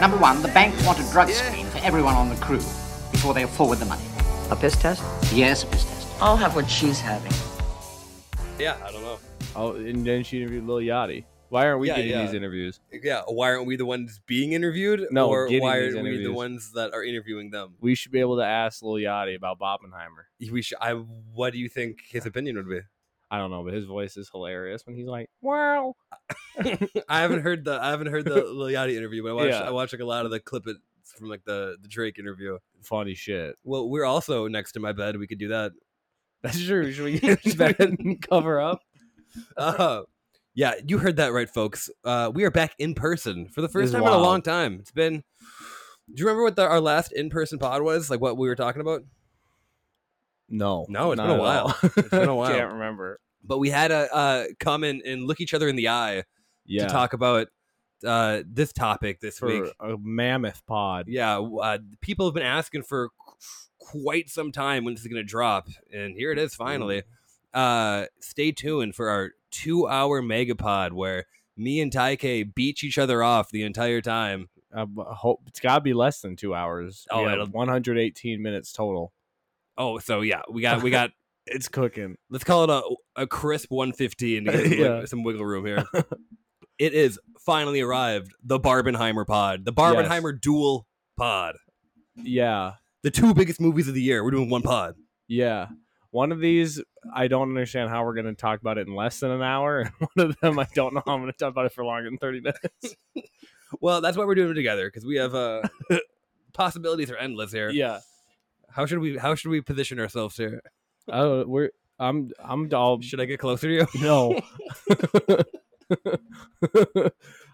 Number one, the bank want a drug screen for everyone on the crew before they forward the money. A piss test? Yes, a piss test. I'll have what she's having. Yeah, I don't know. Oh, and then she interviewed Lil Yachty. Why aren't we Yeah, getting yeah. these interviews? Yeah, why aren't we the ones being interviewed? No, or getting why these aren't we the interviews. ones that are interviewing them? We should be able to ask Lil Yachty about Oppenheimer. We should. I. What do you think his opinion would be? I don't know, but his voice is hilarious when he's like, "Wow." I haven't heard the. I haven't heard the Lil Yachty interview, but I watched. Yeah. I watched like a lot of the clip it from like the the Drake interview. Funny shit. Well, we're also next to my bed. We could do that. That's true. Should we use that and cover up? Uh, yeah, you heard that right, folks. Uh, we are back in person for the first is time in a long wild. time. It's been. Do you remember what the, our last in person pod was? Like what we were talking about? No. No, it's not been a at while. all. It's been a while. Can't remember. But we had to uh, come in and look each other in the eye Yeah. to talk about uh, this topic this for week. a mammoth pod. Yeah, w- uh, people have been asking for qu- quite some time when this is going to drop, and here it is finally. Mm-hmm. Uh, stay tuned for our two-hour megapod where me and Taike beach each other off the entire time. I b- hope it's got to be less than two hours. Oh, We have it'll- 118 minutes total. Oh, so yeah, we got we got. It's cooking. let's call it a a crisp 115 to get some, wig- Yeah. some wiggle room here. it is finally arrived. The Barbenheimer pod, the Barbenheimer dual pod, Yeah, the two biggest movies of the year. We're doing one pod. yeah. One of these, I don't understand how we're going to talk about it in less than an hour. And one of them, I don't know how I'm going to talk about it for longer than 30 minutes. Well, that's why we're doing it together because we have uh, possibilities are endless here. yeah. How should we how should we position ourselves here? Oh, we're. I'm. I'm all. Should I get closer to you? No.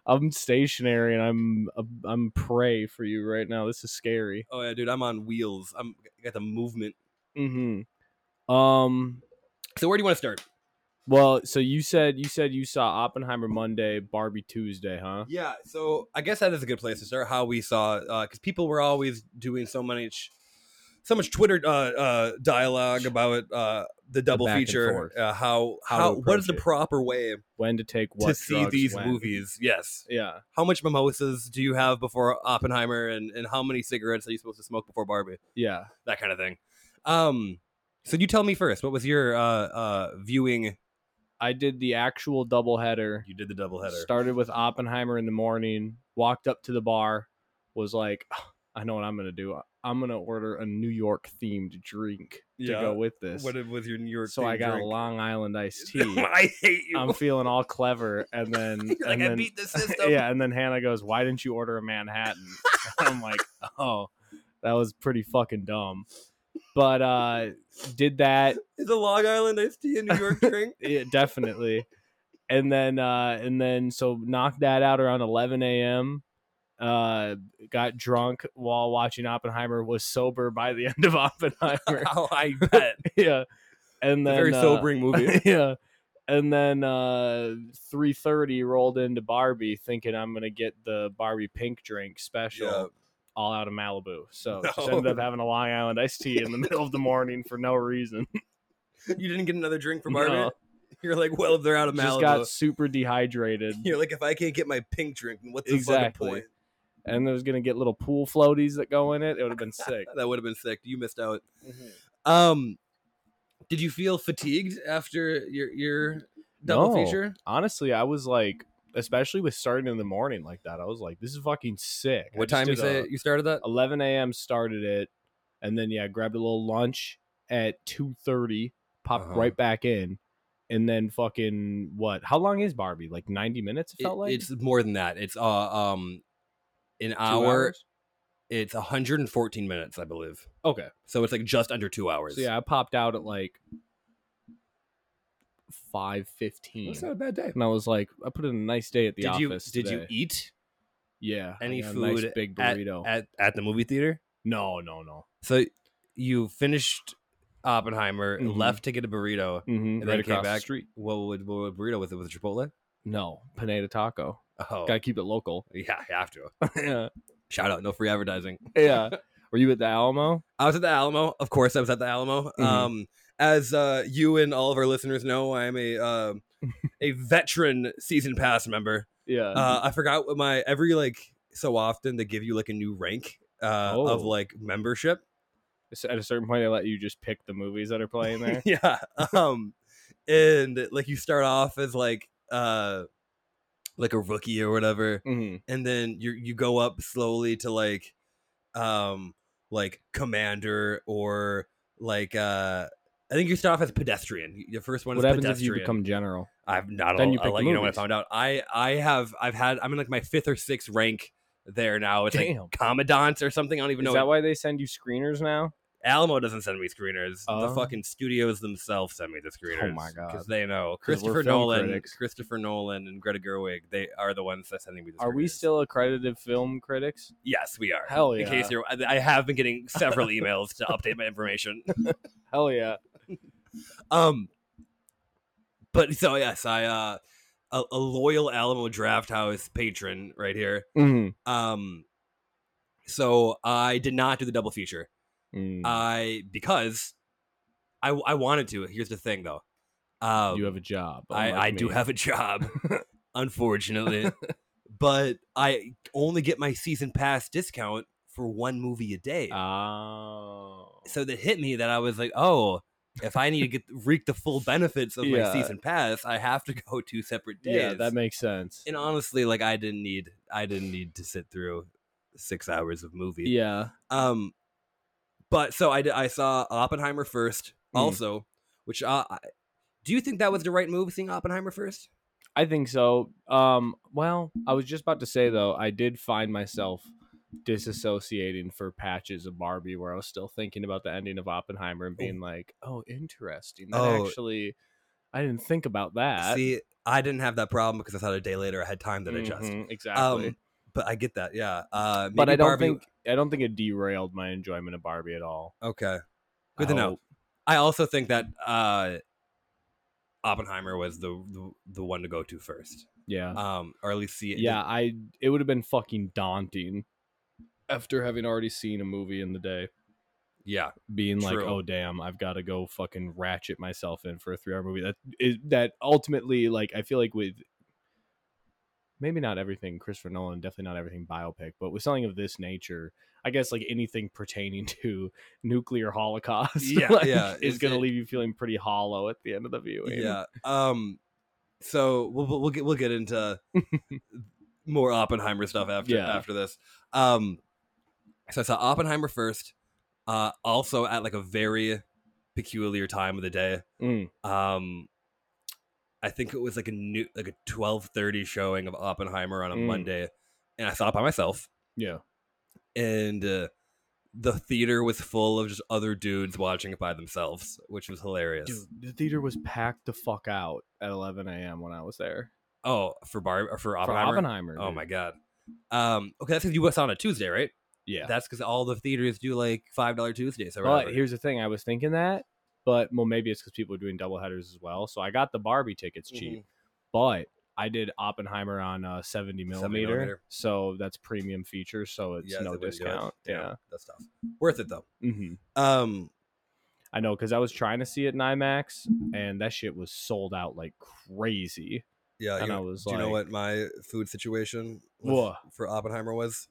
I'm stationary and I'm uh, I'm prey for you right now. This is scary. Oh yeah, dude, I'm on wheels. I'm I got the movement. Mm-hmm. Um. So where do you want to start? Well, so you said you said you saw Oppenheimer Monday, Barbie Tuesday, huh? Yeah, so I guess that is a good place to start. How we saw, because people were always doing so much, so much Twitter uh, uh, dialogue about uh, the double back and feature. forth. Uh, how How how, to what is the approach it. proper way When to take what to see drugs these when. movies? Yes. Yeah, How much mimosas do you have before Oppenheimer, and and how many cigarettes are you supposed to smoke before Barbie? yeah. That kind of thing. Um, so you tell me first. What was your uh, uh, viewing? I did the actual doubleheader. You did the double header. Started with Oppenheimer in the morning. Walked up to the bar. Was like, "Ugh, I know what I'm gonna do. I'm gonna order a New York themed drink Yeah. to go with this. What was your New York? so I themed got a drink? Long Island iced tea. I hate you. I'm feeling all clever, and then You're like and I then- beat the system. yeah, and then Hannah goes, "Why didn't you order a Manhattan?" I'm like, "Oh, that was pretty fucking dumb." But uh did that Is a Long Island iced tea a New York drink? yeah, definitely. And then uh and then so knocked that out around 11 a.m. Uh, got drunk while watching Oppenheimer. Was sober by the end of Oppenheimer. oh, I bet. yeah, and then very uh, sobering movie. yeah. And then uh 3:30 rolled into Barbie thinking I'm going to get the Barbie pink drink special Yeah. all out of Malibu. So just No. ended up having a Long Island iced tea in the middle of the morning for no reason. You didn't get another drink from Barbie. No. You're like, well, if they're out of Just Malibu. got super dehydrated. You're like, if I can't get my pink drink, then what's the Exactly. fucking point? And there was going to get little pool floaties that go in it. It would have been sick. That would have been sick. You missed out. Mm-hmm. Um, did you feel fatigued after your your double No. feature? Honestly, I was like especially with starting in the morning like that. I was like this is fucking sick. I What just time you did uh, say a- you started that? 11 a.m. started it, and then yeah, grabbed a little lunch at 2:30, popped Uh-huh. right back in, and then fucking what? How long is Barbie? Like 90 minutes? It felt It- like it's more than that. It's uh um an Two hour. hours? It's 114 minutes, I believe. Okay, So it's like just under two hours. so yeah, I popped out at like 5:15, That's not a bad day. and I was like, I put in a nice day at the did you office. did you today. Oh. eat Yeah, I any got a food nice big at- burrito. at at the movie theater? no, no, no. So you finished Oppenheimer, Mhm. left to get a burrito. Mm-hmm. then Right came across back. the street. What would what would burrito with it with Chipotle? No, Pineda Taco. Oh, Gotta keep it local. yeah, I have to. yeah, Shout out, no free advertising. yeah. Were you at the Alamo? I was at the Alamo, of course. I was at the Alamo. Mhm. Um, as uh, you and all of our listeners know, I am a uh, a veteran season pass member. Yeah. Mm-hmm. Uh, I forgot what my every like so often they give you like a new rank uh, of Oh. like membership. So at a certain point, they let you just pick the movies that are playing there. yeah. Um, and like you start off as like uh, like a rookie or whatever, hmm and then you you go up slowly to like um like commander or like uh I think you start off as pedestrian. Your first one is What happens pedestrian. if you become general? I've not. Then Then you you pick the you know what I movies. found out. I I have I've had I'm in like my fifth or sixth rank there now. It's Damn. like commandant or something. I don't even Is know. that why they send you screeners now? Alamo doesn't send me screeners. Oh. the fucking studios themselves send me the screeners. my God. because they know 'Cause we're Christopher film Nolan, critics. Christopher Nolan, and Greta Gerwig. They are the ones that sending me the. Are we screeners. still accredited film critics? Yes, we are. Hell In case yeah. you're, I I have been getting several emails to update my information. Hell yeah! Um, but so yes, I uh, a, a loyal Alamo Draft House patron right here. hmm Um, so I did not do the double feature. Mm. I because I I wanted to. Here's the thing though. Um, you have a job. Oh I, unlike I do me. have a job, unfortunately, but I only get my season pass discount for one movie a day. Ah. Oh. so that hit me that I was like, oh, if I need to get reap the full benefits of Yeah. my season pass, I have to go two separate days. yeah, that makes sense. and honestly, like I didn't need I didn't need to sit through six hours of movie. Yeah. Um, but so I, d- I saw Oppenheimer first, Mm. also, which uh, I, do you think that was the right move? Seeing Oppenheimer first? I think so. Um, well, I was just about to say though, I did find myself disassociating for patches of Barbie, where I was still thinking about the ending of Oppenheimer and being like, "Oh, interesting. That Oh. actually, I didn't think about that." See, I didn't have that problem because I thought a day later I had time to digest. Mhm, Um, exactly. but I get that, yeah. Uh, but maybe I don't Barbie- think I don't think it derailed my enjoyment of Barbie at all. Okay, I good to know. hope- I also think that uh, Oppenheimer was the, the the one to go to first, Yeah. um, or at least see it. Uh, yeah, I it would have been fucking daunting after having already seen a movie in the day. yeah. being like, True. "Oh damn, I've got to go fucking ratchet myself in for a three-hour movie." That is that ultimately, like, I feel like with maybe not everything Christopher Nolan, definitely not everything biopic, but with something of this nature, I guess like anything pertaining to nuclear holocaust, Yeah, like, yeah, is it's- gonna it- leave you feeling pretty hollow at the end of the viewing. Yeah. Um. So we'll we'll we'll get we'll get into more Oppenheimer stuff after Yeah. after this. Um. So I saw Oppenheimer first. Uh. Also at like a very peculiar time of the day. Mm. Um. I think it was like a new like a twelve thirty showing of Oppenheimer on a Mm. Monday, and I saw it by myself. yeah, and uh, the theater was full of just other dudes watching it by themselves, which was hilarious. dude, the theater was packed the fuck out at 11 a.m. when I was there Oh, for Bar or for for Oppenheimer. Oppenheimer. Oh dude. my god. Um, okay, that's because you saw it on a Tuesday, right? yeah, That's because all the theaters do like five dollar Tuesdays. Or But whatever. here's the thing: I was thinking that, but well, maybe it's because people are doing double headers as well. So I got the Barbie tickets cheap, Mm-hmm. but I did Oppenheimer on uh, 70 millimeter, millimeter. so that's premium feature, so it's Yeah, they no wouldn't do it. discount. Yeah, that's tough. Worth it though. hmm Um, I know because I was trying to see it in IMAX, and that shit was sold out like crazy. yeah. and You, I was do like, you know what my food situation was What? for Oppenheimer was?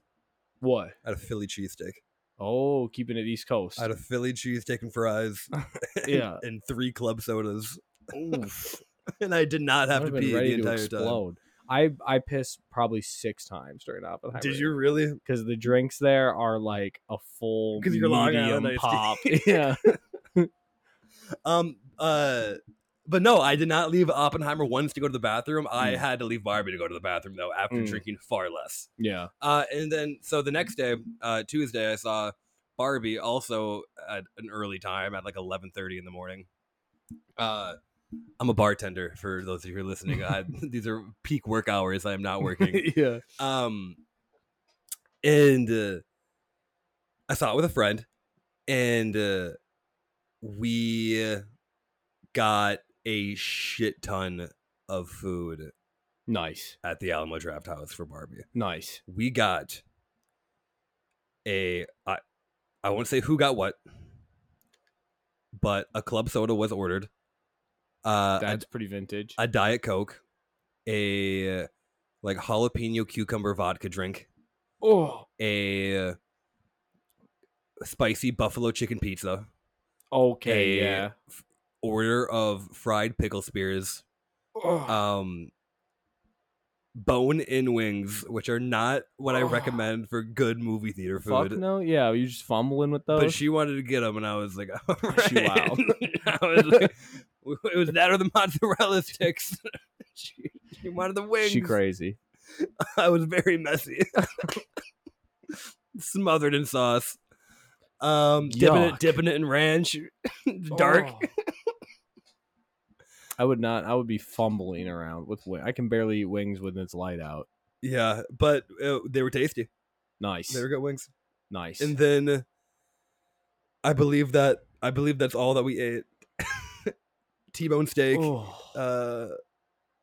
What? I had a Philly cheesesteak. Oh, keeping it East Coast. I had a Philly cheesesteak and fries. Yeah. and three club sodas. Oof. and I did not have I've to been pee the ready to entire time. explode. I I pissed probably six times during Oppenheimer. Did you really? because the drinks there are like a full 'Cause you're medium Long Island iced pop. tea. yeah, Um. Uh. But no, I did not leave Oppenheimer once to go to the bathroom. I Mm. had to leave Barbie to go to the bathroom though after Mm. drinking far less. yeah. Uh. And then so the next day, uh, Tuesday, I saw Barbie also at an early time at like eleven thirty in the morning. Uh. I'm a bartender. For those of you who are listening, I, these are peak work hours. I am not working. yeah. Um, and uh, I saw it with a friend, and uh, we got a shit ton of food Nice, at the Alamo Draft House for Barbie. nice. We got a I I won't say who got what, but a club soda was ordered. Uh, a That's pretty vintage. a diet coke, a like jalapeno cucumber vodka drink, Oh, a spicy buffalo chicken pizza, okay, a yeah. f- order of fried pickle spears, Oh, um, bone in wings, which are not what I Oh. recommend for good movie theater fuck food. no, yeah. You're just fumbling with those. But she wanted to get them, and I was like, "All right." She wild. I was like, it was that or the mozzarella sticks. she, she wanted the wings. She crazy. I was very messy, smothered in sauce. Um, dipping it, Yuck. Oh. dipping it in ranch, dark. I would not. I would be fumbling around with. wi- I can barely eat wings when it's light out. Yeah, but uh, they were tasty. Nice, They were good wings. nice. And then I believe that I believe that's all that we ate. T-bone steak. Oh. Uh,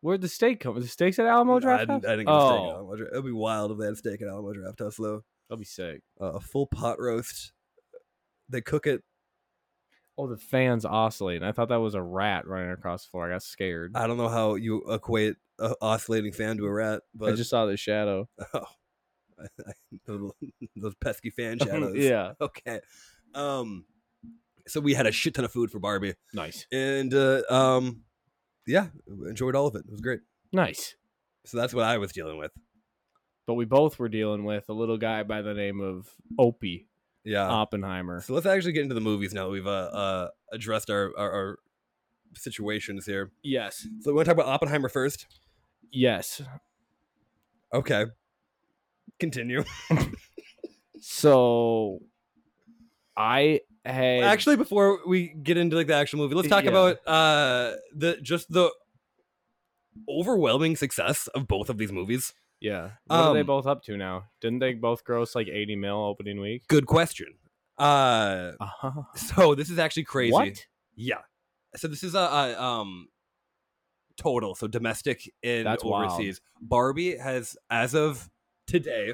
Where'd the steak come? The steak's at Alamo I Draft House. didn't, I didn't get a steak at oh, Alamo Draft. It'd be wild if they had steak at Alamo Draft House though. that'll be sick. Uh, a full pot roast. They cook it. Oh, the fans oscillating. I thought that was a rat running across the floor. I got scared. I, I don't know how you equate a oscillating fan to a rat, but just saw the shadow. Oh, I, I- those pesky fan shadows. yeah, Okay. Um. So we had a shit ton of food for Barbie, nice, and uh, um, yeah, enjoyed all of it. It was great. nice. So that's what I was dealing with. But we both were dealing with a little guy by the name of Opie Yeah. Oppenheimer. Uh, so let's actually get into the movies now. that We've uh, uh addressed our, our our situations here. Yes, So we want to talk about Oppenheimer first. yes. Okay. Continue. So I had actually before we get into like the actual movie let's talk Yeah. about uh the just the overwhelming success of both of these movies yeah. What are they um, both up to now? Didn't they both gross like eighty mil opening week? good question uh Uh-huh. so this is actually crazy What? yeah so this is a, a um total so domestic and That's wild. overseas barbie has as of today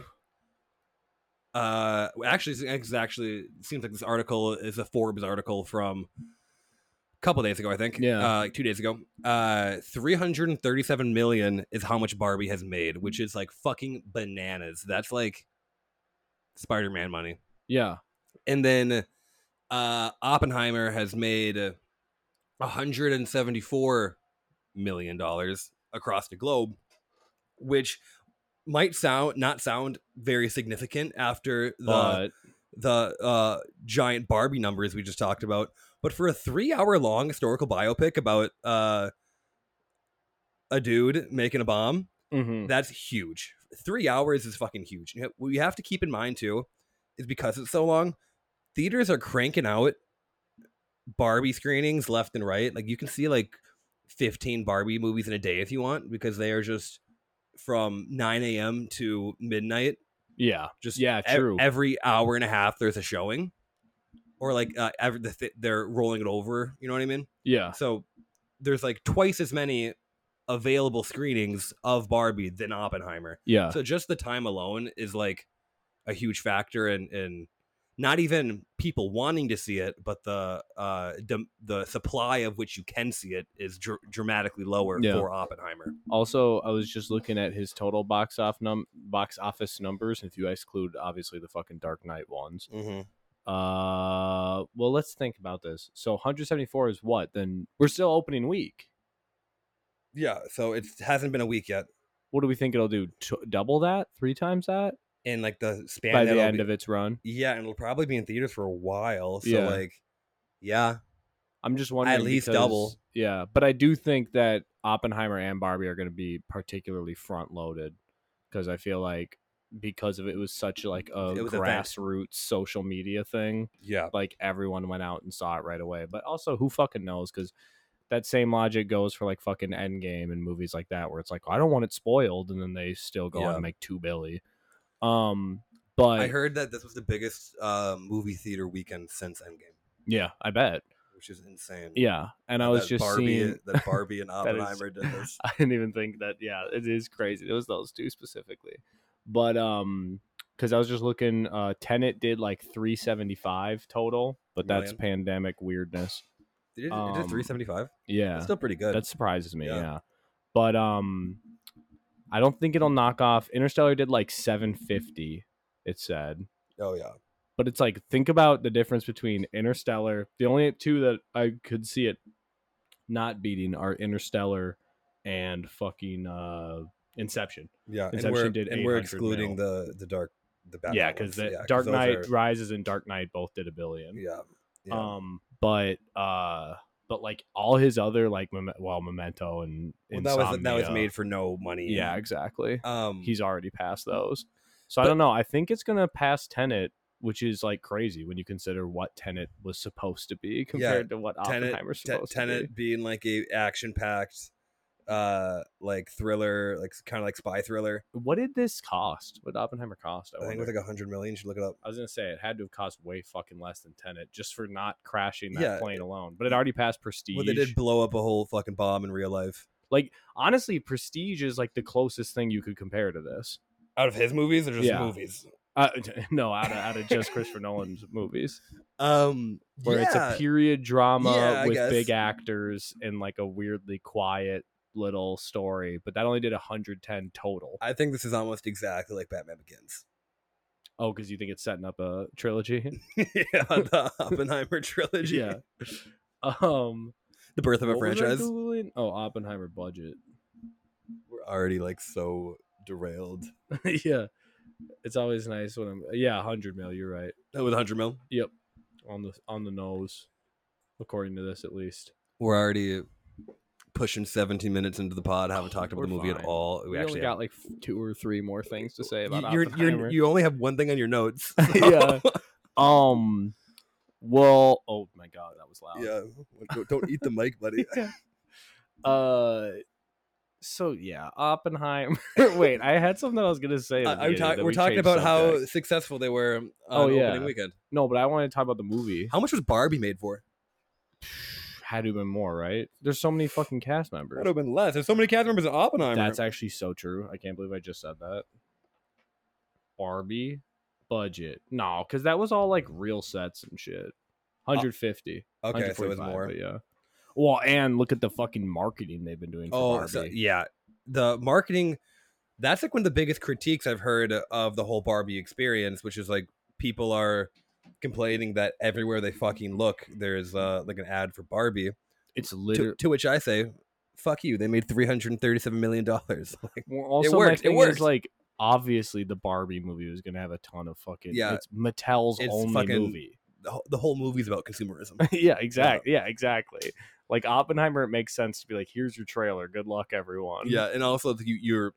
uh actually it's actually it seems like this article is a forbes article from a couple days ago i think Yeah. uh, like two days ago uh 337 million is how much barbie has made which is like fucking bananas that's like spider-man money Yeah. and then uh Oppenheimer has made 174 million dollars across the globe which might sound not sound very significant after the But the uh giant Barbie numbers we just talked about but for a 3 hour long historical biopic about uh a dude making a bomb mhm. that's huge. Three hours is fucking huge. You know, What you have to keep in mind too is because it's so long, theaters are cranking out Barbie screenings left and right. Like you can see like fifteen Barbie movies in a day if you want because they are just from nine a.m. to midnight. yeah. Just Yeah, ev- true. every hour and a half, there's a showing, or like uh, every the th- they're rolling it over. You know what I mean? Yeah. So there's like twice as many available screenings of Barbie than Oppenheimer. Yeah. So just the time alone is like a huge factor in in not even people wanting to see it, but the uh dem- the supply of which you can see it is dr- dramatically lower Yeah. for Oppenheimer. Also, I was just looking at his total box off num box office numbers. If you exclude obviously the fucking Dark Knight ones, Mm-hmm. uh, well, let's think about this. So 174 is what? Then we're still opening week. Yeah, so it hasn't been a week yet, What do we think it'll do? T- double that? Three times that and like the span by that the it'll end be- of its run? yeah, and it'll probably be in theaters for a while. So Yeah. like, yeah, I'm just wondering. least because- double. Yeah, but I do think that Oppenheimer and Barbie are going to be particularly front loaded because I feel like because of it was such like a It was a thing. grassroots social media thing. yeah, like everyone went out and saw it right away. But also, who fucking knows? Because that same logic goes for like fucking Endgame and movies like that, where it's like I don't want it spoiled, and then they still go out Yeah. and make two billy. Um, but I heard that this was the biggest uh, movie theater weekend since Endgame, yeah, I bet which is insane. yeah. And I That was just Barbie, seeing. that Barbie and That is- Oppenheimer did this. I didn't even think that. Yeah, it is crazy. It was those two specifically, but um, because I was just looking. Uh, Tenet did like three seventy five total, but that's Million. pandemic weirdness. Did it, Um, did three seventy five? Yeah, Still pretty good. That surprises me. Yeah. Yeah. But um I don't think it'll knock off Interstellar did like 750 It's sad. Oh yeah. But it's like think about the difference between Interstellar. The only two that I could see it not beating are Interstellar and fucking uh Inception. Yeah, and Inception we're, did and we're 800 excluding mil. the the dark the bad yeah, Batman because ones. Yeah, Dark those Knight are- Rises and Dark Knight both did a billion. yeah, yeah. Um, but uh, but like all his other like Mem- well, Memento and well, that was that was Insomnia. made for no money. Yeah, exactly. um, He's already passed those, so but- I don't know. I think it's gonna pass Tenet, which is like crazy when you consider what Tenet was supposed to be compared to what Tenet, Oppenheimer's Te- supposed to Tenet be. being like a action packed, uh, like thriller, like kind of like spy thriller. What did this cost? What did Oppenheimer cost? I think it was wonder? like a hundred million. You should look it up. I was gonna say it had to have cost way fucking less than Tenet just for not crashing that Yeah. plane alone, but it already passed Prestige. Well, they did blow up a whole fucking bomb in real life. Like honestly, Prestige is like the closest thing you could compare to this. Out of his movies or just Yeah. movies? Uh, no, out of out of just Christopher Nolan's movies, Um, where it's yeah. a period drama Yeah, I with guess. big actors and like a weirdly quiet little story, but that only did 110 total. I think this is almost exactly like Batman Begins. Oh, because you think it's setting up a trilogy? yeah, the Oppenheimer trilogy. yeah. Um, the birth of a what was I franchise. Googling? Oh, Oppenheimer budget. We're already like so derailed. yeah. It's always nice when I'm yeah, hundred mil, you're right. That was hundred mil. Yep. On the on the nose, according to this at least. We're already pushing 17 minutes into the pod. Haven't talked about We're the movie at fine. all. We, only got like f- two or three more things to say about you're, Oppenheimer. you only have one thing on your notes. Yeah. um well oh my god, that was loud. yeah. Don't, don't eat the mic, buddy. Uh so yeah, Oppenheimer. Wait, I had something I was gonna say. at the I, am beginning talk, that we're we talking changed about how subject. successful they were on Oh, yeah. opening weekend. no, but I wanted to talk about the movie. How much was Barbie made for? Had to have been more, right? There's so many fucking cast members. That would have been less. There's so many cast members in Oppenheimer. That's actually so true. I can't believe I just said that. Barbie budget. No, because that was all like real sets and shit. 150. Uh, okay, so it was 145, more. but yeah. Well, and look at the fucking marketing they've been doing for Oh, Barbie. so, yeah. The marketing, that's like one of the biggest critiques I've heard of the whole Barbie experience, which is like people are complaining that everywhere they fucking look, there's uh, like an ad for Barbie. It's To, literally. to which I say, fuck you. They made $337 million. Like, Also, It my worked, it thing is, worked. like, obviously, the Barbie movie was going to have a ton of fucking. Yeah. It's Mattel's It's only fucking- movie. the, whole, the whole movie's about consumerism. yeah, exactly. Yeah, exactly. Like, Oppenheimer, it makes sense to be like, here's your trailer. Good luck, everyone. yeah. And also, you, you're.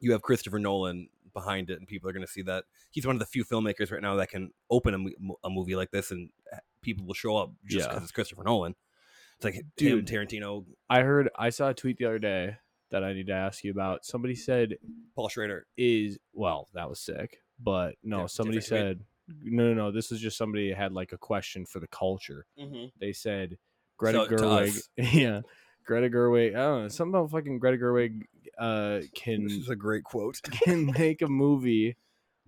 You have Christopher Nolan behind it, and people are going to see that he's one of the few filmmakers right now that can open a, mo- a movie like this, and eh, people will show up just Yeah. because it's Christopher Nolan. It's like dude, Dude. Tarantino, I heard I saw a tweet the other day that I need to ask you about. Somebody said Paul Schrader. is well, that was sick. But no, Yeah, somebody different said no, no, no. This is just somebody had like a question for the culture. They said Greta Mm-hmm. So, to Gerwig, us. yeah, Greta Gerwig. I don't know something about fucking Greta Gerwig. Uh, can a great quote. can make a movie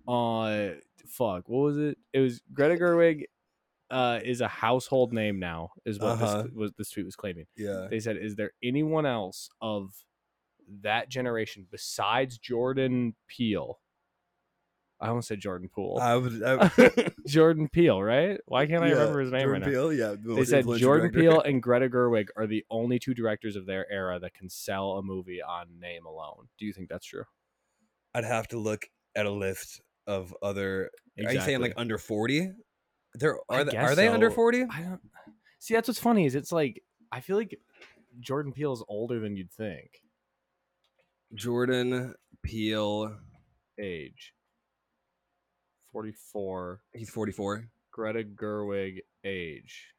on fuck what was it it was greta gerwig uh is a household name now is what Uh-huh. this was this tweet was claiming Yeah, they said is there anyone else of that generation besides jordan peele i almost said jordan poole I was. I, jordan peele right why can't i Uh, Yeah, remember his name Jordan right now Peele, yeah. they said Jordan Peele and Greta Gerwig are the only two directors of their era that can sell a movie on name alone. Do you think that's true? I'd have to look at a list of other. Are you saying like under forty? There I are. They, guess are they under so. forty? I don't see. That's what's funny is it's like I feel like Jordan Peele's older than you'd think. Jordan Peele. Age forty four. He's forty four. Greta Gerwig age.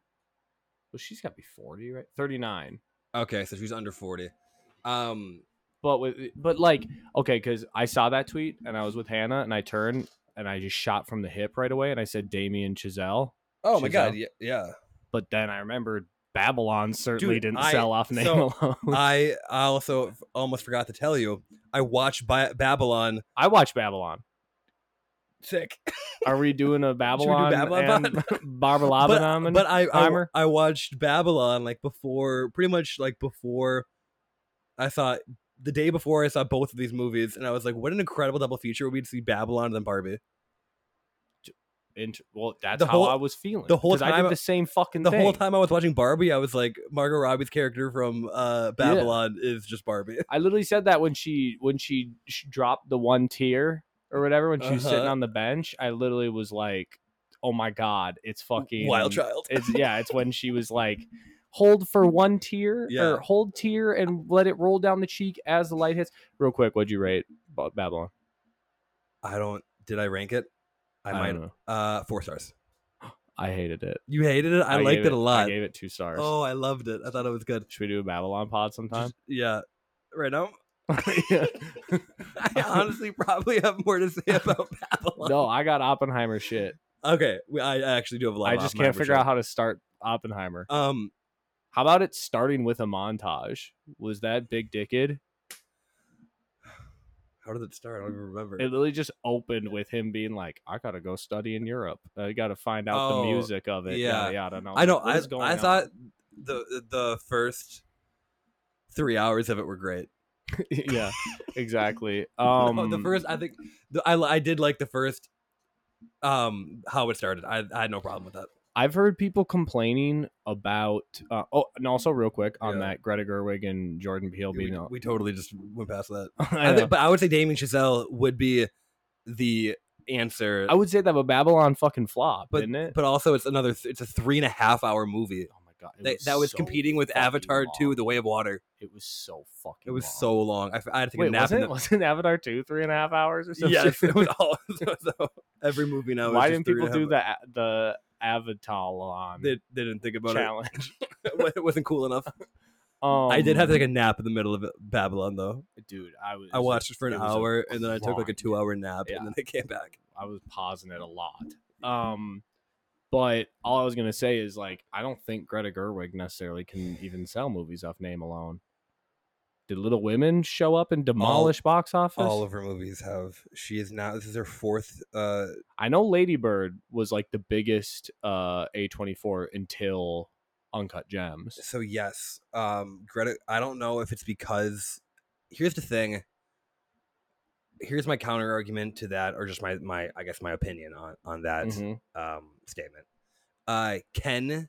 Well, she's got to be forty, right? Thirty nine. Okay, so she's under forty. Um, But with eh, but like okay, because I saw that tweet and I was with Hannah and I turned and I just shot from the hip right away and I said Damien Chazelle. oh my She's god, out. yeah, yeah. But then I remembered Babylon certainly Dude, didn't I- sell off name so, alone. I I also f- almost forgot to tell you. I watched Bi- Babylon. I watched Babylon. Sick. Are we doing a we do Babylon, Babylon? and but, Barbalabanon? but I, I Heimer? I watched Babylon like before, pretty much like before. I saw the day before I saw both of these movies, and I was like, "What an incredible double feature it would be to see Babylon and then Barbie." int- well, that's The how whole- I was feeling. the whole 'cause I time- did the same fucking the thing. whole time I was watching Barbie, I was like, Margot Robbie's character from uh, Babylon is just Barbie. I literally said that when she when she sh- dropped the one tear or whatever when she was sitting Uh-huh. on the bench. I literally was like, "Oh my god, it's fucking Wild Child. It's yeah, it's when she was like, "Hold for one tear Yeah. or hold tear and let it roll down the cheek as the light hits." Real quick, what'd you rate Ba- Babylon? I don't. Did I rank it? I, I might. don't know. Uh, four stars. I hated it. You hated it. I, gave liked it a I lot. gave it two stars. Oh, I loved it. I thought it was good. Should we do a Babylon pod sometime? Just- yeah. Right now, Yeah. I honestly probably have more to say about Babylon. no, I got Oppenheimer shit. Okay, we, I I actually do have a lot. I of just can't Oppenheimer figure shit. out how to start Oppenheimer. Um, How about it starting with a montage? Was that big dicked? how did it start? I don't even remember. It literally just opened with him being like, "I gotta go study in Europe. I gotta find out Oh, the music of it." yeah. yada, yada. And was I know. like, "What I is going I on?" thought the the first three hours of it were great. yeah, exactly. No, Um, the first, I think, the, I I did like the first. Um, how it started. I, I had no problem with that. I've heard people complaining about. Uh, oh, and also real quick on Yeah. that Greta Gerwig and Jordan Peele We, being. on- we totally just went past that. I, I know. think, but I would say Damien Chazelle would be the answer. I would say that, but Babylon fucking flopped, but didn't it? but also it's another. th- It's a three and a half hour movie oh my god, it that, that was so competing with fucking Avatar Two: long. The Way of Water. It was so fucking. It was long. so long. I, f- I had to take a Wait, nap. in wasn't, wasn't Avatar two three and a half hours or the, something? yes, it was all. so- so every movie now. is Why just didn't three people and a do half the the Avatar hours. They, they didn't think about challenge? it. It wasn't cool enough. Um, I did have to take a nap in the middle of Babylon, though. dude. I was I watched it for an was a hour, and then I took like a grind. two-hour nap, Yeah. and then I came back. I was pausing it a lot. Um, but all I was gonna say is like I don't think Greta Gerwig necessarily can even sell movies off name alone. Did Little Women show up and demolish box office? All of her movies have. She is now. This is her fourth. uh I know Lady Bird was like the biggest uh A24 until Uncut Gems. So yes, um, Greta. I don't know if it's because. Here's the thing. Here's my counter argument to that, or just my my I guess my opinion on on that Mhm. um statement. Uh, can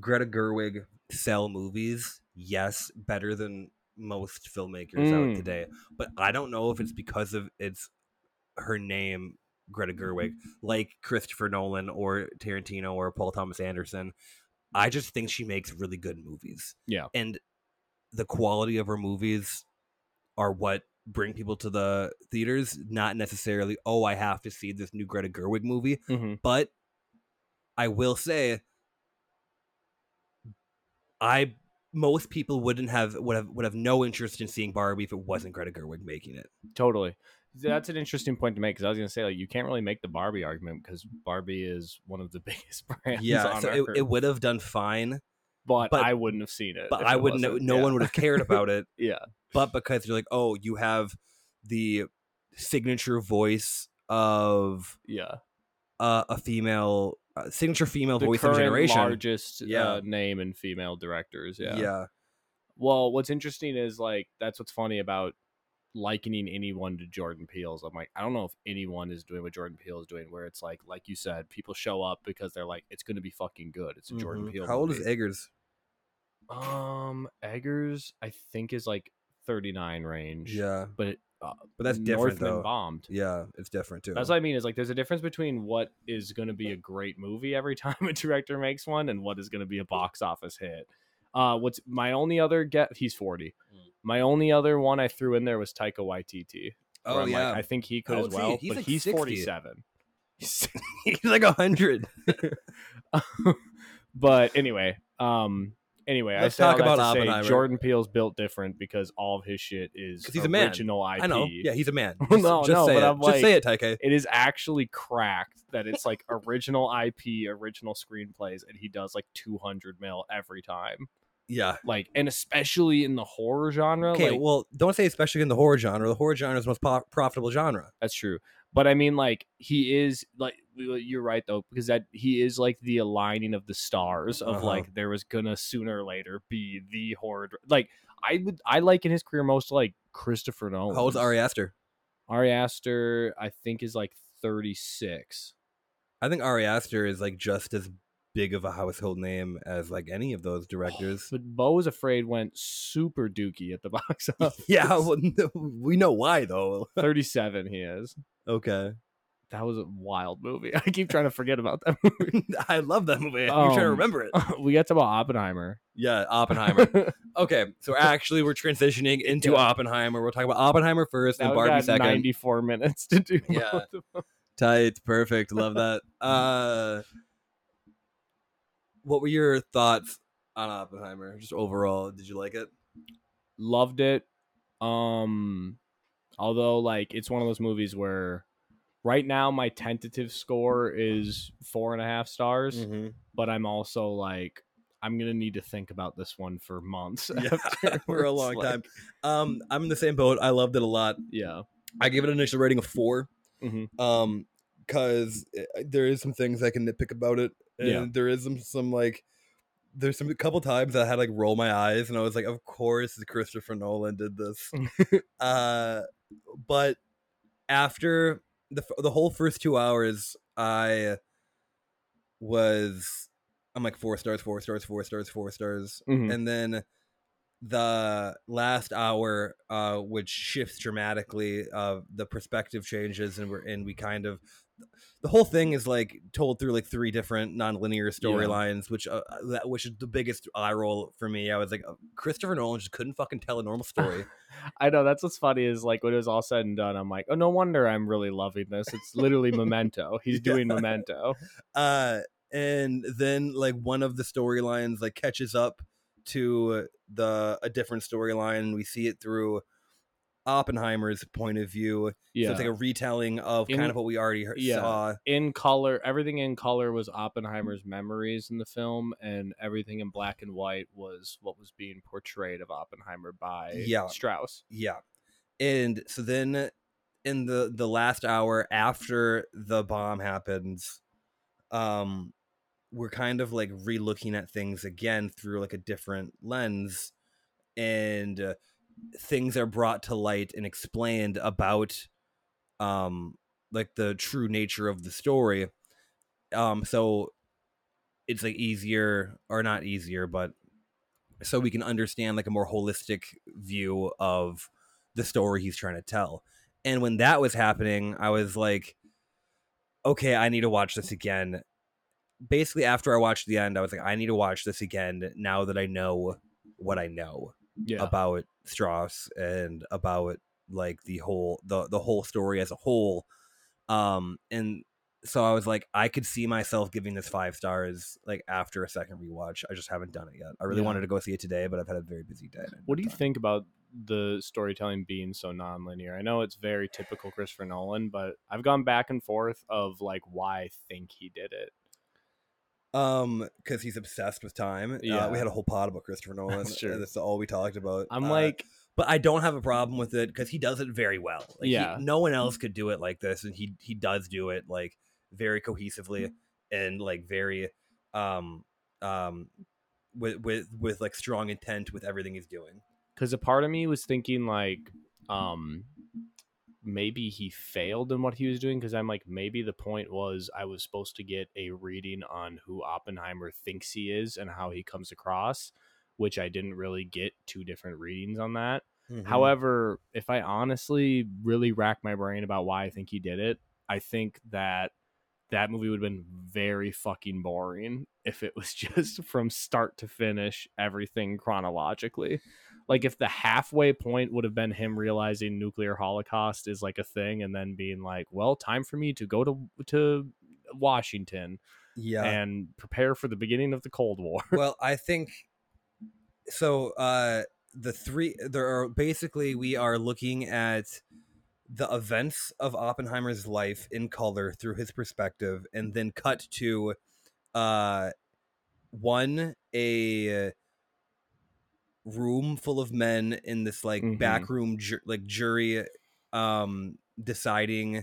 Greta Gerwig sell movies? Yes, better than most filmmakers out Mm. today. But I don't know if it's because of it's her name, Greta Gerwig, like Christopher Nolan or Tarantino or Paul Thomas Anderson. I just think she makes really good movies. Yeah. And the quality of her movies are what bring people to the theaters, not necessarily, oh, I have to see this new Greta Gerwig movie Mhm. but I will say I most people wouldn't have would have would have no interest in seeing Barbie if it wasn't Greta Gerwig making it. Totally. That's an interesting point to make because I was going to say like you can't really make the Barbie argument because Barbie is one of the biggest brands. Yeah, on so it, Earth. it would have done fine, but, but- I wouldn't have seen it. but if I it wouldn't. wasn't. No Yeah. one would have cared about it. Yeah. But because you're like, oh, you have the signature voice of Yeah, uh, a female uh, signature female the voice of a current generation. largest Yeah. uh, name in female directors. Yeah. yeah, Well, what's interesting is like that's what's funny about likening anyone to Jordan Peele's. I'm like, I don't know if anyone is doing what Jordan Peele is doing, where it's like, like you said, people show up because they're like, it's going to be fucking good. It's a Jordan Mhm. Peele. How old movie. is Eggers? Um, Eggers, I think is like 39 range. Yeah, but it, uh, but that's different Northman though. bombed. Yeah, it's different too. That's what I mean. Is like there's a difference between what is going to be a great movie every time a director makes one, and what is going to be a box office hit. Uh, what's my only other get? He's 40. Mm. My only other one I threw in there was Taika Waititi. Oh, where I'm like, I think he could How as old's he? well, He's but like he's 60. 47. he's like a hundred. but anyway, um, anyway, Let's I talk talk about about to say Oppenheimer. Jordan Peele's built different because all of his shit is 'Cause he's a man. original IP. I know. Yeah, he's a man. Well, Just, no, just no, say but it. I'm just say it, like- Taika. it is actually cracked that it's like original IP, original screenplays, and he does like 200 mil every time. Yeah. Like, and especially in the horror genre. Okay. like, well, don't say especially in the horror genre. The horror genre is the most po- profitable genre. that's true. But I mean, like, he is like, you're right though, because that he is like the aligning of the stars of Uh-huh. like, there was gonna sooner or later be the horror. dr- Like, I would, I like in his career most like Christopher Nolan. How old's Ari Aster? Ari Aster, I think, is like 36. I think Ari Aster is like just as big of a household name as like any of those directors. But Bo is afraid went super dookie at the box office. yeah, well, no, we know why though. Thirty-seven, he is. Okay, That was a wild movie. I keep trying to forget about that movie. I love that movie. I'm trying to Um, remember it. we got to about Oppenheimer. Yeah, Oppenheimer. okay, so actually, we're transitioning into Yeah. Oppenheimer. We'll talk about Oppenheimer first that and Barbie got second. ninety-four minutes to do. Yeah. both of them. Tight, perfect. Love that. Uh, what were your thoughts on Oppenheimer? Just overall, did you like it? loved it. Um, although like it's one of those movies where right now my tentative score is four and a half stars. Mm-hmm. but I'm also like, I'm gonna need to think about this one for months. Yeah, for a afterwards, long like- time. Um, I'm in the same boat. I loved it a lot. Yeah, I gave it an initial rating of four. Mhm. Um, because uh, there is some things I can nitpick about it, and Yeah. there is some some like there's some a couple times I had like roll my eyes, and I was like, of course, Christopher Nolan did this. uh, but after the f- the whole first two hours, I was I'm like four stars, four stars, four stars, four stars, Mhm. and then the last hour uh which shifts dramatically uh the perspective changes and we're and we kind of the whole thing is like told through like three different non-linear storylines which uh, that which is the biggest eye roll for me i was like "Oh, christopher nolan just couldn't fucking tell a normal story I know. That's what's funny is like when it was all said and done, I'm like, oh, no wonder I'm really loving this. It's literally Memento. He's doing Yeah. Memento. uh and then like one of the storylines like catches up to the a different storyline we see it through oppenheimer's point of view Yeah, So it's like a retelling of kind In- of what we already heard, yeah. saw. in color, everything in color was Mm-hmm. Oppenheimer's memories in the film, and everything in black and white was what was being portrayed of Oppenheimer by Yeah. Strauss. Yeah. And so then in the the last hour after the bomb happens, um we're kind of like re-looking at things again through like a different lens and uh, things are brought to light and explained about um like the true nature of the story. Um so it's like easier or not easier but so we can understand like a more holistic view of the story he's trying to tell. And when that was happening, I was like, okay, I need to watch this again. Basically, after I watched the end, I was like, I need to watch this again now that I know what I know Yeah, about Strauss and about like the whole the the whole story as a whole. Um, and so I was like, I could see myself giving this five stars like after a second rewatch. I just haven't done it yet. I really Yeah. wanted to go see it today, but I've had a very busy day. and I didn't What do have you time. think about the storytelling being so nonlinear? I know it's very typical Christopher Nolan, but I've gone back and forth of like why I think he did it. Um, because he's obsessed with time. Yeah, Yeah. we had a whole pod about Christopher Nolan. That's uh, true. That's all we talked about. I'm Uh, like, but I don't have a problem with it because he does it very well. Like, he- Yeah. no one else could do it like this, and he he does do it like very cohesively and like very, um, um, with with with like strong intent with everything he's doing. because a part of me was thinking like, um, maybe he failed in what he was doing. Because I'm like, maybe the point was I was supposed to get a reading on who Oppenheimer thinks he is and how he comes across, which I didn't really get two different readings on that. Mm-hmm. However, if I honestly really rack my brain about why I think he did it, I think that that movie would have been very fucking boring if it was just from start to finish everything chronologically. Like if the halfway point would have been him realizing nuclear holocaust is like a thing and then being like, "Well, time for me to go to to Washington yeah, and prepare for the beginning of the Cold War." well, I think so. Uh, the three there are basically we are looking at the events of Oppenheimer's life in color through his perspective, and then cut to uh, one a room full of men in this like Mhm. backroom ju- like jury um deciding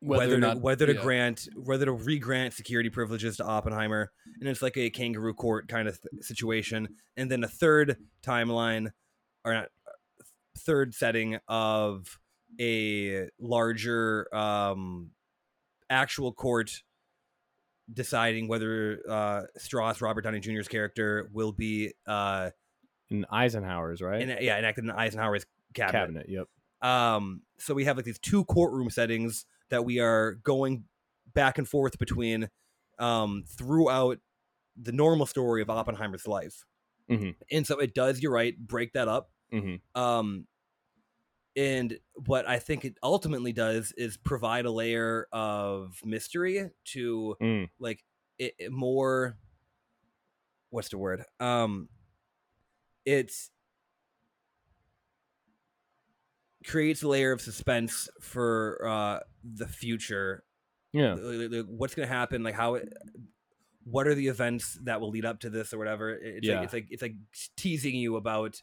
whether, to, whether to yeah. grant whether to re-grant security privileges to Oppenheimer, and it's like a kangaroo court kind of th- situation, and then a third timeline or not, third setting of a larger um actual court deciding whether uh, Strauss, Robert Downey Jr.'s character, will be uh, in Eisenhower's right in, yeah enacted in Eisenhower's cabinet. cabinet. Yep. Um, so we have like these two courtroom settings that we are going back and forth between um, throughout the normal story of Oppenheimer's life. Mhm. And so it does, you're right, break that up. Mhm. Um, and what I think it ultimately does is provide a layer of mystery to Mm. like it, it more. What's the word? Um, it's creates a layer of suspense for uh the future Yeah. like, like, what's gonna happen like how it, what are the events that will lead up to this or whatever It- it's Yeah. like it's like it's like teasing you about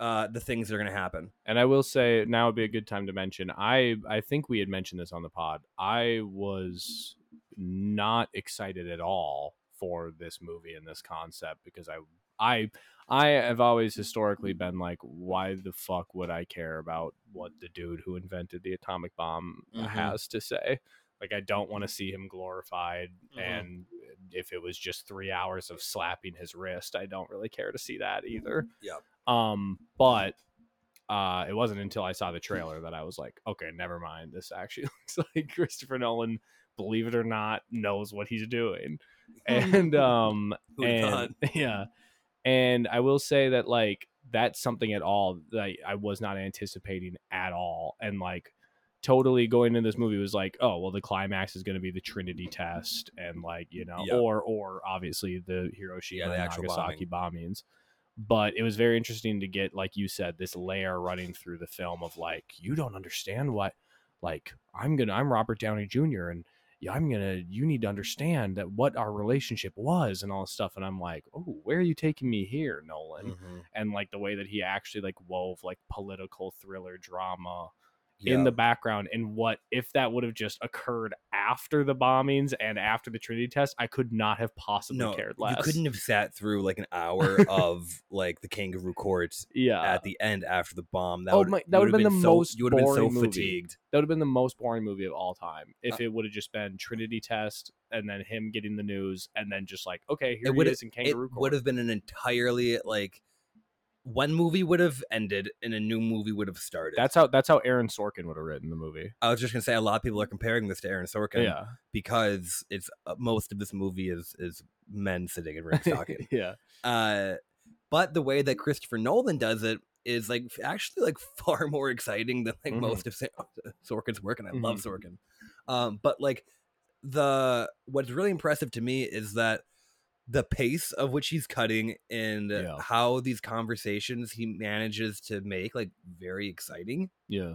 uh the things that are gonna happen And I will say now would be a good time to mention. I I think we had mentioned this on the pod. I was not excited at all for this movie and this concept because I I I have always historically been like, why the fuck would I care about what the dude who invented the atomic bomb Mhm. has to say? Like I don't want to see him glorified Mhm. and if it was just 3 hours of slapping his wrist, I don't really care to see that either. Yep. Um but uh, it wasn't until I saw the trailer that I was like, okay, never mind. This actually looks like Christopher Nolan, believe it or not, knows what he's doing. And um, Who'da and, yeah and i will say that like that's something at all that I- i was not anticipating at all and like totally going into this movie was like oh well the climax is going to be the trinity test and like you know Yeah. or or obviously the hiroshima Yeah, the and actual nagasaki bombings but it was very interesting to get like you said this layer running through the film of like you don't understand what like i'm gonna i'm robert downey jr and yeah, i'm gonna you need to understand that what our relationship was and all this stuff and i'm like oh where are you taking me here nolan Mm. and like the way that he actually like wove like political thriller drama in the background and what if that would have just occurred after the bombings and after the trinity test i could not have possibly no cared you less couldn't have sat through like an hour of like the kangaroo court yeah at the end after the bomb that Uh, oh would, my- you that would would've have been the so, most you would have been so boring movie. fatigued that would have been the most boring movie of all time if Uh, it would have just been Trinity test and then him getting the news and then just like okay It here it would've- is in it kangaroo would court. have been an entirely like one movie would have ended and a new movie would have started That's how that's how Aaron Sorkin would have written the movie. i was just gonna say a lot of people are comparing this to aaron sorkin Yeah, because it's uh, most of this movie is is men sitting in ringstocking. yeah, uh, but the way that Christopher Nolan does it is like f- actually like far more exciting than like Mhm. most of Sa- Sorkin's work, and I love Mm-hmm. Sorkin. Um, but like the what's really impressive to me is that the pace of which he's cutting and Yeah. how these conversations he manages to make like very exciting yeah.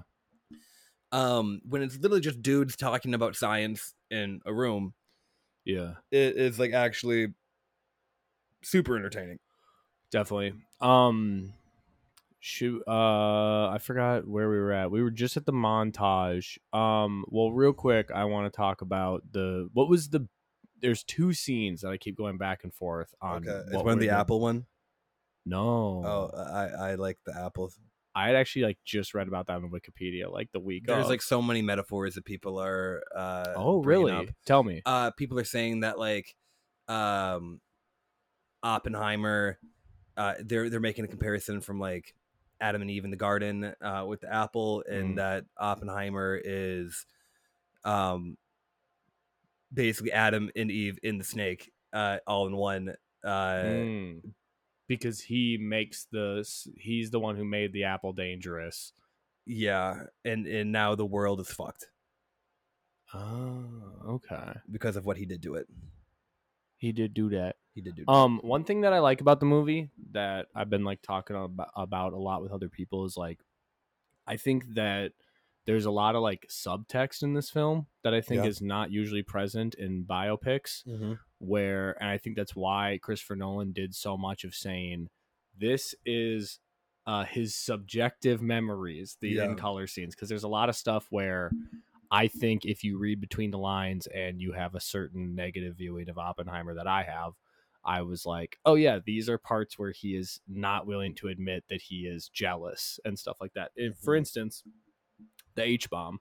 um when it's literally just dudes talking about science in a room Yeah, it is like actually super entertaining. definitely. Um shoot uh I forgot where we were at. We were just at the montage. Um well real quick I want to talk about the what was the there's two scenes that I keep going back and forth on. what were one. No. Oh, I I like the apple. I had actually like just read about that on Wikipedia like the week There's of. like so many metaphors that people are. Uh, Oh, bringing really? up. Tell me. Uh, people are saying that like, um, Oppenheimer. Uh, they're they're making a comparison from like Adam and Eve in the garden uh, with the apple, and Mhm. that Oppenheimer is, um, basically Adam and Eve in the snake, uh, all in one. Uh, Mm. Because he makes the he's the one who made the apple dangerous. Yeah, and and now the world is fucked Oh, okay. because of what he did to it. He did do that. He did do. it. Um, one thing that I like about the movie that I've been like talking about, about a lot with other people is like, I think that there's a lot of like subtext in this film that I think Yeah. is not usually present in biopics. Where, and I think that's why Christopher Nolan did so much of saying this is uh, his subjective memories, the Yeah. in color scenes, because there's a lot of stuff where I think if you read between the lines and you have a certain negative viewing of Oppenheimer that I have, I was like, oh yeah, these are parts where he is not willing to admit that he is jealous and stuff like that. If, for instance, the H bomb.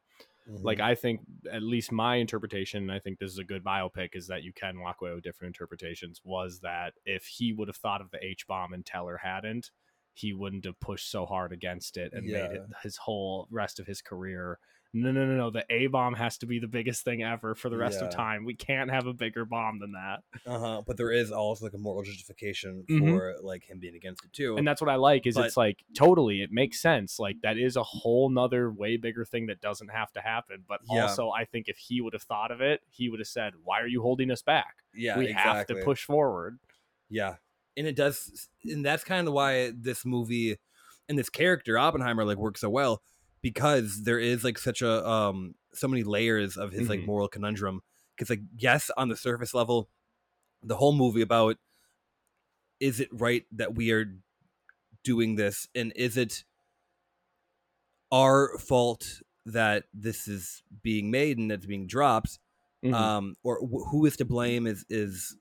Like I think at least my interpretation, and I think this is a good biopic, is that you can walk away with different interpretations. Was that if he would have thought of the H bomb and Teller hadn't, he wouldn't have pushed so hard against it and made it his whole rest of his career. No, no, no, no. The A bomb has to be the biggest thing ever for the rest of Yeah. time. We can't have a bigger bomb than that. uh-huh. but there is also like a moral justification Mhm. for like him being against it too and that's what i like is But- it's like totally it makes sense like that is a whole nother way bigger thing that doesn't have to happen but Yeah. also i think if he would have thought of it he would have said why are you holding us back yeah we have to exactly. push forward Yeah. And it does and that's kind of why this movie and this character Oppenheimer like works so well because there is like such a um so many layers of his Mhm. like moral conundrum cuz like yes on the surface level the whole movie about is it right that we are doing this and is it our fault that this is being made and it's being dropped Mm-hmm. Hmm. um, or wh- who is to blame? Is is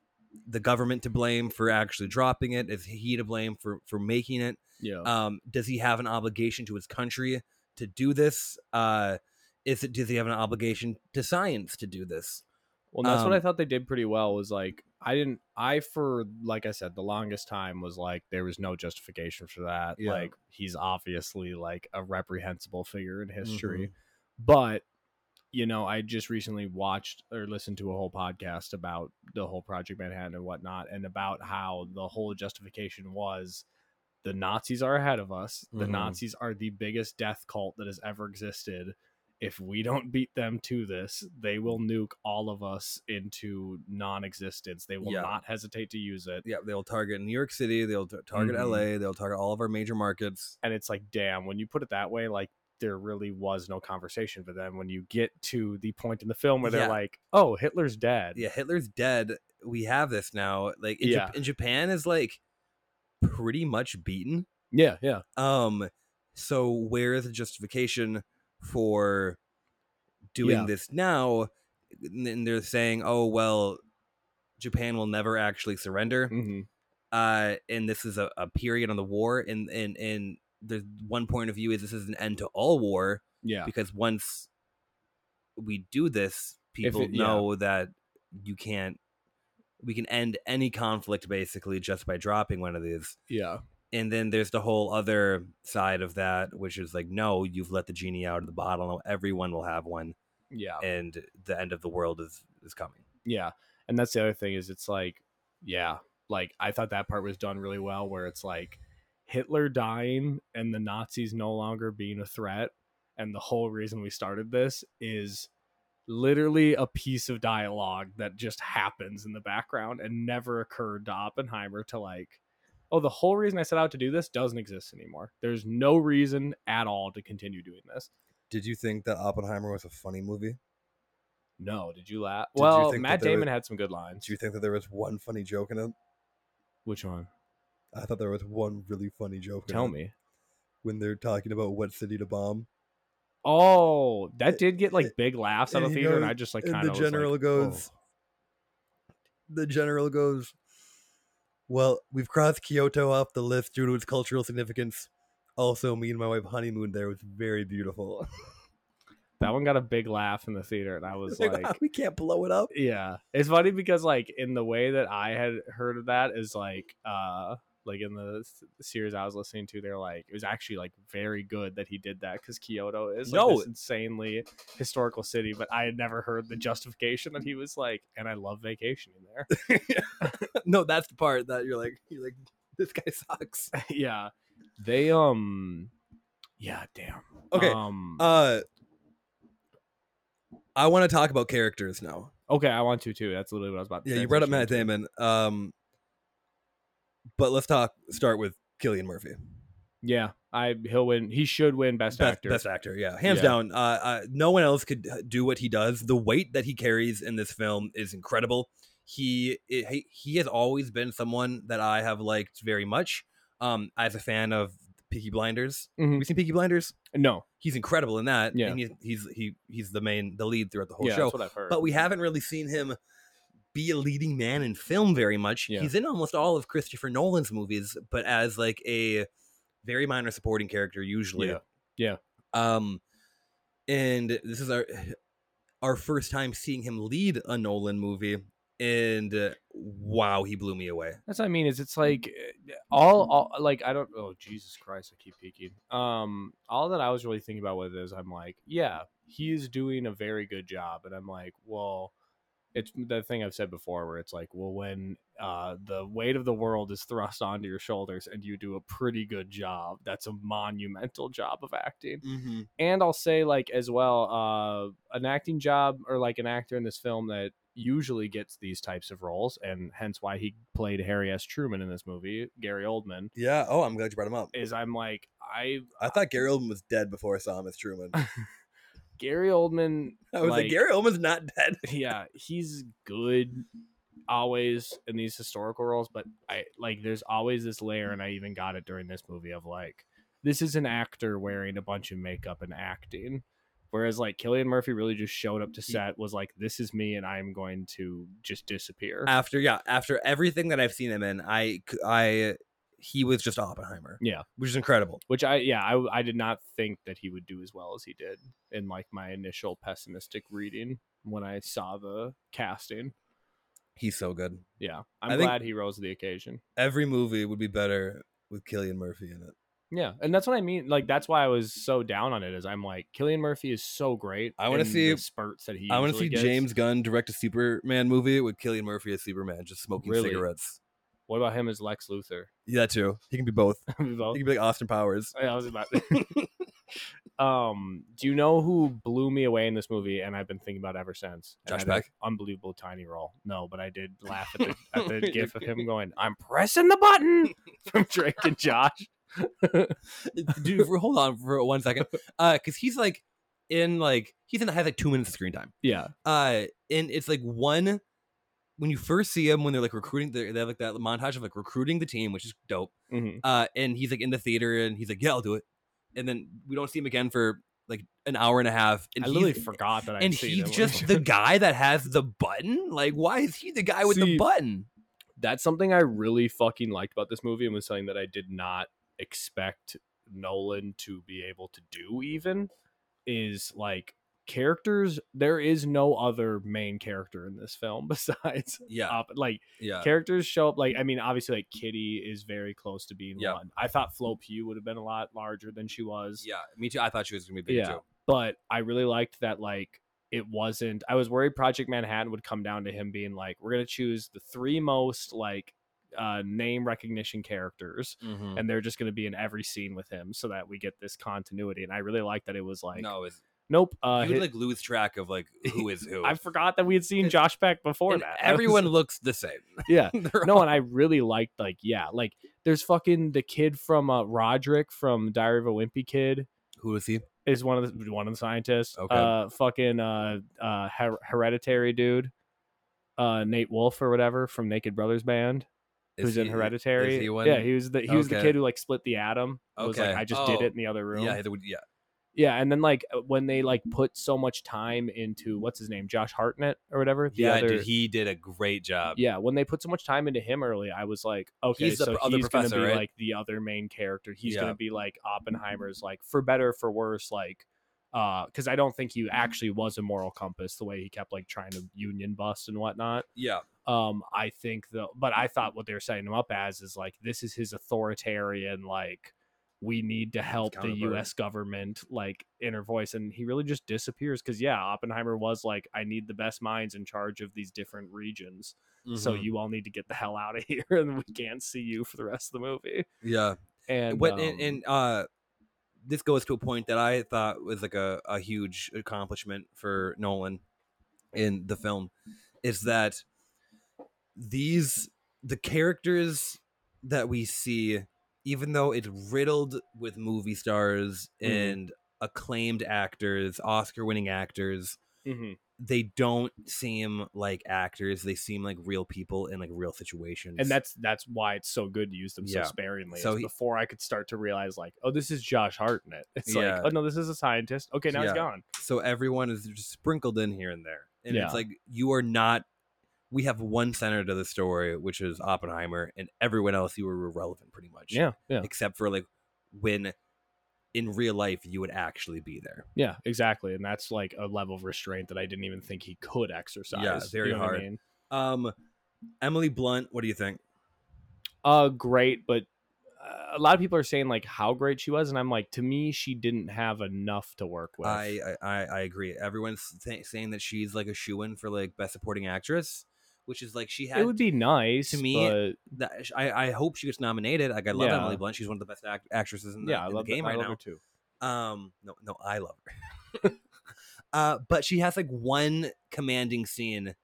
the government to blame for actually dropping it? Is he to blame for for making it? yeah Um, does he have an obligation to his country to do this? Uh, is it does he have an obligation to science to do this? Well, and that's what I Um, thought they did pretty well. Was like I didn't. I for like I said, the longest time was like there was no justification for that. Yeah. Like he's obviously like a reprehensible figure in history, Mm-hmm. but you know, I just recently watched or listened to a whole podcast about the whole Project Manhattan and whatnot, and about how the whole justification was the Nazis are ahead of us. The Mhm. Nazis are the biggest death cult that has ever existed if we don't beat them to this, they will nuke all of us into non-existence. They will Yeah. not hesitate to use it. Yeah, they'll target New York City. They'll t- target Mhm. L.A. They'll target all of our major markets. And it's like, damn, when you put it that way, like there really was no conversation. But then when you get to the point in the film where they're Yeah. like, "Oh, Hitler's dead," Yeah, Hitler's dead. We have this now. Like in, Yeah. Jap- in Japan is like pretty much beaten. yeah, yeah. Um, so where is the justification for doing Yeah. this now? N- And they're saying, "Oh well, Japan will never actually surrender," hmm uh, and this is a, a period on the war. And and and the one point of view is this is an end to all war yeah. because once we do this, people it- yeah. know that you can't. We can end any conflict basically just by dropping one of these Yeah. and then there's the whole other side of that which is like no you've let the genie out of the bottle now everyone will have one Yeah. and the end of the world is is coming Yeah. And that's the other thing is it's like, yeah, like I thought that part was done really well where it's like Hitler dying and the Nazis no longer being a threat. And the whole reason we started this is literally a piece of dialogue that just happens in the background and never occurred to Oppenheimer to like, oh, the whole reason I set out to do this doesn't exist anymore. There's no reason at all to continue doing this. did you think that oppenheimer was a funny movie No, did you laugh? Did you well, think that Matt there Damon was- had some good lines. do you think that there was one funny joke in it Which one? i thought there was one really funny joke in Tell it. me. when they're talking about what city to bomb Oh, that It- did get like it- big laughs out and of he theater, and goes- I just like "Oh, and the kind of general goes- the general goes well we've crossed kyoto off the list due to its cultural significance also me and my wife honeymooned there it was very beautiful that one got a big laugh in the theater, and I was Like, like, we can't blow it up yeah, it's funny because like in the way that I had heard of that is like, uh, like in the s- series I was listening to, they're like, it was actually like very good that he did that because Kyoto is like, No. this insanely historical city, but I had never heard the justification that he was like, and I love vacationing there. no, that's the part that you're like, you're like, this guy sucks. yeah, they um, yeah, damn. Okay, um, Uh, I want to talk about characters now. Okay, I want to too. That's literally what I was about to Yeah, say. you brought up Matt Actually. Damon. Um, but let's talk. Start with Killian Murphy, Yeah, I he'll win. He should win best, best actor. best actor. Yeah, hands Yeah. down. Uh, uh, no one else could do what he does. The weight that he carries in this film is incredible. He it, he, he has always been someone that I have liked very much. Um, as a fan of Peaky Blinders, Mhm. have you seen Peaky Blinders? No, he's incredible in that. Yeah. and he's, he's he he's the main the lead throughout the whole yeah, show. that's what I've heard. But we haven't really seen him be a leading man in film very much. Yeah. He's in almost all of Christopher Nolan's movies, but as like a very minor supporting character usually. Yeah. Yeah. Um and this is our our first time seeing him lead a Nolan movie, and uh, wow, he blew me away. That's what I mean. Is it's like uh, all, all like I don't. Oh Jesus Christ! I keep peeking. Um, all that I was really thinking about with it is I'm like, yeah, he is doing a very good job, and I'm like, well, it's the thing I've said before, where it's like, well, when uh, the weight of the world is thrust onto your shoulders and you do a pretty good job, that's a monumental job of acting Mm-hmm. and I'll say like as well, uh, an acting job or like an actor in this film that usually gets these types of roles, and hence why he played Harry S. Truman in this movie, Gary Oldman. Yeah. Oh, I'm glad you brought him up. Is I'm like I I thought Gary Oldman was dead before I saw him as Truman. I Gary Oldman. was like, like- Gary Oldman's not dead. yeah, he's good always in these historical roles, but I like there's always this layer, and I even got it during this movie of like this is an actor wearing a bunch of makeup and acting. Whereas like Killian Murphy really just showed up to set, was like, This is me and I'm going to just disappear. After yeah, after everything that I've seen him in, I c- I he was just Oppenheimer. Yeah. which is incredible. Which I yeah, I I did not think that he would do as well as he did in like my initial pessimistic reading when I saw the casting. He's so good. Yeah. I'm I think- glad he rose to the occasion. Every movie would be better with Killian Murphy in it. Yeah, and that's what I mean. Like that's why I was so down on it. Is I'm like, Killian Murphy is so great. I wanna in see- the spurts that he. I want to usually see gets. James Gunn direct a Superman movie with Killian Murphy as Superman, just smoking Really? cigarettes. What about him as Lex Luthor? Yeah, too. He can be both. We both- Oh, He can be like Austin Powers. I was about. um, do you know who blew me away in this movie? And I've been thinking about it ever since. And Josh I had an Peck? unbelievable tiny role. No, but I did laugh at the, at the gif of him going, "I'm pressing the button" from Drake and Josh. Uh, Dude, for- hold on for one second, because he's like in like he's in has like two minutes of screen time. Yeah, Uh, and it's like one when you first see him when they're like recruiting, they they have like that montage of like recruiting the team, which is dope. Mhm. Uh, and he's like in the theater and he's like, "Yeah, I'll do it," and then we don't see him again for like an hour and a half. And I he's- literally forgot that. I'd and seen he's him. just the guy that has the button. Like, why is he the guy with the See, button? that's something I really fucking liked about this movie and was something that I did not expect Nolan to be able to do even is like characters there is no other main character in this film besides Yeah, Op- like yeah. characters show up like I mean obviously like Kitty is very close to being Yeah. one. I thought Flo Pugh would have been a lot larger than she was Yeah, me too. I thought she was gonna be big Yeah. too. but I really liked that like it wasn't I was worried Project Manhattan would come down to him being like we're going to choose the three most like uh name recognition characters Mm-hmm. Mm. and they're just going to be in every scene with him so that we get this continuity and I really liked that it was like no, it's, nope uh you would hi- like lose track of like who is who. I forgot that we had seen And- Josh Peck before And that I was- everyone looks the same. yeah They're no all- and I really liked like yeah like there's fucking the kid from uh Roderick from Diary of a Wimpy Kid who is he? is one of the one of the scientists. Okay. Uh, fucking uh, uh, her- hereditary dude, uh, Nate Wolf or whatever from Naked Brothers Band, Is who's in he- Hereditary. Is he one? yeah, he was the he was the Okay. kid who like split the atom. It Was like Okay. I just did Oh. it in the other room. yeah, Yeah, the- yeah. and then like when they like put so much time into what's his name, Josh Hartnett or whatever. The yeah other, dude, he did a great job. yeah, when they put so much time into him early, I was like, okay, Uh, He's the so pr- other he's going to professor, be right? like the other main character. He's Yeah. going to be like Oppenheimer's, like for better or for worse, like because I don't think he actually was a moral compass the way he kept like trying to union bust and whatnot. yeah. Um, I think though, but I thought what they were setting him up as is like this is his authoritarian like. We need to help the counterpart. U.S. government, like inner voice, and he really just disappears. Because yeah, Oppenheimer was like, "I need the best minds in charge of these different regions," so mhm, you all need to get the hell out of here and we can't see you for the rest of the movie yeah, and what um, and, and uh, this goes to a point that I thought was like a, a huge accomplishment for Nolan in the film is that these the characters that we see, even though it's riddled with movie stars Mhm. and acclaimed actors, Oscar winning actors, mhm. they don't seem like actors. They seem like real people in like real situations. and that's that's why it's so good to use them Yeah. so sparingly So so he- before i could start to realize like oh this is josh hartnett it's Yeah. like oh no this is a scientist okay now he's Yeah. gone so everyone is just sprinkled in here and there and Yeah. it's like you are not we have one center to the story which is oppenheimer and everyone else you were irrelevant pretty much yeah yeah except for like when in real life you would actually be there. Yeah, exactly. And that's like a level of restraint that I didn't even think he could exercise. very what hard. I mean? Um, Emily Blunt, what do you think? Uh, great, but uh, a lot of people are saying like how great she was, and I'm like, to me, she didn't have enough to work with. I, I- I I agree. Everyone's th- saying that she's like a shoe in for like best supporting actress, which is like she had. it would be nice to me, but that, I I hope she gets nominated. Like I love Yeah. Emily Blunt. She's one of the best act- actresses in the, yeah, I in the love game it. I right love now. her too. Um, no, no, I love her. uh, but she has like one commanding scene,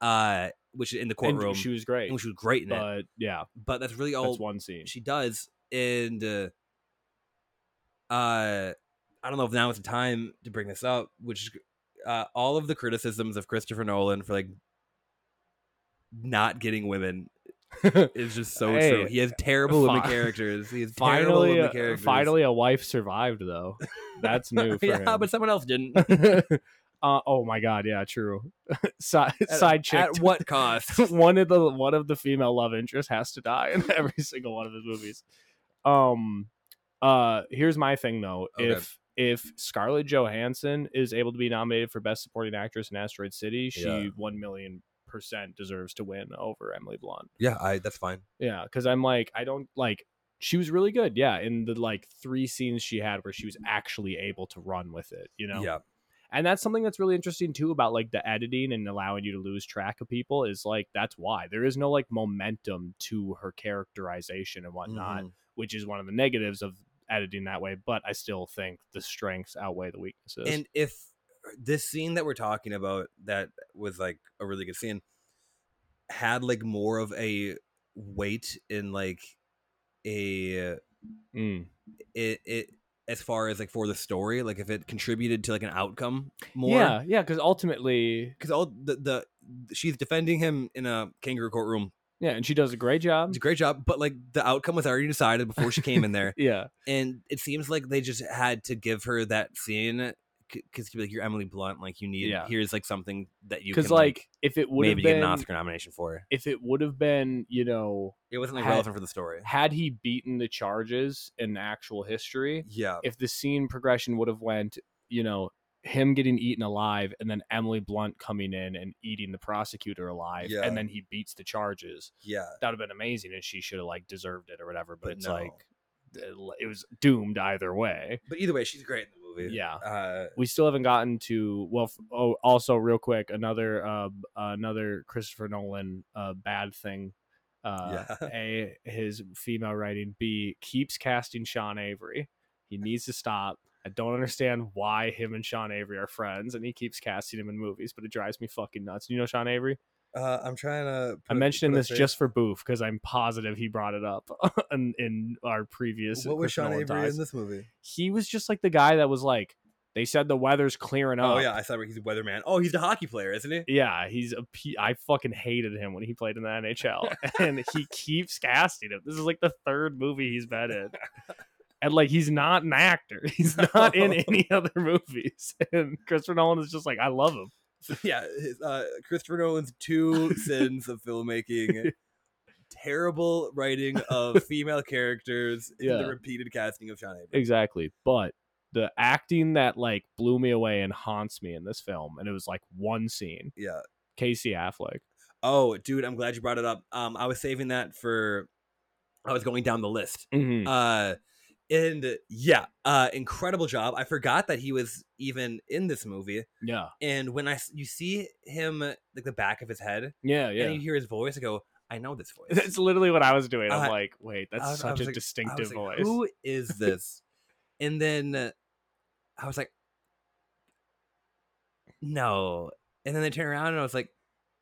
uh, which is in the And courtroom, and she she was, was great, great in it. but yeah, But that's really all that's one scene. she does. And uh, uh, I don't know if now is the time to bring this up, which is uh, all of the criticisms of Christopher Nolan for like not getting women is just so true. Hey, uh, He has terrible women fi- characters. He has terrible finally, women uh, characters. finally, a wife survived though. That's new for yeah, him. but someone else didn't. uh, oh my god, yeah, true. side At- side chick. At what cost? one of the one of the female love interests has to die in every single one of his movies. Um, uh, here's my thing though: Okay. if if Scarlett Johansson is able to be nominated for Best Supporting Actress in Asteroid City, she Yeah. one million percent deserves to win over Emily Blunt. yeah, I that's fine. Yeah, because I'm like, I don't like. She was really good. Yeah, in the like three scenes she had where she was actually able to run with it. You know. Yeah. And that's something that's really interesting too about like the editing and allowing you to lose track of people is like that's why there is no like momentum to her characterization and whatnot, Mhm. which is one of the negatives of editing that way. But I still think the strengths outweigh the weaknesses. And if this scene that we're talking about that was like a really good scene had like more of a weight in like a Mm. it it as far as like for the story, like if it contributed to like an outcome more. yeah, yeah, because ultimately, Because all the, the she's defending him in a kangaroo courtroom. yeah, and she does a great job. It's a great job, but like the outcome was already decided before she came in there. Yeah, and it seems like they just had to give her that scene because be like you're Emily Blunt, like you need Yeah. here's like something that you can because like if it would have maybe get an been Oscar nomination for. if it would have been you know It wasn't like had- relevant for the story. had he beaten the charges in actual history, Yeah, if the scene progression would have went, you know, him getting eaten alive and then Emily Blunt coming in and eating the prosecutor alive Yeah. and then he beats the charges. yeah, That would have been amazing and she should have like deserved it or whatever, but, But it's no. like it was doomed either way. but either way, she's great in the movie. Yeah. uh, We still haven't gotten to well f- oh also real quick another uh b- another Christopher Nolan uh bad thing uh yeah. a his female writing. B keeps casting Sean Avery. He needs to stop. I don't understand why him and Sean Avery are friends, and he keeps casting him in movies, but it drives me fucking nuts. You know Sean Avery? Uh, I'm trying to. I'm mentioning this just for Boof because I'm positive he brought it up in, in our previous. Christopher Nolan ties. this movie? He was just like the guy that was like, they said the weather's clearing up. Oh yeah, I saw where he's a weatherman. Oh, he's a hockey player, isn't he? Yeah, he's a P- I fucking hated him when he played in the NHL, and he keeps casting him. This is like the third movie he's been in, and like he's not an actor. He's not in any other movies. And Christopher Nolan is just like, I love him. So, yeah, his, uh, Christopher Nolan's two sins of filmmaking: terrible writing of female characters and Yeah. the repeated casting of Sean Avery. Exactly, but the acting that like blew me away and haunts me in this film, and it was like one scene. Yeah. Casey Affleck. Oh, dude, I'm glad you brought it up. Um, I was saving that for. I was going down the list. Mm-hmm. Uh, and yeah, uh, incredible job. I forgot that he was even in this movie. Yeah, And when I s- you see him like the back of his head, yeah, yeah. and you hear his voice, I go, I know this voice. that's literally what I was doing. I'm I- like, wait, that's I was- I such was a like- I distinctive was like, voice. Who is this? and then uh, I was like, no. And then they turn around and I was like,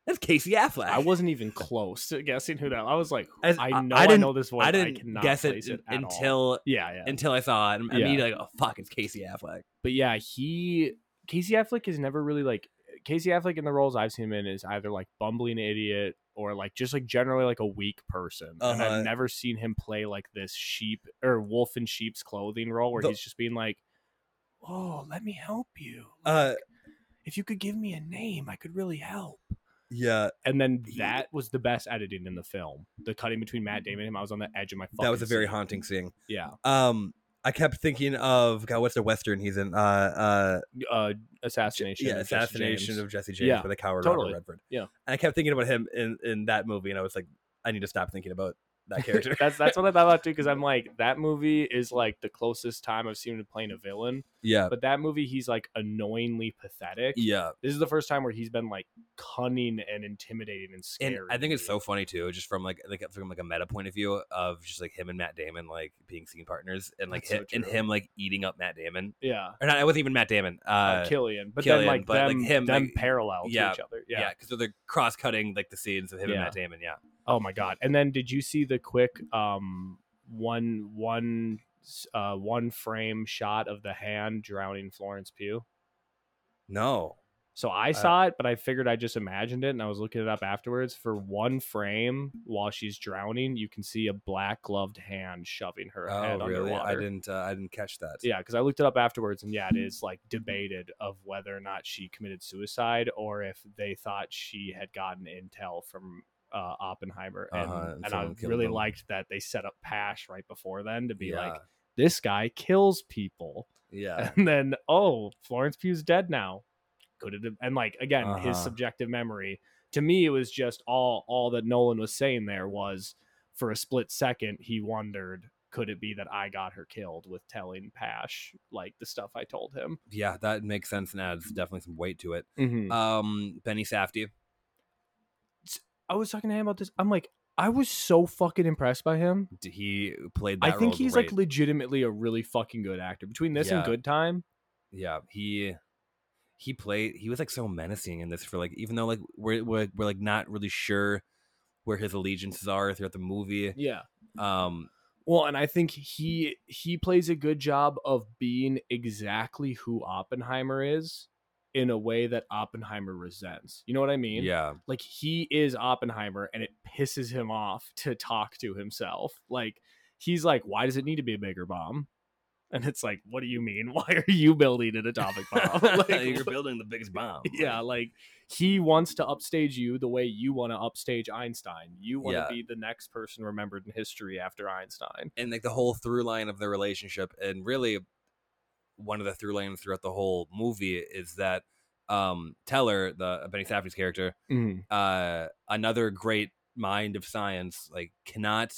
that's Casey Affleck. I wasn't even close to guessing who that. I was like, As- I I- know, I I, didn't- know this voice. I I didn't cannot guess it, place it, at all. until Yeah, yeah. until I saw it. I'm Yeah. immediately like, oh fuck, it's Casey Affleck. but yeah, he Casey Affleck is never really like Casey Affleck in the roles I've seen him in is either like bumbling idiot or like just like generally like a weak person. And Uh-huh. I've never seen him play like this sheep or wolf in sheep's clothing role where The- he's just being like, "Oh, let me help you. Uh, If you could give me a name, I could really help." yeah, And then He- that was the best editing in the film. The cutting between Matt Damon and him, I was on the edge of my. that was fucking a very seat. haunting scene. Yeah. Um, I kept thinking of God. What's the western he's in? Uh, uh, uh, assassination. yeah, of Jesse assassination James. of Jesse James Yeah, by the coward totally. Robert Redford. Yeah. and I kept thinking about him in in that movie, and I was like, I need to stop thinking about that character. that's that's what I thought about too, because I'm like that movie is like the closest time I've seen him playing a villain. yeah, But that movie, he's like annoyingly pathetic. yeah. This is the first time where he's been like cunning and intimidating and scary. And I think it's to so me. funny too, just from like like from like a meta point of view of just like him and Matt Damon like being scene partners, and like That's so him, and true. him like eating up Matt Damon, yeah. or not? It wasn't even Matt Damon. Uh, Uh, Killian, but Killian, then like but, like, them, him, them like- parallel to yeah, each other. Yeah. yeah, because they're cross cutting like the scenes of him and Yeah. Matt Damon. Yeah, Oh my god! And then did you see the quick um one one uh one frame shot of the hand drowning Florence Pugh? no, So Uh, I saw it, but I figured I just imagined it, and I was looking it up afterwards. For one frame, while she's drowning, you can see a black gloved hand shoving her head oh really? underwater. I didn't uh, I didn't catch that. Yeah, because I looked it up afterwards, and yeah, it is like debated of whether or not she committed suicide or if they thought she had gotten intel from uh, Oppenheimer. And, Uh-huh, and and I someone killed really them. liked that they set up Pash right before then to be like, Yeah. this guy kills people, yeah. and then oh, Florence Pugh's dead now. Could it have? And like again, Uh-huh. his subjective memory. To me, it was just all all that Nolan was saying there was for a split second he wondered could it be that I got her killed with telling Pash like the stuff I told him. yeah, that makes sense and adds definitely some weight to it. Hmm. Um, Benny Safdie. I was talking to him about this. I'm like, I was so fucking impressed by him. d- He played. That I think role he's great. like legitimately a really fucking good actor. Between this and Yeah. Good Time, yeah. He he played. He was like so menacing in this for like even though like we're we're, we're like not really sure where his allegiances are throughout the movie. yeah. Um, Well, and I think he he plays a good job of being exactly who Oppenheimer is in a way that Oppenheimer resents. You know what I mean? yeah, Like he is Oppenheimer and it pisses him off to talk to himself. Like he's like, "Why does it need to be a bigger bomb?" And it's like, "What do you mean? Why are you building an atomic bomb?" you're Oh, like, building the biggest bomb. yeah, like he wants to upstage you the way you want to upstage Einstein. You want to Yeah. be the next person remembered in history after Einstein. and like the whole through line of their relationship and really one of the through lines throughout the whole movie is that um teller the benny safdie's character uh another great mind of science like cannot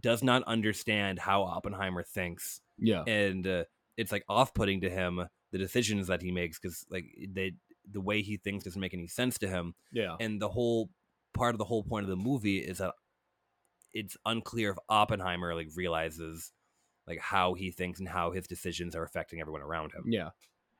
does not understand how oppenheimer thinks Yeah. and uh, it's like off-putting to him the decisions that he makes because like they the way he thinks doesn't make any sense to him Yeah. and the whole part of the whole point of the movie is that it's unclear if Oppenheimer like realizes like how he thinks and how his decisions are affecting everyone around him. Yeah.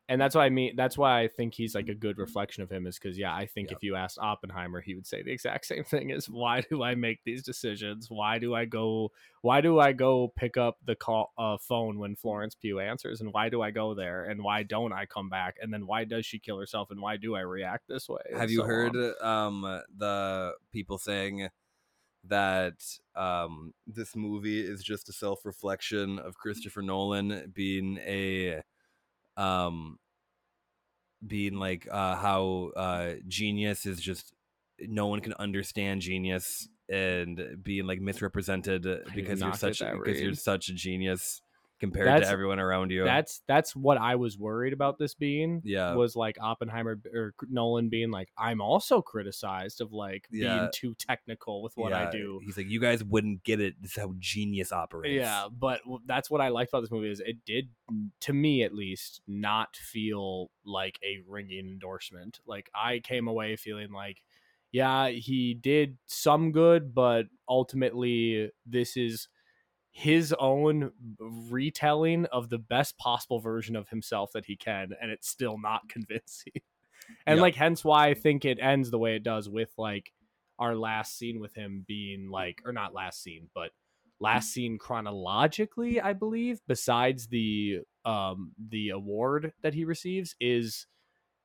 And that's why I mean that's why I think he's like a good reflection of him is because yeah, I think Yeah. if you asked Oppenheimer, he would say the exact same thing is why do I make these decisions? Why do I go why do I go pick up the call uh, phone when Florence Pugh answers and why do I go there and why don't I come back and then why does she kill herself and why do I react this way? and Have you so heard on. um the people saying that um this movie is just a self-reflection of Christopher Nolan being a um being like uh how uh genius is just no one can understand genius and being like misrepresented did because not you're get such that because you're read. such a genius compared to That's- everyone around you. That's that's what I was worried about this being. yeah. was like Oppenheimer b- or C- Nolan being like, I'm also criticized of like Yeah. being too technical with what yeah. I do. He's like, you guys wouldn't get it. This is how genius operates. Yeah, but w- that's what I liked about this movie is it did, to me at least, not feel like a ringing endorsement. Like I came away feeling like, yeah, he did some good, but ultimately this is his own retelling of the best possible version of himself that he can, and it's still not convincing. and Yeah. like, hence why I think it ends the way it does with like our last scene with him being like, or not last scene, but last seen chronologically, I believe, besides the um the award that he receives is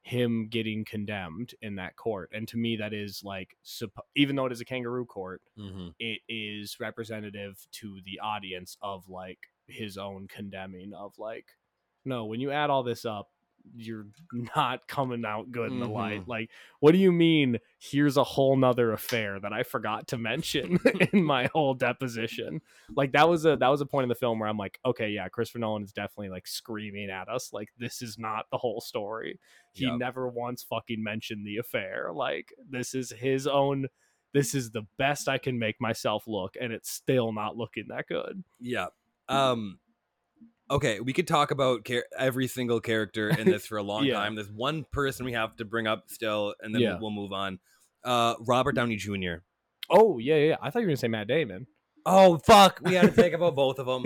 him getting condemned in that court. And to me that is like suppo- even though it is a kangaroo court, hmm it is representative to the audience of like his own condemning of like no, when you add all this up, you're not coming out good in the light. Mhm. Like, what do you mean? Here's a whole nother affair that I forgot to mention in my whole deposition. Like that was a that was a point in the film where I'm like, okay, yeah, Christopher Nolan is definitely like screaming at us. Like this is not the whole story. He Yep. never once fucking mentioned the affair. Like this is his own. This is the best I can make myself look, and it's still not looking that good. Yeah. Mm-hmm. Um okay, we could talk about char- every single character in this for a long Yeah. time. There's one person we have to bring up still and then Yeah. we'll move on. Uh Robert Downey Jr. Oh yeah, yeah. yeah. I thought you were gonna say Matt Damon. Oh fuck, we had to think about both of them.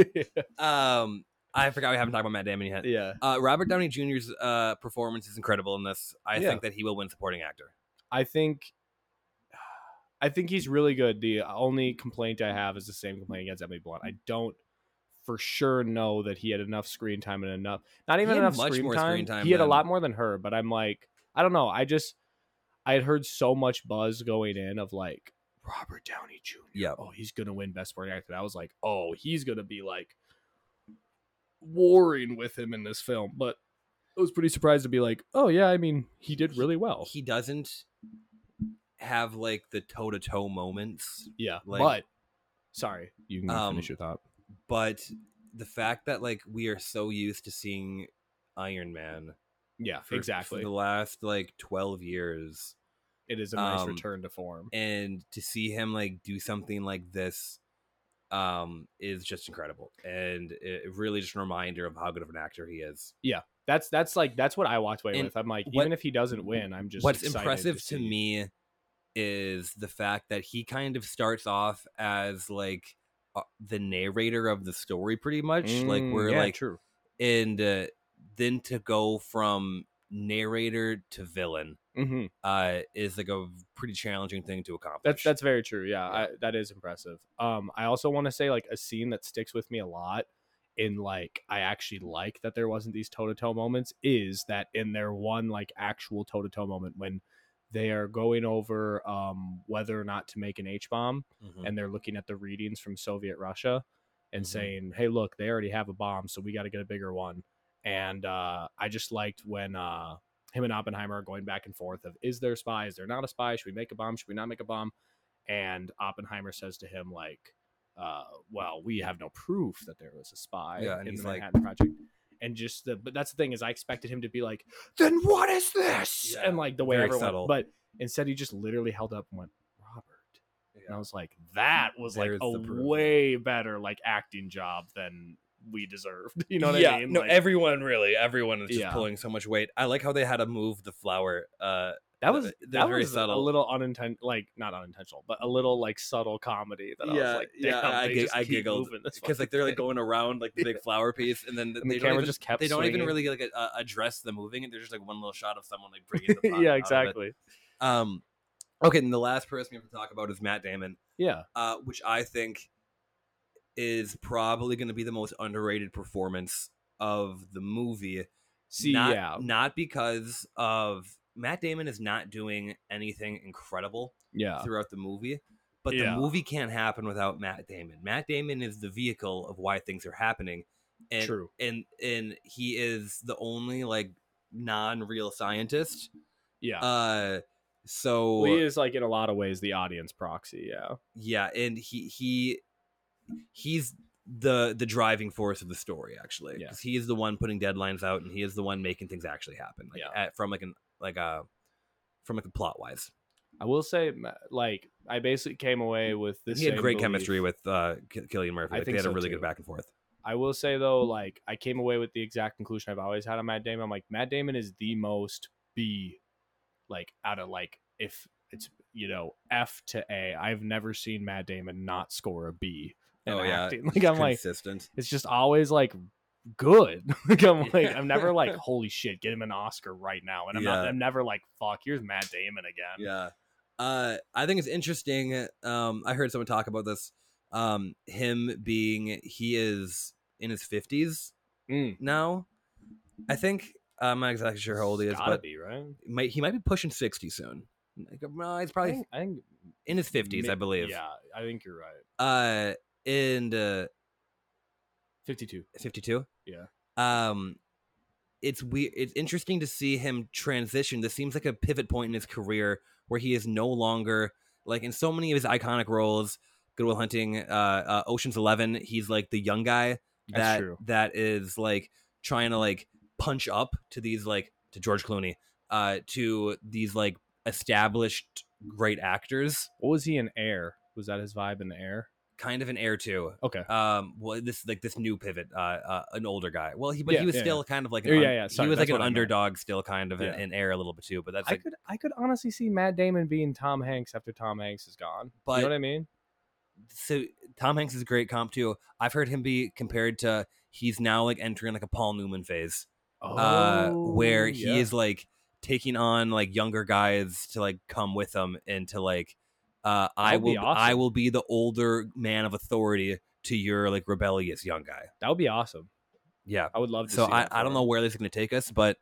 Um I forgot we haven't talked about Matt Damon yet. yeah. Uh, Robert Downey Jr.'s uh, performance is incredible in this. I Yeah. think that he will win supporting actor. I think I think he's really good. The only complaint I have is the same complaint against Emily Blunt. I don't for sure know that he had enough screen time and enough not even had enough much screen, more time. screen time He had a than- lot more than her, but I'm like, I don't know. I just I had heard so much buzz going in of like Robert Downey Jr. Yep. Oh, he's gonna win Best Supporting Actor. And I was like, oh, he's gonna be like warring with him in this film. But I was pretty surprised to be like, oh yeah, I mean, he did really well. He doesn't have like the toe to toe moments Yeah, Like- but sorry, you can Um, finish your thought. but the fact that like we are so used to seeing Iron Man Yeah, for, exactly. for the last like 12 years it is a nice um, return to form. and to see him like do something like this um is just incredible and it it really just a reminder of how good of an actor he is That's that's like that's what I walked away and with. I'm like, what- even if he doesn't win, I'm just what's excited impressive to, see. me is the fact that he kind of starts off as like uh, the narrator of the story pretty much like Mm, we're yeah, like true. and uh, then to go from narrator to villain Mhm. uh, is like a pretty challenging thing to accomplish. That's that's very true. Yeah, I, that is impressive. Um, I also want to say like a scene that sticks with me a lot. In like, I actually like that there wasn't these toe to toe moments. Is that in their one like actual toe to toe moment when they are going over um whether or not to make an H bomb, Mhm. and they're looking at the readings from Soviet Russia and Mhm. saying, "Hey, look, they already have a bomb, so we got to get a bigger one." And uh, I just liked when uh, him and Oppenheimer are going back and forth of, "Is there a spy? Is there not a spy? Should we make a bomb? Should we not make a bomb?" And Oppenheimer says to him, "Like, uh, well, we have no proof that there was a spy Yeah, and in he's the like- Manhattan Project." And just the, but that's the thing is, I expected him to be like, "Then what is this?" Yeah, and like the way very everyone, subtle. but instead he just literally held up and went, "Robert." And I was like, that was like There's a the proof. way better like acting job than we deserved. You know what yeah, I mean? no, Like, everyone really, everyone is just Yeah. pulling so much weight. I like how they had to move the flower. Uh, that was they're that very was a subtle. little unintentional, like not unintentional, but a little like subtle comedy that I was Yeah, like, damn, yeah, I they gi- just I keep giggled, moving this because like fucking they're like thing. going around like the big flower piece, and then th- and they the don't camera even, just kept. they don't even swinging. really like uh, address the moving, and they're just like one little shot of someone like bringing the pot out yeah, of it. exactly. Um, okay, and the last person we have to talk about is Matt Damon, Yeah, uh, which I think is probably going to be the most underrated performance of the movie. see, not, yeah, not because of Matt Damon is not doing anything incredible yeah, throughout the movie, but Yeah. the movie can't happen without Matt Damon. Matt Damon is the vehicle of why things are happening, and true. and and he is the only like non-real scientist. Yeah, Uh, so well, he is like in a lot of ways the audience proxy. Yeah, yeah, and he he he's the the driving force of the story actually Yeah. because he is the one putting deadlines out and he is the one making things actually happen like Yeah. at, from like an like a from like a plot wise I will say, like, I basically came away with this. he had same great belief. chemistry with uh K- Killian Murphy I like, they think had a so, really too. good back and forth I will say though, like I came away with the exact conclusion I've always had on Matt Damon. I'm like, Matt Damon is the most B, like out of like if it's you know F to A. I've never seen Matt Damon not score a B. in Oh, yeah. acting. like I'm like consistent it's just always like good. like I'm like Yeah. I'm never like holy shit, get him an Oscar right now. And I'm not. Yeah. I'm never like fuck. Here's Matt Damon again. yeah uh i think it's interesting um i heard someone talk about this um him being he is in his 50s Mm. now i think i'm not exactly sure how old he is It's gotta but be right. might he might be pushing 60 soon like, uh, he's I probably think, I think in his 50s i mi- believe Oh, Yeah, I think you're right. uh and uh Fifty two. 52 Yeah. um it's we it's interesting to see him transition. This seems like a pivot point in his career where he is no longer like in so many of his iconic roles, Goodwill Hunting, uh, uh Ocean's 11, he's like the young guy That's that true. that is like trying to like punch up to these like to George Clooney, uh to these like established great actors, What was he in Air? Was that his vibe in Air? kind of an heir to. Okay. um well this like this new pivot uh, uh an older guy well he but Yeah, he was yeah, still kind of like an Yeah, un- yeah, yeah, sorry, he was like that's an what I meant. underdog still kind of an, Yeah. an heir a little bit too but that's I like could I could honestly see Matt Damon being Tom Hanks after Tom Hanks is gone. you But- know what I mean? so tom hanks is a great comp too i've heard him be compared to he's now like entering like a paul newman phase uh where he Oh, yeah. is like taking on like younger guys to like come with him and to like uh i That would will be i awesome. will be the older man of authority to your like rebellious young guy That would be awesome. yeah I would love to. so see I, that I for don't him. know where this is going to take us, but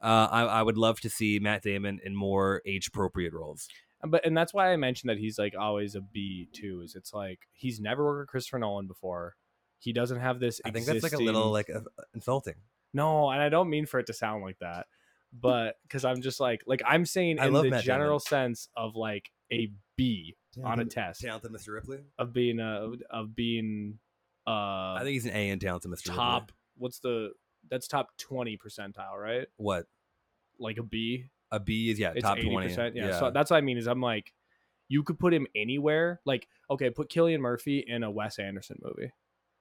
uh, I, I would love to see Matt Damon in more age appropriate roles. but and that's why I mentioned that he's like always a B too. Is it's like he's never worked with Christopher Nolan before. He doesn't have this. I think that's like a existing- little like uh, insulting. no, and I don't mean for it to sound like that, but because I'm just like like I'm saying I in love the Matt general sense of like a B on a test Talented Mr. Ripley. of being a of being uh I think he's an A in talented Mr. Ripley. top. What's the that's top twenty percentile, right? What Like a B. a B is? Yeah, It's Uh, top eighty twenty. percent. Yeah. So that's what I mean is I'm like, you could put him anywhere. Like, okay, put Killian Murphy in a Wes Anderson movie.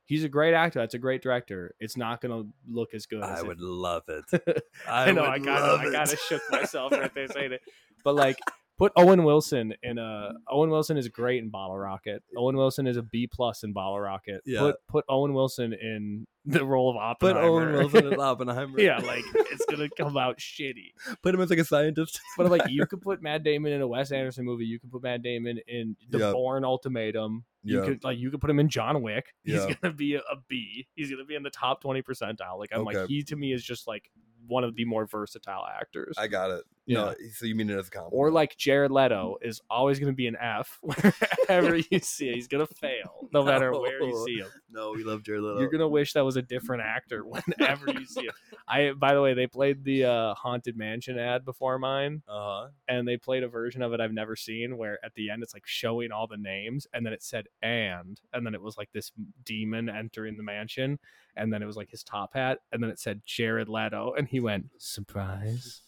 He's a great actor. That's a great director. It's not gonna look as good. I as if- would love it. I, know. would I got. love I it. gotta shook myself right there saying it. But like, put Owen Wilson in a. Owen Wilson is great in Bottle Rocket. Owen Wilson is a B plus in Bottle Rocket. Yeah. Put put Owen Wilson in the role of Put Oppenheimer. Owen Wilson in Oppenheimer. yeah, like it's gonna come out shitty. put him as like a scientist. But I'm like you could put Matt Damon in a Wes Anderson movie. You could put Matt Damon in The Yeah. Bourne Ultimatum. You Yeah. could like you could put him in John Wick. He's Yeah. gonna be a, a B. He's gonna be in the top twenty percentile. Like I'm like Okay. he to me is just like one of the more versatile actors. I got it. No, so you mean it as a compliment? Or like Jared Leto is always gonna be an F wherever you see it. He's gonna fail no matter where you No. see him. no, we love Jared Leto. You're gonna wish that was a different actor whenever you see him. I by the way, they played the uh, haunted mansion ad before mine Uh huh. and they played a version of it I've never seen where at the end it's like showing all the names and then it said and and then it was like this demon entering the mansion and then it was like his top hat and then it said Jared Leto and he went surprise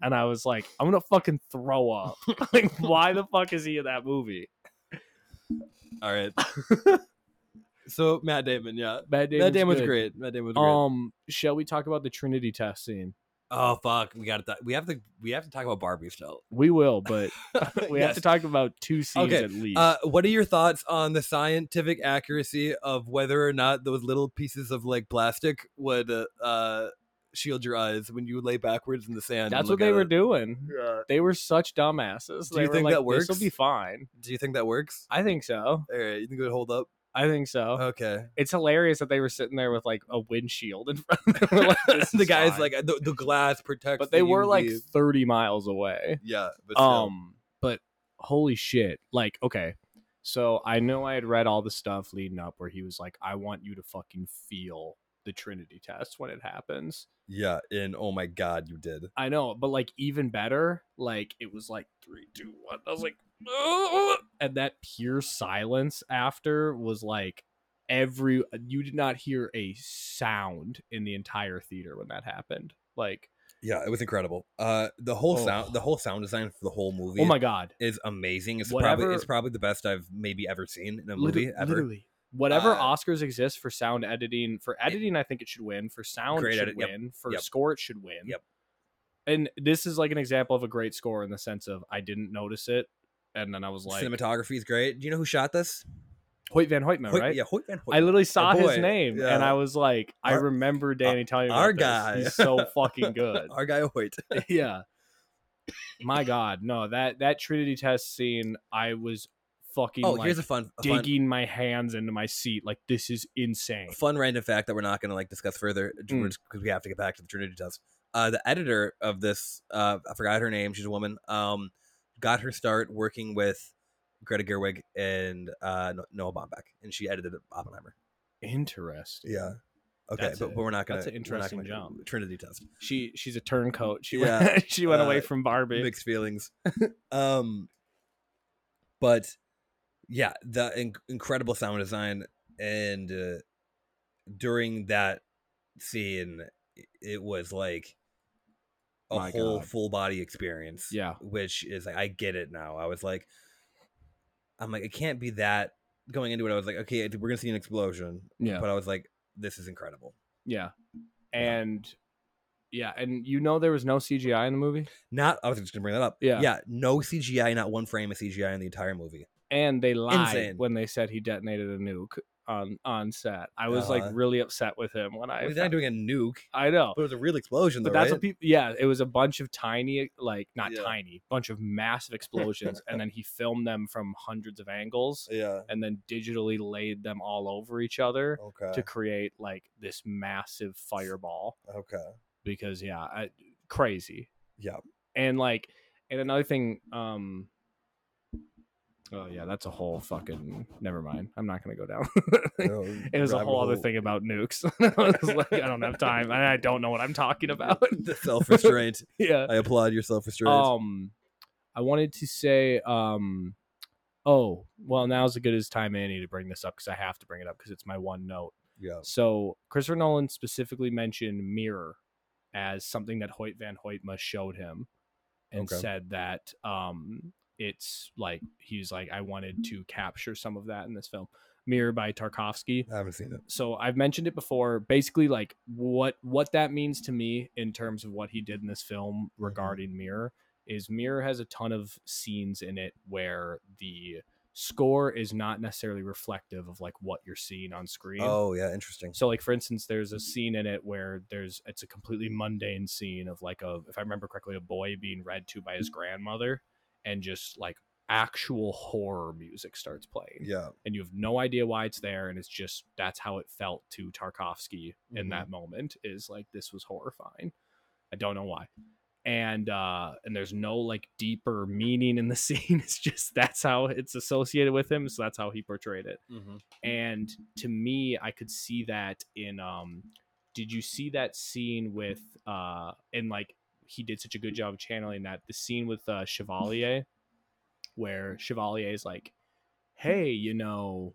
and I was like I'm gonna fucking throw up like why the fuck is he in that movie All right. so Matt Damon, yeah. Matt Matt Damon's Damon's good. great. Matt Damon was great. um shall we talk about the Trinity test scene oh fuck, we got to we have to we have to talk about Barbie still. we will but we have Yes. to talk about two scenes Okay, at least Uh, what are your thoughts on the scientific accuracy of whether or not those little pieces of like plastic would uh, uh, shield your eyes when you lay backwards in the sand? and that's what look they at were it? doing they were such dumbasses. Do They you were think like, that This will works? be fine. Do you think that works? I think so. All right, you think it would hold up? I think so. Okay. it's hilarious that they were sitting there with like a windshield in front of them. like, this the is guy's fine. like the, the glass protects, but they the were like UV." 30 miles away. yeah, but still. Um, but holy shit. Like, okay. So I know I had read all the stuff leading up where he was like, I want you to fucking feel the Trinity test when it happens. yeah, and oh my god, you did. I know, but like even better, like it was like three, two, one. I was like, "Ugh!" and that pure silence after was like every you did not hear a sound in the entire theater when that happened. Like, Yeah, it was incredible. Uh, the whole Oh. sound, the whole sound design for the whole movie. oh my god, Is amazing. It's Whatever- probably it's probably the best I've maybe ever seen in a Liter- movie ever. literally. Whatever Uh, Oscars exist for sound editing, for editing, I think it should win. For sound, it Great should edit- yep, win. For yep. score, it should win. Yep. And this is like an example of a great score in the sense of I didn't notice it, and then I was like, Cinematography is great. Do you know who shot this? Hoyt Van Hoytman, Hoyt- right? Yeah, Hoyt Van Hoyt. I literally saw his boy, name and yeah. I was like, I Our- remember Danny telling me about our this. guy. He's so fucking good. Our guy Hoyt. yeah. My God, no that that Trinity test scene, I was fucking Oh, like, here's a fun, a fun digging my hands into my seat. Like this is insane. fun random fact that we're not going to like discuss further Hmm. Mm. because we have to get back to the Trinity test. Uh, the editor of this, uh, I forgot her name. She's a woman. Um, got her start working with Greta Gerwig and uh, No- Noah Baumbach, and she edited Oppenheimer. Interesting. Yeah, Okay, That's but, a- but we're not gonna. that's an we're not interesting gonna- job. Trinity test. She she's a turncoat. She Yeah, went she went away uh, from Barbie. Mixed feelings. um, but yeah, the in- incredible sound design and uh, during that scene, i- it was like a My whole God. full body experience. Yeah. which is like I get it now. I was like, I'm like, it can't be that. Going into it, I was like, okay, we're gonna see an explosion, Yeah. but I was like, this is incredible. Yeah. And yeah, and you know there was no CGI in the movie? Not, I was just gonna bring that up. Yeah. yeah, no CGI, not one frame of CGI in the entire movie. And they lied Insane. when they said he detonated a nuke on on set. I was like Uh-huh. really upset with him when I He's not doing a nuke, I know. but it was a real explosion. But though, that's right? what people yeah, it was a bunch of tiny like not Yeah. tiny, bunch of massive explosions and then he filmed them from hundreds of angles Yeah. and then digitally laid them all over each other Okay. to create like this massive fireball Okay. because yeah, I, crazy. Yeah. and like and another thing um oh yeah that's a whole fucking never mind i'm not gonna go down it was a whole other thing about nukes I, was like, I don't have time and i don't know what i'm talking about self restraint. yeah I applaud your self restraint. um i wanted to say um oh well now's as good as time annie to bring this up because i have to bring it up because it's my one note yeah. so Christopher Nolan specifically mentioned mirror as something that Hoyt Van Hoytma showed him, and Okay. said that um, it's like he's like I wanted to capture some of that in this film. Mirror by Tarkovsky. I haven't seen it. So I've mentioned it before. Basically, like what what that means to me in terms of what he did in this film regarding Mirror is Mirror has a ton of scenes in it where the score is not necessarily reflective of like what you're seeing on screen. Oh yeah, interesting. So like for instance, there's a scene in it where there's it's a completely mundane scene of like a if I remember correctly, a boy being read to by his grandmother and just like actual horror music starts playing. Yeah. And you have no idea why it's there and it's just that's how it felt to Tarkovsky in Mhm. that moment is like this was horrifying. I don't know why. And uh and there's no like deeper meaning in the scene. It's just that's how it's associated with him, so that's how he portrayed it and to me i could see that in um did you see that scene with uh and like he did such a good job of channeling that the scene with uh chevalier where chevalier is like hey you know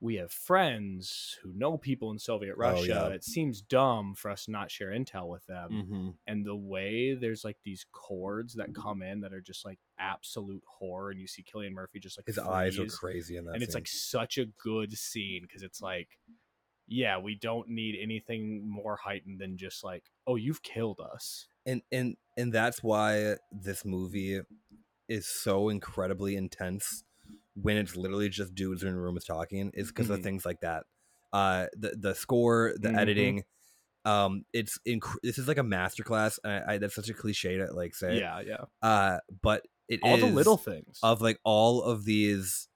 we have friends who know people in soviet russia Oh, yeah. it seems dumb for us to not share intel with them Mm-hmm. and the way there's like these chords that come in that are just like absolute horror and you see killian murphy just like His eyes are freeze crazy in that. and it's scene. like such a good scene because it's like yeah we don't need anything more heightened than just like oh you've killed us and and and that's why this movie is so incredibly intense when it's literally just dudes in rooms talking is because Mhm. of things like that uh the the score the Mhm. editing um it's inc- this is like a masterclass and I, I that's such a cliche to like say yeah yeah uh but it all the is little things of like all of these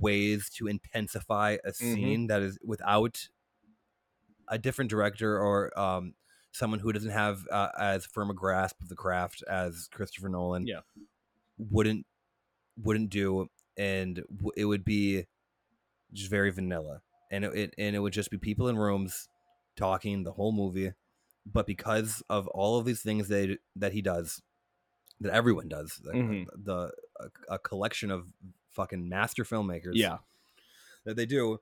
ways to intensify a scene that is without a different director or um someone who doesn't have uh, as firm a grasp of the craft as Christopher Nolan Yeah. wouldn't wouldn't do and w- it would be just very vanilla and it, it and it would just be people in rooms talking the whole movie but because of all of these things that that he does that everyone does the, Mhm. the a, a collection of fucking master filmmakers yeah that they do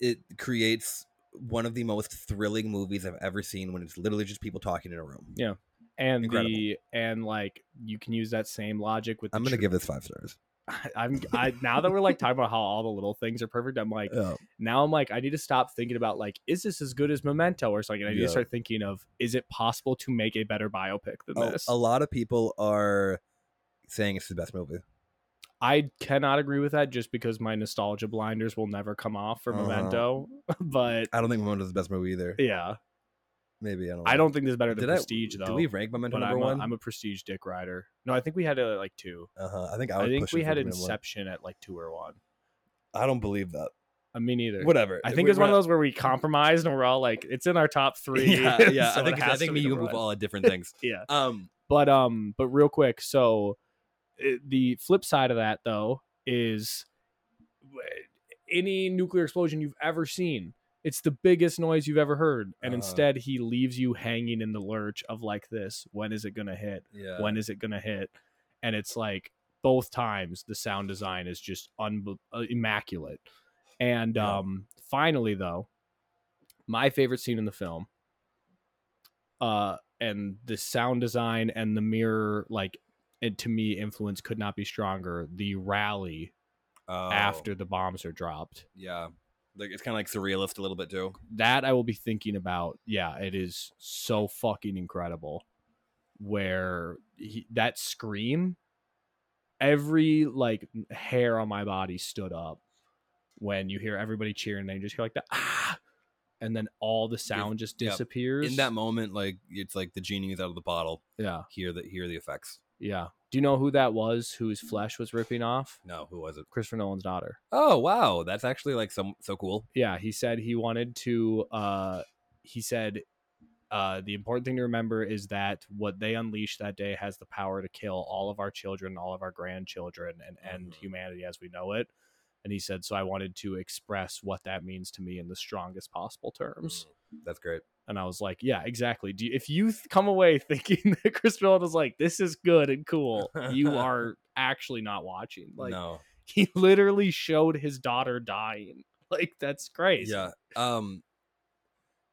it creates one of the most thrilling movies i've ever seen when it's literally just people talking in a room Yeah. and Incredible. the and like you can use that same logic with the i'm gonna tr- give this five stars i'm I, now that we're like talking about how all the little things are perfect i'm like yeah now i'm like i need to stop thinking about like is this as good as memento or something and i need Yeah. to start thinking of is it possible to make a better biopic than a, this Oh, a lot of people are saying it's the best movie I cannot agree with that just because my nostalgia blinders will never come off for Uh-huh. Memento. But i don't think memento's the best movie either yeah, maybe i don't know. I don't think this is better than Did I- Prestige though. did we rank memento but number I'm, one A, I'm a Prestige dick rider. No, I think we had a, like two. uh-huh. i think i, I, was think pushing we for had Memento one. Inception at like two or one. i don't believe that I mean, neither. whatever I think We- it's one of we're- those where we compromised and we're all like, it's in our top three. yeah, yeah. so I it think I has think to me be you number move one. all at different things. Yeah. Um, But um, but real quick, eh, so it, the flip side of that though is any nuclear explosion you've ever seen. It's the biggest noise you've ever heard. And Uh-huh. instead, he leaves you hanging in the lurch of like this. When is it going to hit? Yeah. When is it going to hit? And it's like both times the sound design is just un- uh, immaculate. And Yeah. um, finally, though, my favorite scene in the film, uh, and the sound design and the mirror, like, and to me, influence could not be stronger. The rally Oh, after the bombs are dropped. Yeah. Like it's kind of like surrealist a little bit too. That I will be thinking about. Yeah, it is so fucking incredible. Where he, that scream, every like hair on my body stood up when you hear everybody cheering and then you just hear like the ah, and then all the sound just yep. disappears. In that moment, like it's like the genie is out of the bottle. yeah, Hear the hear the effects. yeah. Do you know who that was? Whose flesh was ripping off? No, who was it? Christopher Nolan's daughter. Oh wow, that's actually like some so cool. yeah he said he wanted to uh he said uh the important thing to remember is that what they unleashed that day has the power to kill all of our children all of our grandchildren and end Mhm. humanity as we know it and he said so i wanted to express what that means to me in the strongest possible terms Mm. That's great. and i was like yeah exactly Do you, if you th- come away thinking that chris Nolan was like this is good and cool you are actually not watching like no. he literally showed his daughter dying like that's crazy Yeah. Um.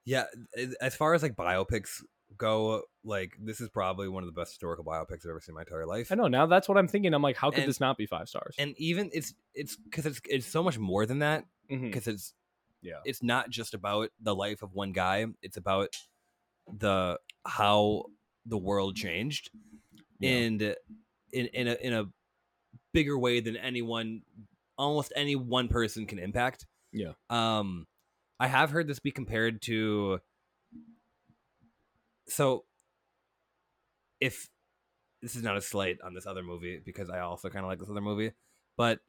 Yeah. a- As far as like biopics go, like this is probably one of the best historical biopics I've ever seen in my entire life. I know. Now that's what I'm thinking. I'm like, how could And- this not be five stars? And even it's it's because it's it's so much more than that. Mhm. because it's Yeah. it's not just about the life of one guy it's about the how the world changed Yeah. and in in a in a bigger way than anyone almost any one person can impact Yeah. um i have heard this be compared to so if this is not a slight on this other movie because i also kind of like this other movie but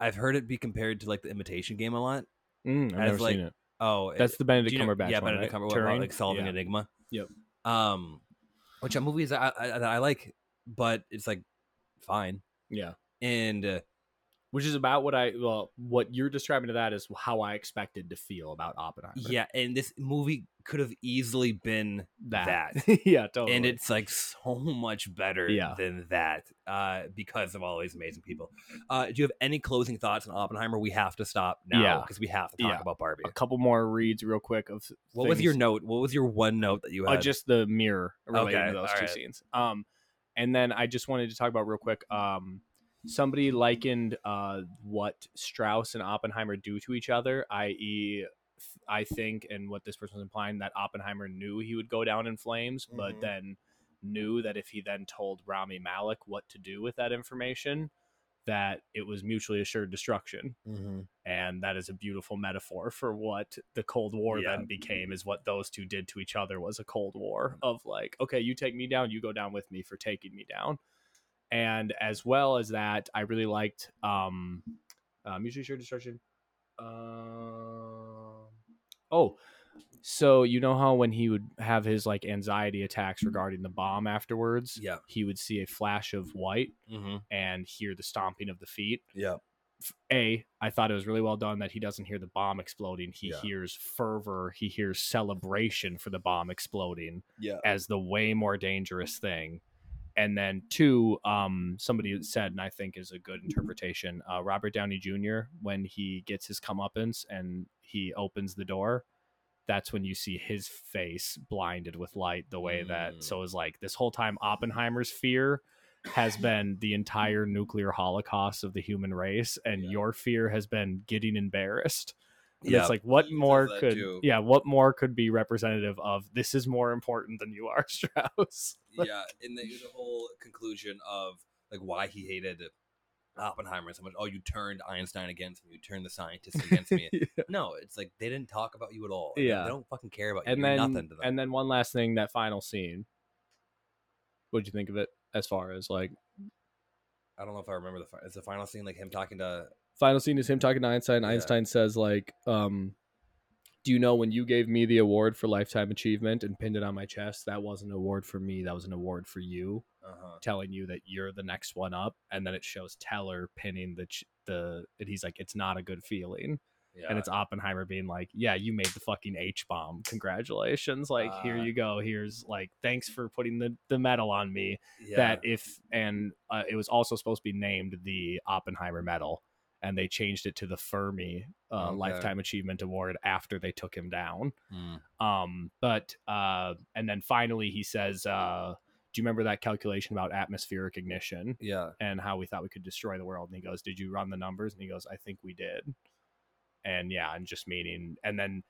i've heard it be compared to like the imitation game a lot Mm, I've as, never like, seen it. Oh, it- That's the Benedict do you know- Cumberbatch Yeah, one, Benedict right? Cumberbatch, about, Turing? like solving Yeah. enigma. Yep. Um, which are movies that I, I, that I like, but it's like fine. Yeah, And uh, which is about what I well, what you're describing to that is how I expected to feel about Oppenheimer. yeah, and this movie could have easily been that. that, yeah, totally. and it's like so much better Yeah. than that uh, because of all these amazing people. Uh, do you have any closing thoughts on Oppenheimer? We have to stop now Yeah. because we have to talk Yeah. about Barbie. a couple more reads real quick of What was things- your note? What was your one note that you Uh, had? just the mirror related Okay, to those all two right. scenes. Um, and then I just wanted to talk about real quick. Um, somebody likened uh what Strauss and Oppenheimer do to each other, i.e. I think, and what this person was implying that Oppenheimer knew he would go down in flames, but Mhm. then knew that if he then told Rami Malik what to do with that information, that it was mutually assured destruction and that is a beautiful metaphor for what the cold war Yeah. then became is what those two did to each other was a cold war of like okay you take me down you go down with me for taking me down and as well as that i really liked um uh, mutually assured destruction um oh so you know how when he would have his like anxiety attacks regarding the bomb afterwards Yeah. he would see a flash of white Mm-hmm. and hear the stomping of the feet Yeah. a i thought it was really well done that he doesn't hear the bomb exploding he Yeah. hears fervor he hears celebration for the bomb exploding Yeah. as the way more dangerous thing and then two um somebody said and i think is a good interpretation uh robert downey jr when he gets his comeuppance and he opens the door that's when you see his face blinded with light the way Mm. that so is like this whole time oppenheimer's fear has been the entire nuclear holocaust of the human race and Yeah. your fear has been getting embarrassed and Yeah. it's like what He more does that could too. yeah what more could be representative of this is more important than you are strauss yeah, and the, the whole conclusion of like why he hated Oppenheimer so much. Oh, you turned Einstein against me. You turned the scientists against me. No, it's like they didn't talk about you at all. They- Yeah. they don't fucking care about you. and You're then nothing to them. and then one last thing that final scene what'd you think of it as far as like I don't know if I remember the fi- it's the final scene like him talking to final scene is him talking to einstein Yeah. einstein says like um Do you know when you gave me the award for lifetime achievement and pinned it on my chest? That wasn't an award for me. That was an award for you, Uh-huh. telling you that you're the next one up. And then it shows Teller pinning the ch- the, and he's like, "It's not a good feeling." Yeah. And it's Oppenheimer being like, "Yeah, you made the fucking H bomb. Congratulations! Like, here Ah. you go. Here's like, thanks for putting the the medal on me." that if and uh, it was also supposed to be named the Oppenheimer Medal, and they changed it to the Fermi uh, Okay. Lifetime Achievement Award after they took him down. Mm. Um, but uh, and then finally he says, uh, "Do you remember that calculation about atmospheric ignition yeah. and how we thought we could destroy the world?" And he goes, "Did you run the numbers?" And he goes, "I think we did." And yeah, and just meaning and then.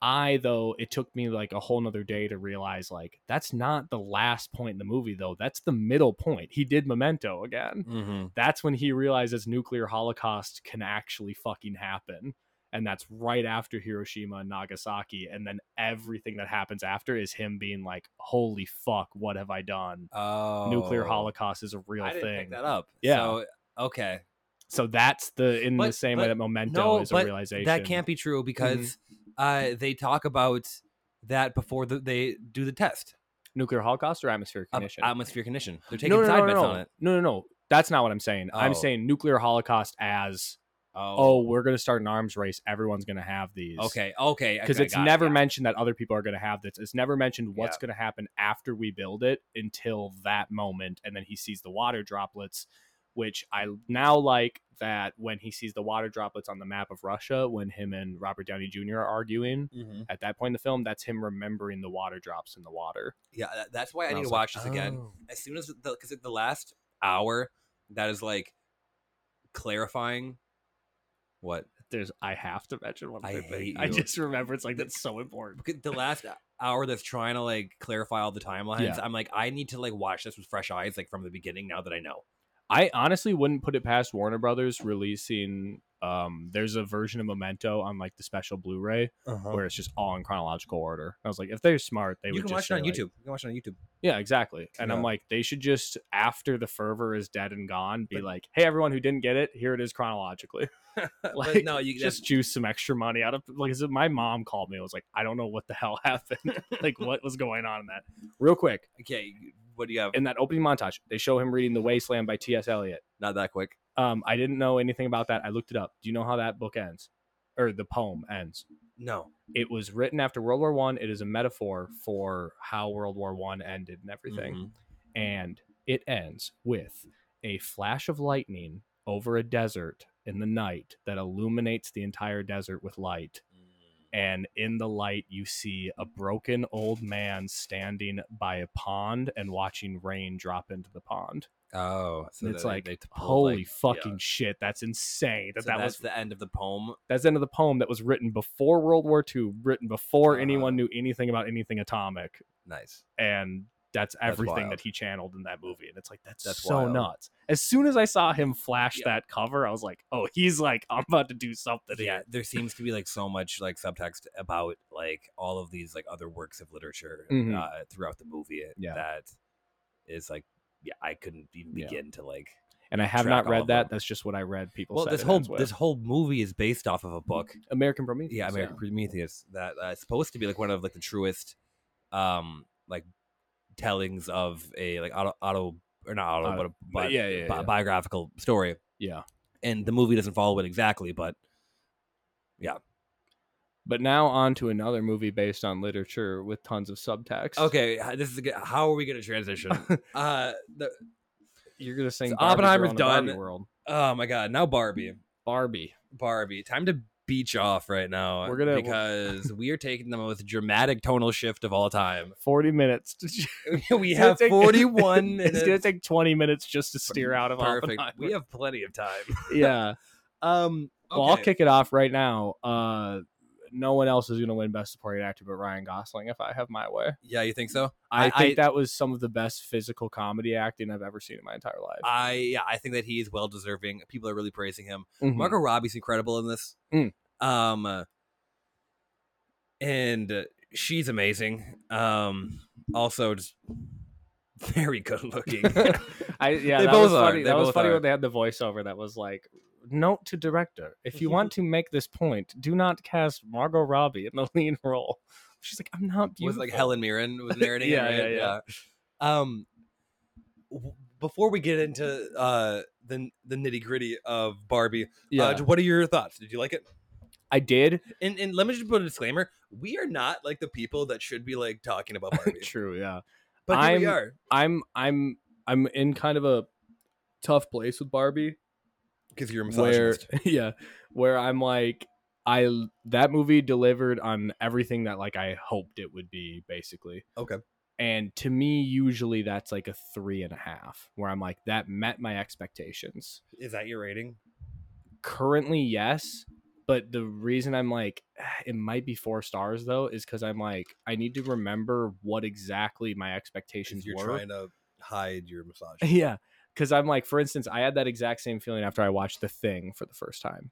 I though it took me like a whole nother day to realize like that's not the last point in the movie though. That's the middle point. He did memento again. Mm-hmm. That's when he realizes nuclear holocaust can actually fucking happen. And that's right after Hiroshima and Nagasaki. And then everything that happens after is him being like, Holy fuck, what have I done? Oh. Nuclear holocaust is a real I didn't thing. pick that up. Yeah. So, okay. So that's the in the But- same but- way that memento no, is a but realization. That can't be Mm-hmm. true because uh, they talk about that before the, they do the test. nuclear holocaust or atmospheric of condition. Atmosphere condition. They're taking side bets no. on it. No, no, no. That's not what I'm saying. Oh. I'm saying nuclear holocaust as oh, we're gonna start an arms race. Everyone's gonna have these. Okay. Okay. Because okay, it's got it, never got it. mentioned that other people are gonna have this. It's never mentioned what's gonna happen after we build it until that moment, and then he sees the water droplets, which I now like that when he sees the water droplets on the map of Russia when him and Robert Downey Jr. are arguing. Mm-hmm. At that point in the film, that's him remembering the water drops in the water. Yeah. that- That's why I And need to was watch like, this again. "Oh." As soon as the because the last hour that is like clarifying what there's I have to mention one I other thing. hate I you. just remember it's like that's so important. because the last hour that's trying to like clarify all the timelines. Yeah. I'm like, I need to like watch this with fresh eyes, like from the beginning. Now that I know, I honestly wouldn't put it past Warner Brothers releasing um there's a version of Memento on like the special Blu-ray Uh-huh. where it's just all in chronological order. I was like, if they're smart, they you would can watch just it on say, like- YouTube. You can watch it on YouTube. Yeah, exactly. And Yeah. I'm like, they should just after the fervor is dead and gone, be like, hey everyone who didn't get it, here it is chronologically. but Like, no, you just just juice some extra money out of like 'cause my mom called me and was like i don't know what the hell happened like what was going on in that real quick okay. What do you have? in that opening montage they show him reading the wasteland by ts eliot Not that quick. um i didn't know anything about that i looked it up do you know how that book ends or the poem ends No. it was written after world war one it is a Mm. metaphor for how world war one ended and everything Mhm. and it ends with a flash of lightning over a desert in the night that illuminates the entire desert with light Mm. and in the light you see a broken old man standing by a pond and watching rain drop into the pond Oh, so and it's they- like they pulled, holy like- fucking yeah. shit that's insane that So that that's was the end of the poem. that's the end of the poem that was written before world war ii written before Uh-huh. anyone knew anything about anything atomic Nice. and that's everything wild. that he channeled in that movie and it's like that's, That's so wild. nuts as soon as i saw him flash Yeah. that cover i was like oh he's like i'm about to do something yeah, here. there seems to be like so much like subtext about like all of these like other works of literature Mhm. uh, throughout the movie Yeah. that is like yeah, I couldn't even Yeah. begin to like and i have Track not all of read that them. that's just what i read people Well, said this it whole ends with. this whole movie is based off of a book. American Prometheus. Yeah, American Prometheus that uh, it's supposed to be like one of like the truest, um, like tellings of a like auto auto or not auto, Auto- but a but bi- yeah, yeah, bi- yeah. biographical story. Yeah. And the movie doesn't follow it exactly, but But now on to another movie based on literature with tons of subtext. okay, h- this is a good- how are we going to transition? uh, the, You're gonna sing So Barbie Girl Oppenheimer's in a Barbie done. World. oh my god, now Barbie. Barbie. Barbie. Time to beach off right now. We're gonna- because we are taking the most dramatic tonal shift of all time. Forty minutes. we It's gonna have take- forty one it's minutes. gonna take twenty minutes just to steer out of Perfect. Oppenheimer. We have plenty of time. yeah. Um Well, I'll kick it off right now. Uh, no one else is gonna win Best Supporting Actor but Ryan Gosling. If I have my way, Yeah, you think so? I, I- think I- that was some of the best physical comedy acting I've ever seen in my entire life. I yeah, I think that he is well deserving. People are really praising him. Mhm. Margot Robbie's incredible in this. Mm. Um uh, and uh, she's amazing. Um also just very good looking. I yeah, They that both was are. funny. They that was both funny are. when they had the voiceover that was like note to director: if you want to make this point, do not cast Margot Robbie in a lead role. She's like, I'm not was beautiful. like Helen Mirren was narrating. it, Yeah, yeah, right? yeah. yeah. Um, w- before we get into uh the the nitty gritty of Barbie, yeah, uh, what are your thoughts? Did you like it? I did. And and let me just put a disclaimer: we are not like the people that should be like talking about Barbie, True. Yeah. but here we I'm- are I'm I'm I'm in kind of a tough place with Barbie because you're a where misogynist. yeah, where I'm like I l- that movie delivered on everything that like I hoped it would be basically. Okay. And to me, usually that's like a three and a half, where I'm like that met my expectations. Is that your rating? Currently, yes, but the reason I'm like "Ah, it might be four stars though is because I'm like I need to remember what exactly my 'Cause expectations You're were. trying to hide your misogyny. Yeah. Cause I'm like, for instance, I had that exact same feeling after I watched The Thing for the first time.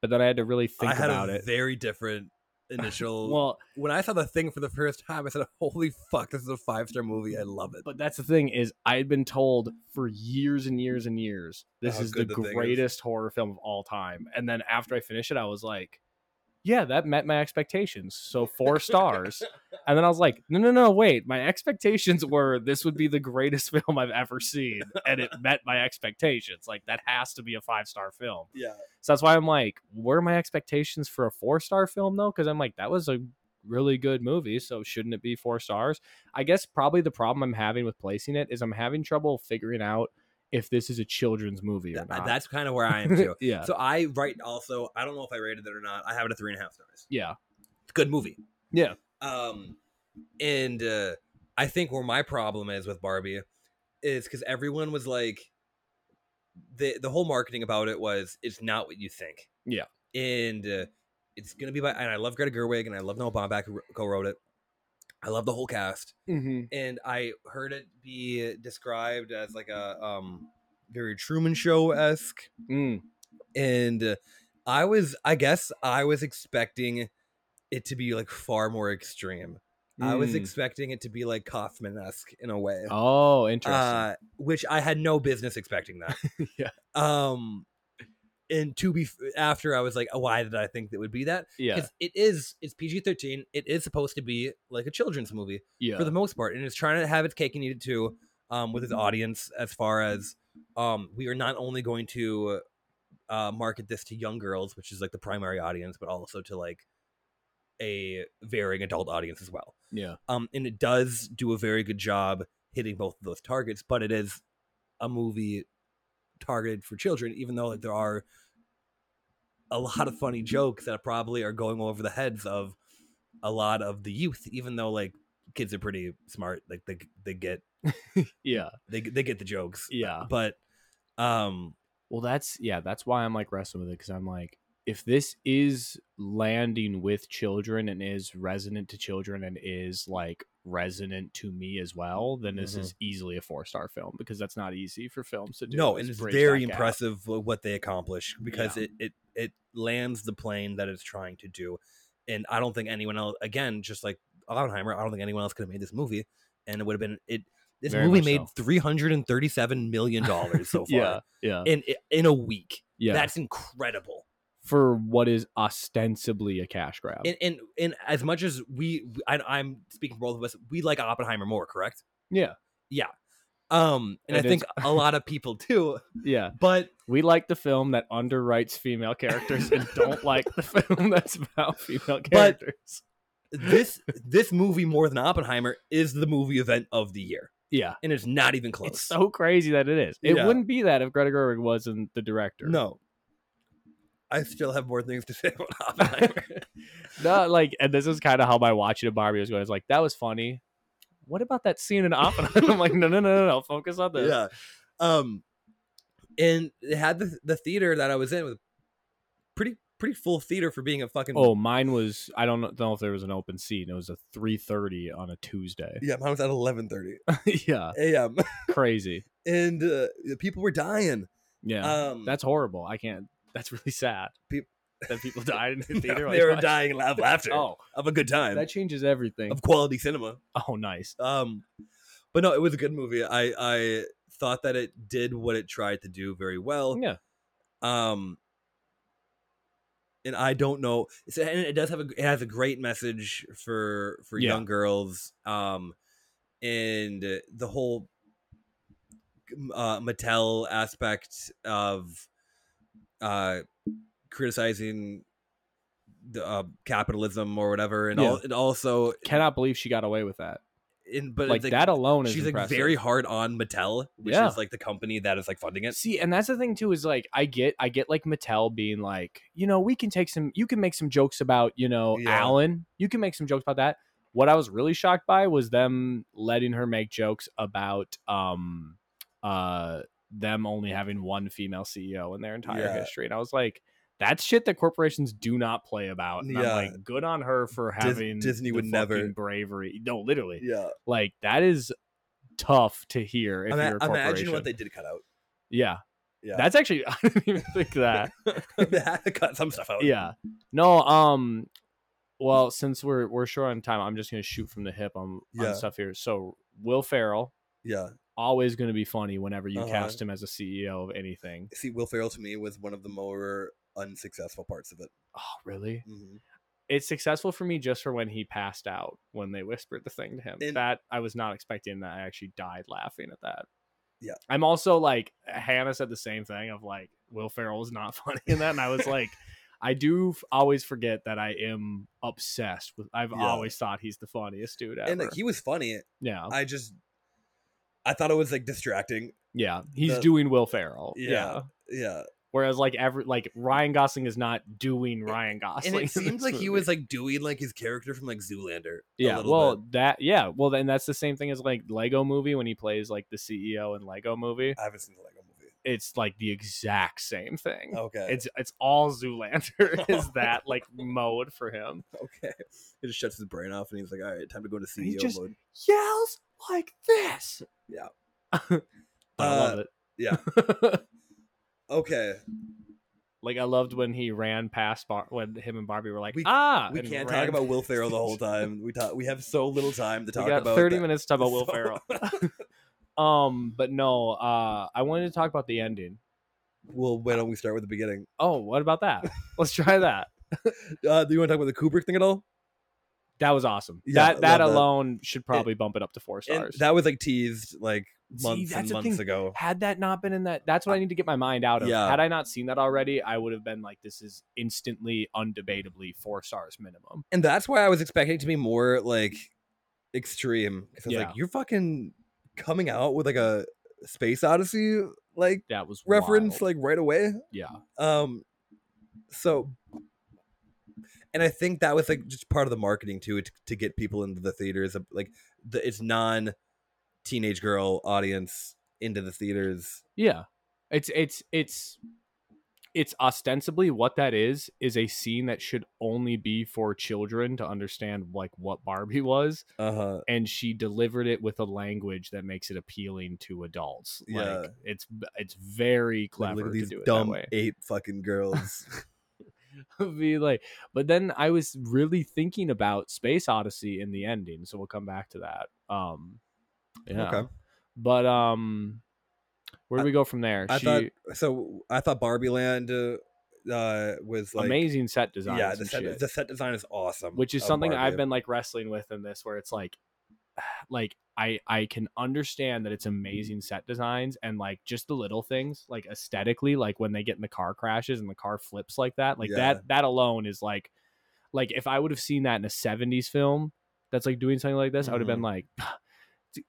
But then I had to really think I had about a it. very different initial. Well, when I saw the thing for the first time, I said, "Holy fuck, this is a five star movie. I love it." but that's the thing is I had been told for years and years and years, this How is the, good The Thing is. greatest horror film of all time. And then after I finished it, I was like, yeah, that met my expectations. So four stars. and then I was like, no, no, no, wait. My expectations were this would be the greatest film I've ever seen. And it met my expectations. Like that has to be a five star film. Yeah, So that's why I'm like, were my expectations for a four star film though? Because I'm like, that was a really good movie, so shouldn't it be four stars? I guess probably the problem I'm having with placing it is I'm having trouble figuring out if this is a children's movie or Th- not. uh, that's kind of where I am too. yeah, So I write also. I don't know if I rated it or not. I have it a three and a half stars. yeah, It's a good movie. yeah, Um, and uh, I think where my problem is with Barbie is because everyone was like, the the whole marketing about it was it's not what you think. Yeah. and uh, it's gonna be by. And I love Greta Gerwig, and I love Noah Baumbach who co wrote it. I love the whole cast, mm-hmm. and I heard it be described as like a um very Truman Show esque mm. Mm-hmm. and uh, i was i guess i was expecting it to be like far more extreme i was Mm. expecting it to be like kaufman-esque in a way oh, interesting. uh, which i had no business expecting that Yeah. um and to be f- after i was like oh, why did i think that would be that yeah, it is it's pg-13 it is supposed to be like a children's movie yeah, for the most part and it's trying to have its cake and eat it too um, with its audience as far as um, we are not only going to uh, market this to young girls which is like the primary audience but also to like a varying adult audience as well yeah, um, and it does do a very good job hitting both of those targets but it is a movie targeted for children even though like there are a lot of funny jokes that probably are going over the heads of a lot of the youth even though like kids are pretty smart like they they get yeah, they they get the jokes yeah. but um Well, that's yeah, that's why I'm like wrestling with it because I'm like, if this is landing with children and is resonant to children and is like resonant to me as well, then this Mm-hmm. is easily a four star film because that's not easy for films to do. no is and it's bridge very that gap. impressive wh- what they accomplish because Yeah. it it it lands the plane that it's trying to do and i don't think anyone else again just like oppenheimer i don't think anyone else could have made this movie and it would have been it this Very movie made much so. 337 million dollars so far Yeah, yeah, in in a week yeah. that's incredible for what is ostensibly a cash grab. and, and and as much as we I, i'm speaking for both of us we like oppenheimer more correct yeah, um and, And i it's- think a lot of people do yeah. but We like the film that underwrites female characters and don't like the film that's about female But- characters. this this movie more than oppenheimer is the movie event of the year yeah. and it's not even close It's so crazy that it is. It Yeah. wouldn't be that if Greta Gerwig wasn't the director. no i still have more things to say about oppenheimer no, like, and this is kind of how my watching of Barbie was going. It's like that was funny. What about that scene in Oppenheimer? I'm like, no, no, no, no, no. Focus on this. yeah um and it had the, the theater that i was in with pretty pretty full theater for being a fucking Oh, mine was. I don't know if there was an open seat. It was a three thirty on a Tuesday. yeah mine was at 11.30 yeah, a.m crazy. and uh, people were dying Yeah, um that's horrible. I can't. That's really sad. Peop- that people died in the theater. they were like, dying loud laughter Oh, of a good time that changes everything. of quality cinema Oh, nice. Um, but no, it was a good movie. I I thought that it did what it tried to do very well. Yeah. Um, and I don't know. So, and it does have a it has a great message for for Yeah. young girls. Um, and uh, the whole uh, Mattel aspect of uh criticizing the uh, capitalism or whatever, and Yeah. all and also Cannot believe she got away with that. in but like like that alone is she's impressive. like very hard on Mattel, which Yeah. is like the company that is like funding it. See, and that's the thing too is like I get I get like Mattel being like, you know, we can take some you can make some jokes about, you know, Yeah. Alan. You can make some jokes about that. What I was really shocked by was them letting her make jokes about um uh them only having one female CEO in their entire Yeah. history. And I was like, that's shit that corporations do not play about. And Yeah. I'm like, good on her for Dis- having Disney the would never- fucking bravery. No, literally. Yeah, Like that is tough to hear if you're a corporation. imagine what they did cut out. Yeah. Yeah. That's actually I didn't even think of that. they had to cut some stuff out. yeah. No, um well, since we're we're short on time, I'm just gonna shoot from the hip on, Yeah. on stuff here. So Will Farrell, yeah. always gonna be funny whenever you Uh-huh. cast him as a CEO of anything. See, Will Ferrell to me was one of the more unsuccessful parts of it. Oh, really? hmm It's successful for me just for when he passed out when they whispered the thing to him. And- that I was not expecting that. I actually died laughing at that. Yeah. I'm also like Hannah said the same thing of like Will Ferrell was not funny in that, and I was like, I do f- always forget that I am obsessed with. I've Yeah. always thought he's the funniest dude ever. And like he was funny. yeah, I just, I thought it was like distracting. yeah, he's the- doing Will Ferrell. Yeah. Yeah. Yeah, Whereas like every like Ryan Gosling is not doing Ryan Gosling. and in it seemed this like he movie. was like doing like his character from like Zoolander. a Yeah, little well, bit. that yeah, well, then that's the same thing as like Lego Movie when he plays like the CEO in Lego Movie. I haven't seen the Lego movie. It's like the exact same thing. Okay, It's it's all Zoolander is that like mode for him. okay. He just shuts his brain off, and he's like, "All right, time to go into And he CEO just- mode." Yells like this. Yeah. Uh, I love it. yeah. Okay, like I loved when he ran past Bar- when him and Barbie were like, We- ah, we and can't ran talk about Will past Ferrell the whole each time. We talk. We have so little time to talk we got about 30 that. minutes to talk about Will So- Ferrell. um, but no, uh, I wanted to talk about the ending. Well, why don't we start with the beginning? Oh, what about that? Let's try that. Uh, do you want to talk about the Kubrick thing at all? That was awesome. Yeah, that love that that. alone should probably bump it up to four And stars. that was like teased like See, months that's and the months thing. ago. Had that not been in that, that's what I need to get my mind out of. Yeah. Had I not seen that already, I would have been like, this is instantly, undebatably four stars minimum. And that's why I was expecting it to be more like extreme. Because I was Yeah. like, you're fucking coming out with like a space odyssey like That was reference like wild. right away. yeah, Um so and I think that was like just part of the marketing too to, to get people into the theaters uh, like the it's non teenage girl audience into the theaters. yeah. It's it's it's it's ostensibly what that is is a scene that should only be for children to understand like what Barbie was, Uh-huh. and she delivered it with a language that makes it appealing to adults. Yeah. Like it's it's very Like, clever look at to these do it dumb that way. ape fucking girls. be like but then i was really thinking about space odyssey in the ending so we'll come back to that um yeah Okay. but um where do I- we go from there I she thought so. I thought Barbie Land uh, uh, was like amazing set design Yeah, the set, the set design is awesome, which is of something Barbie. i've been like wrestling with in this where it's like like i i can understand that it's amazing set designs and like just the little things like aesthetically like when they get in the car crashes and the car flips like that like Yeah. that that alone is like like if i would have seen that in a 70s film that's like doing something like this i would have Mm-hmm. been like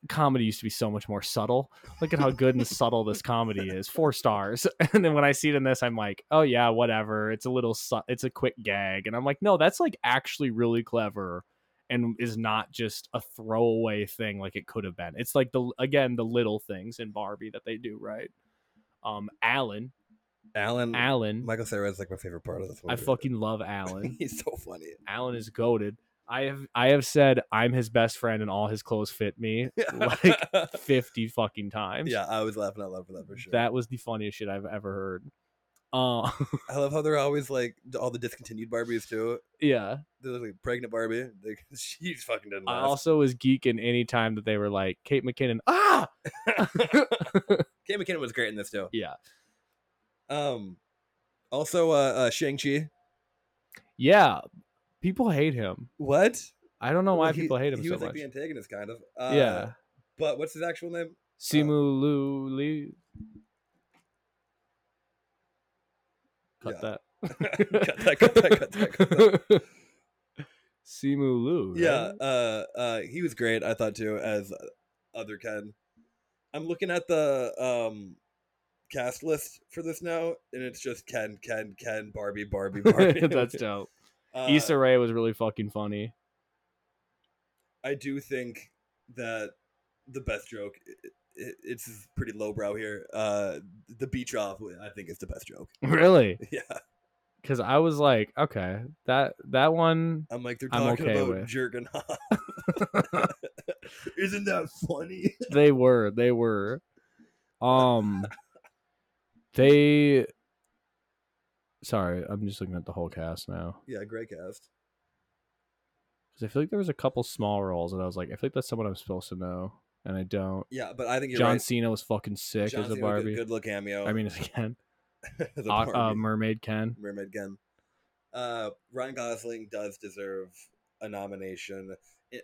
comedy used to be so much more subtle look at how good and subtle this comedy is four stars and then when i see it in this i'm like oh yeah whatever it's a little su- it's a quick gag and i'm like no that's like actually really clever and is not just a throwaway thing like it could have been it's like the again the little things in barbie that they do right um alan Alan. alan Michael Cera is like Mm, my favorite part of this movie. i fucking love alan He's so funny. alan is goaded i have i have said i'm his best friend and all his clothes fit me like 50 fucking times yeah, I was laughing out loud for that for sure. That was the funniest shit I've ever heard. Uh, I love how they're always like all the discontinued Barbies too. yeah. They're like pregnant Barbie. Like she's fucking done. I laugh. also was geeking any time that they were like Kate McKinnon. Ah, Kate McKinnon was great in this too. yeah. Um, also uh, uh Shang Chi. Yeah, people hate him. What? I don't know why Well, he- people hate him He so was like much. the antagonist, kind of. Uh, yeah, But what's his actual name? Simu Lu Lee. Cut Yeah. that. Cut that, cut that, cut that, cut Simu Lu. right? Yeah, uh, uh, he was great. I thought too, as other Ken. I'm looking at the um, cast list for this now, and it's just Ken, Ken, Ken, Barbie, Barbie, Barbie. That's dope. uh, Issa Rae was really fucking funny. I do think that the best joke. i i it's pretty lowbrow here. Uh, the beach off, I think, is the best joke. Really? Yeah, Because I was like, okay, that that one. I'm like they're I'm talking okay about with. jerking off. Isn't that funny? They were, they were. Um, they. Sorry, I'm just looking at the whole cast now Yeah, great cast. because I feel like there was a couple small roles that I was like, I feel like that's someone I'm supposed to know, and I don't. Yeah, but I think you're John right. Cena was fucking sick John as a Cena, good- Barbie. Good look cameo. I mean, as Ken, as a uh, uh, Barbie. Mermaid Ken. Mermaid Ken. Uh, Ryan Gosling does deserve a nomination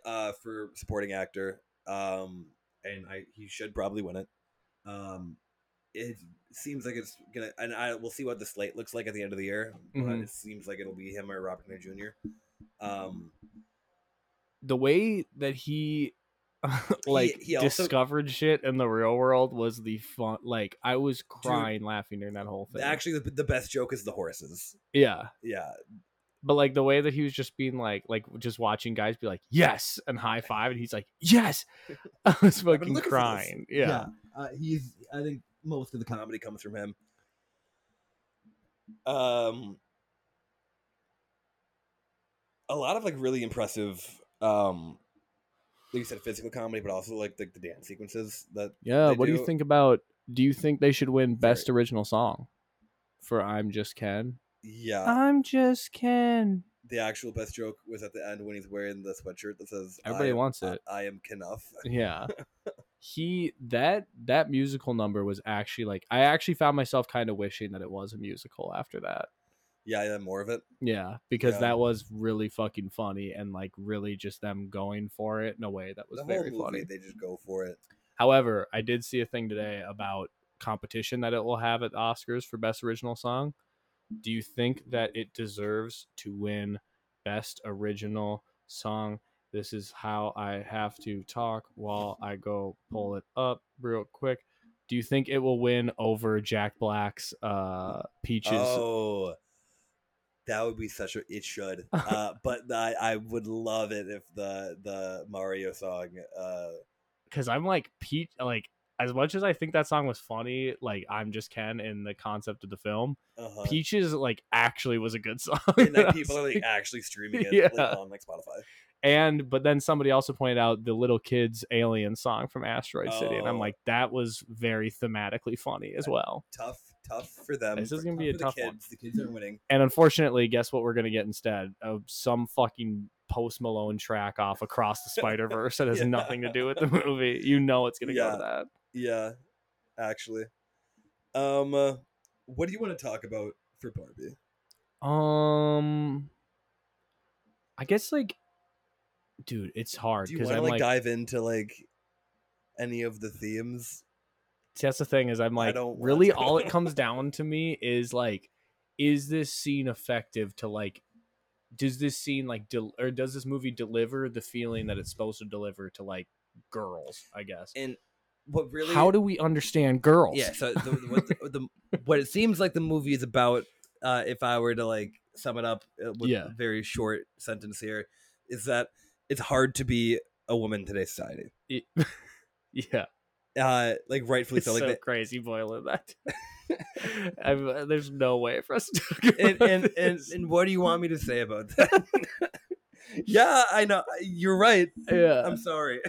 uh, for supporting actor, um, and I, he should probably win it. Um, it seems like it's gonna, and I we'll see what the slate looks like at the end of the year. But Mhm. it seems like it'll be him or Robert Downey Jr. Um, the way that he like he also- discovered shit in the real world was the fun like i was crying laughing during that whole thing actually, the, the best joke is the horses. yeah Yeah, but like the way that he was just being like like just watching guys be like yes and high five and he's like yes i was fucking looking for this. crying yeah. Uh, he's I think most of the comedy comes from him. Um a lot of like really impressive um like you said physical comedy but also like the, the dance sequences that yeah They what do you do- think about do you think they should win best original song for i'm just ken yeah i'm just ken the actual best joke was at the end when he's wearing the sweatshirt that says I Everybody am- wants I- it. I, am Knuff yeah he that that musical number was actually like i actually found myself kind of wishing that it was a musical after that yeah yeah more of it yeah because Yeah. that was really fucking funny and like really just them going for it in a way that was the whole very movie funny they just go for it however i did see a thing today about competition that it will have at the oscars for best original song do you think that it deserves to win best original song this is how i have to talk while i go pull it up real quick do you think it will win over jack black's uh peaches Oh, that would be such a. It should, uh, but I, I would love it if the the Mario song. Uh, because i'm like peach like as much as i think that song was funny like i'm just ken in the concept of the film uh-huh. peaches like actually was a good song and I like was people are like actually streaming it Yeah. like, on like Spotify. and but then somebody also pointed out the little kids alien song from asteroid city and i'm Oh. like that was very thematically funny as well Tough, tough for them. This is for- gonna be a for the tough kids. one. The kids are winning. and unfortunately guess what we're gonna get instead of some fucking post malone track off across the spider verse that has Yeah. nothing to do with the movie you know it's gonna go Yeah. to that Yeah, actually. Um, uh, what do you want to talk about for Barbie? um i guess like dude it's hard Do you because want to i'm like, like, dive into like any of the themes? See, that's the thing is i'm I like don't want really to. all it comes down to me is like is this scene effective to like does this scene like del- or does this movie deliver the feeling that it's supposed to deliver to like girls i guess And what really? how do we understand girls Yeah. So the, what, the, the, what it seems like the movie is about, uh, if I were to like sum it up uh, with Yeah. a very short sentence here, is that it's hard to be a woman in today's society. It- yeah Uh, like rightfully it's so. so, Like the- crazy boiler that I'm, uh, there's no way for us to talk and, about and, and this. and what do you want me to say about that? yeah, I know you're right. yeah I'm sorry.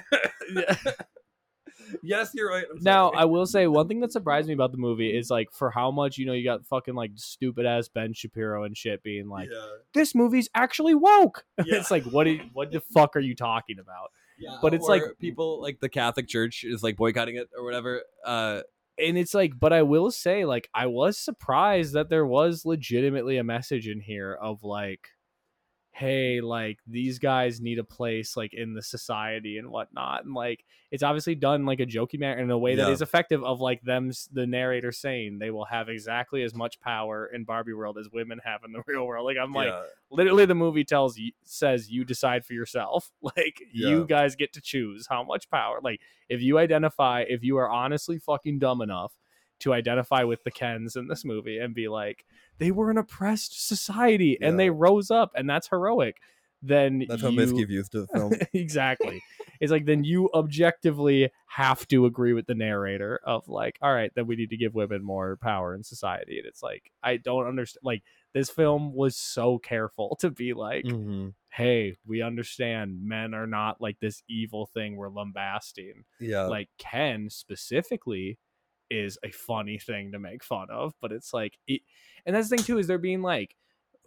yeah. yes, you're right. I'm Now, sorry. I will say one thing that surprised me about the movie is like for how much you know you got fucking like stupid ass Ben Shapiro and shit being like yeah, this movie's actually woke. Yeah. it's like what do you- what the fuck are you talking about? yeah, but it's like- or people like the Catholic Church is like boycotting it or whatever. Uh, And it's like but I will say like I was surprised that there was legitimately a message in here of like hey, like these guys need a place like in the society and whatnot. And like it's obviously done in, like a jokey manner in a way that Yeah. is effective of like them s- the narrator saying they will have exactly as much power in Barbie world as women have in the real world. Like I'm like Yeah. literally the movie tells you says you decide for yourself like Yeah. you guys get to choose how much power like if you identify if you are honestly fucking dumb enough to identify with the kens in this movie and be like they were an oppressed society and they Yeah. rose up and that's heroic then That's how you, Minsky views the film. exactly it's like then you objectively have to agree with the narrator of like all right then we need to give women more power in society and it's like i don't understand like this film was so careful to be like Mhm. hey we understand men are not like this evil thing we're lambasting Yeah. like ken specifically is a funny thing to make fun of but it's like it, and that's the thing too is they're being like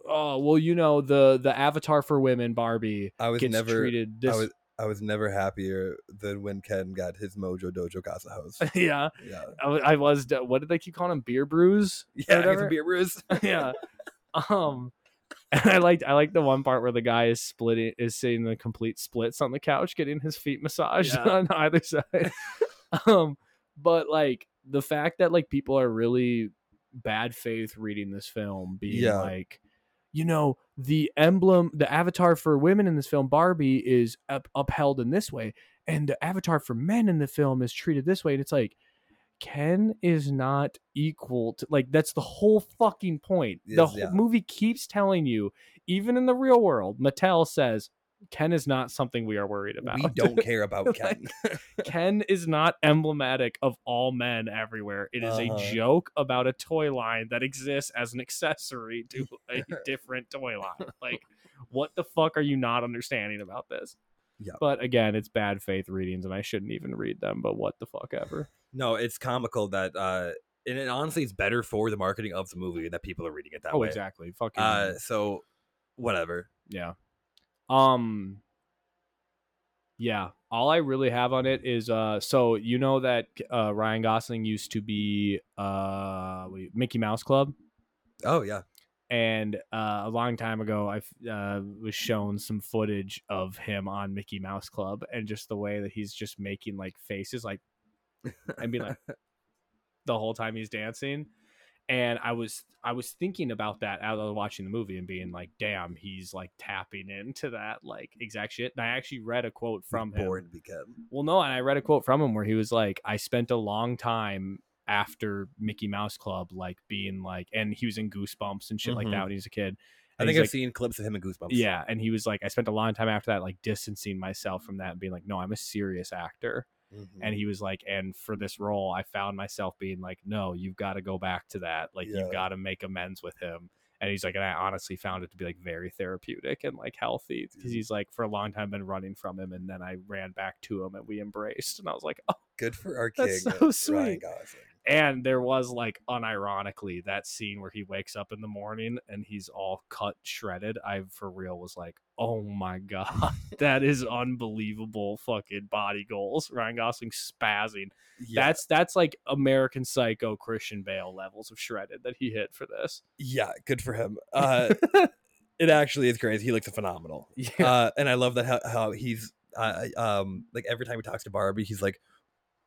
oh well you know the the avatar for women barbie I was gets never treated this I was I was never happier than when Ken got his Mojo Dojo Casa House. yeah Yeah. I was, I was d- what did they keep calling him beer brews Yeah, I got whatever. some beer brews. yeah um and i liked i liked the one part where the guy is splitting is sitting in complete splits on the couch getting his feet massaged Yeah. on either side um but like the fact that like people are really bad faith reading this film being Yeah. like you know the emblem the avatar for women in this film barbie is up- upheld in this way and the avatar for men in the film is treated this way and it's like ken is not equal to like that's the whole fucking point the Yes, whole yeah. movie keeps telling you even in the real world mattel says ken is not something we are worried about We don't care about Like, Ken. Ken is not emblematic of all men everywhere. It is Uh-huh. a joke about a toy line that exists as an accessory to a different toy line. Like, what the fuck are you not understanding about this? Yeah. But again, it's bad faith readings and I shouldn't even read them, but what the fuck ever. no, it's comical that uh and it honestly it's better for the marketing of the movie that people are reading it that oh, way. exactly. Fucking Uh so whatever. yeah. Um yeah, all I really have on it is uh so you know that uh Ryan Gosling used to be uh wait, Mickey Mouse Club? Oh yeah. and uh, a long time ago i f- uh, was shown some footage of him on mickey mouse club and just the way that he's just making like faces like and being like the whole time he's dancing and i was i was thinking about that as i was watching the movie and being like damn he's like tapping into that like exact shit and i actually read a quote from him born to be Ken. well, no, and I read a quote from him where he was like, "I spent a long time after Mickey Mouse Club, like being like," and he was in Goosebumps and shit like that Mhm. when he was a kid. I And think he's I've like- seen clips of him in Goosebumps. Yeah, and he was like, "I spent a long time after that, like distancing myself from that and being like, no, I'm a serious actor." Mhm. And he was like, "And for this role, I found myself being like, no, you've got to go back to that. Like, you've Yeah. got to make amends with him." And he's like, and I honestly found it to be like very therapeutic and like healthy because he's like, for a long time, been running from him. And then I ran back to him and we embraced. And I was like, oh, Good for our king. uh, That's so Ryan sweet. Gosling. and there was like unironically that scene where he wakes up in the morning and he's all cut shredded i for real was like oh my god that is unbelievable fucking body goals ryan gosling spazzing Yeah. that's that's like american psycho christian bale levels of shredded that he hit for this yeah, good for him. Uh it actually is crazy. He looks phenomenal. yeah uh, and I love that how, how he's uh, um like every time he talks to Barbie, he's like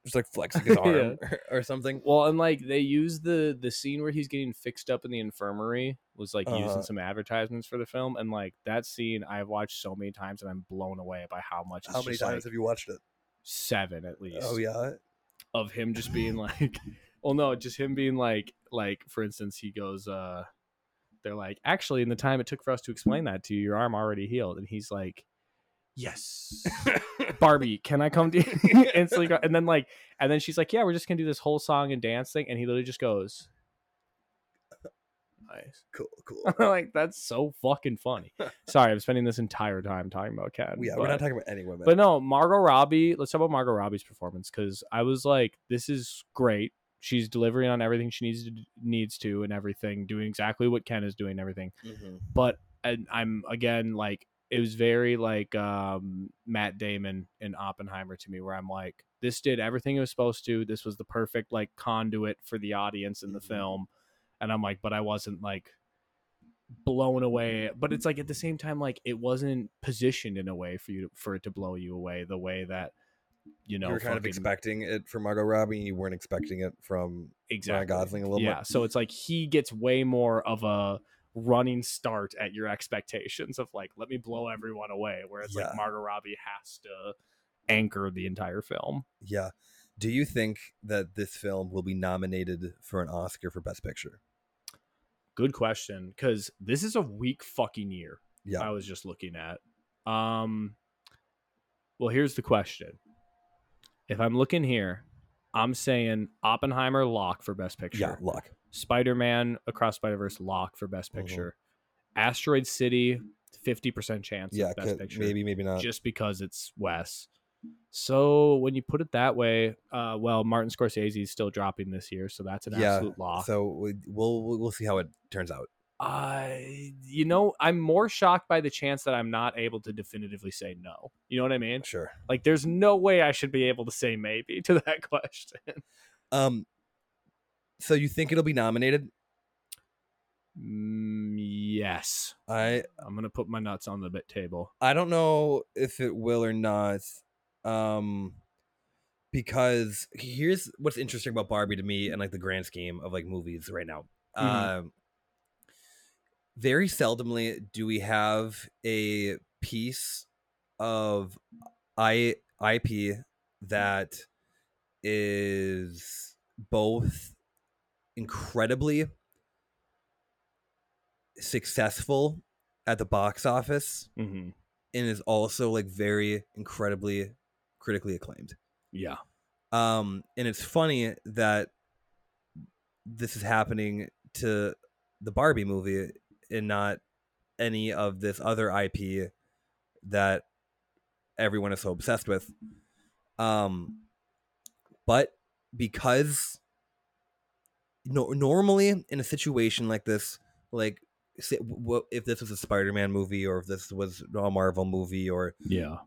just like flexing his arm Yeah. or, or something. well and like they use the the scene where he's getting fixed up in the infirmary was like Uh-huh. using some advertisements for the film and like that scene i've watched so many times and i'm blown away by how much it's how many just, times like, have you watched it? seven at least Oh yeah, of him just being like well no just him being like like for instance he goes uh they're like actually in the time it took for us to explain that to you your arm already healed and he's like yes barbie can i come to you and, so he go- and then like and then she's like yeah we're just gonna do this whole song and dance thing and he literally just goes nice cool, cool. like that's so fucking funny sorry i'm spending this entire time talking about cat yeah, we're not talking about any women. but no, Margot Robbie. Let's talk about Margot Robbie's performance because I was like, this is great. She's delivering on everything she needs to needs to and everything, doing exactly what Ken is doing, and everything. Mhm. But and I'm again like it was very like um, Matt Damon in Oppenheimer to me, where I'm like, this did everything it was supposed to. This was the perfect like conduit for the audience in the Mhm. film, and I'm like, but I wasn't like blown away but it's like at the same time like it wasn't positioned in a way for you to, for it to blow you away the way that you know you were kind of fucking- expecting it from Margot Robbie, and you weren't expecting it from Ryan exactly Gosling a little yeah bit. so it's like he gets way more of a running start at your expectations of like let me blow everyone away whereas Yeah. like margot robbie has to anchor the entire film Yeah. Do you think that this film will be nominated for an Oscar for Best Picture? good question because this is a weak fucking year Yeah. i was just looking at um well here's the question if i'm looking here i'm saying oppenheimer lock for best picture Yeah, luck. Spider-Man Across Spider-Verse lock for Best Mhm. Picture. Asteroid City 50% chance Yeah, of Best could- Picture maybe, maybe not. just because it's Wes. So when you put it that way, uh, well, Martin Scorsese is still dropping this year, so that's an Yeah, absolute lock. So we- we'll we'll we'll see how it turns out. I, you know, I'm more shocked by the chance that I'm not able to definitively say no. You know what I mean? Sure. Like, there's no way I should be able to say maybe to that question. Um. So you think it'll be nominated? Mm, yes, I I'm gonna put my nuts on the bit table. I don't know if it will or not. Um because here's what's interesting about Barbie to me and like the grand scheme of like movies right now. Mhm. Um very seldomly do we have a piece of I IP that is both incredibly successful at the box office Mm-hmm. and is also like very incredibly critically acclaimed. Yeah. Um, and it's funny that this is happening to the Barbie movie and not any of this other IP that everyone is so obsessed with. Um, but because no, normally in a situation like this, like say, w- if this was a Spider-Man movie or if this was a Marvel movie or Yeah.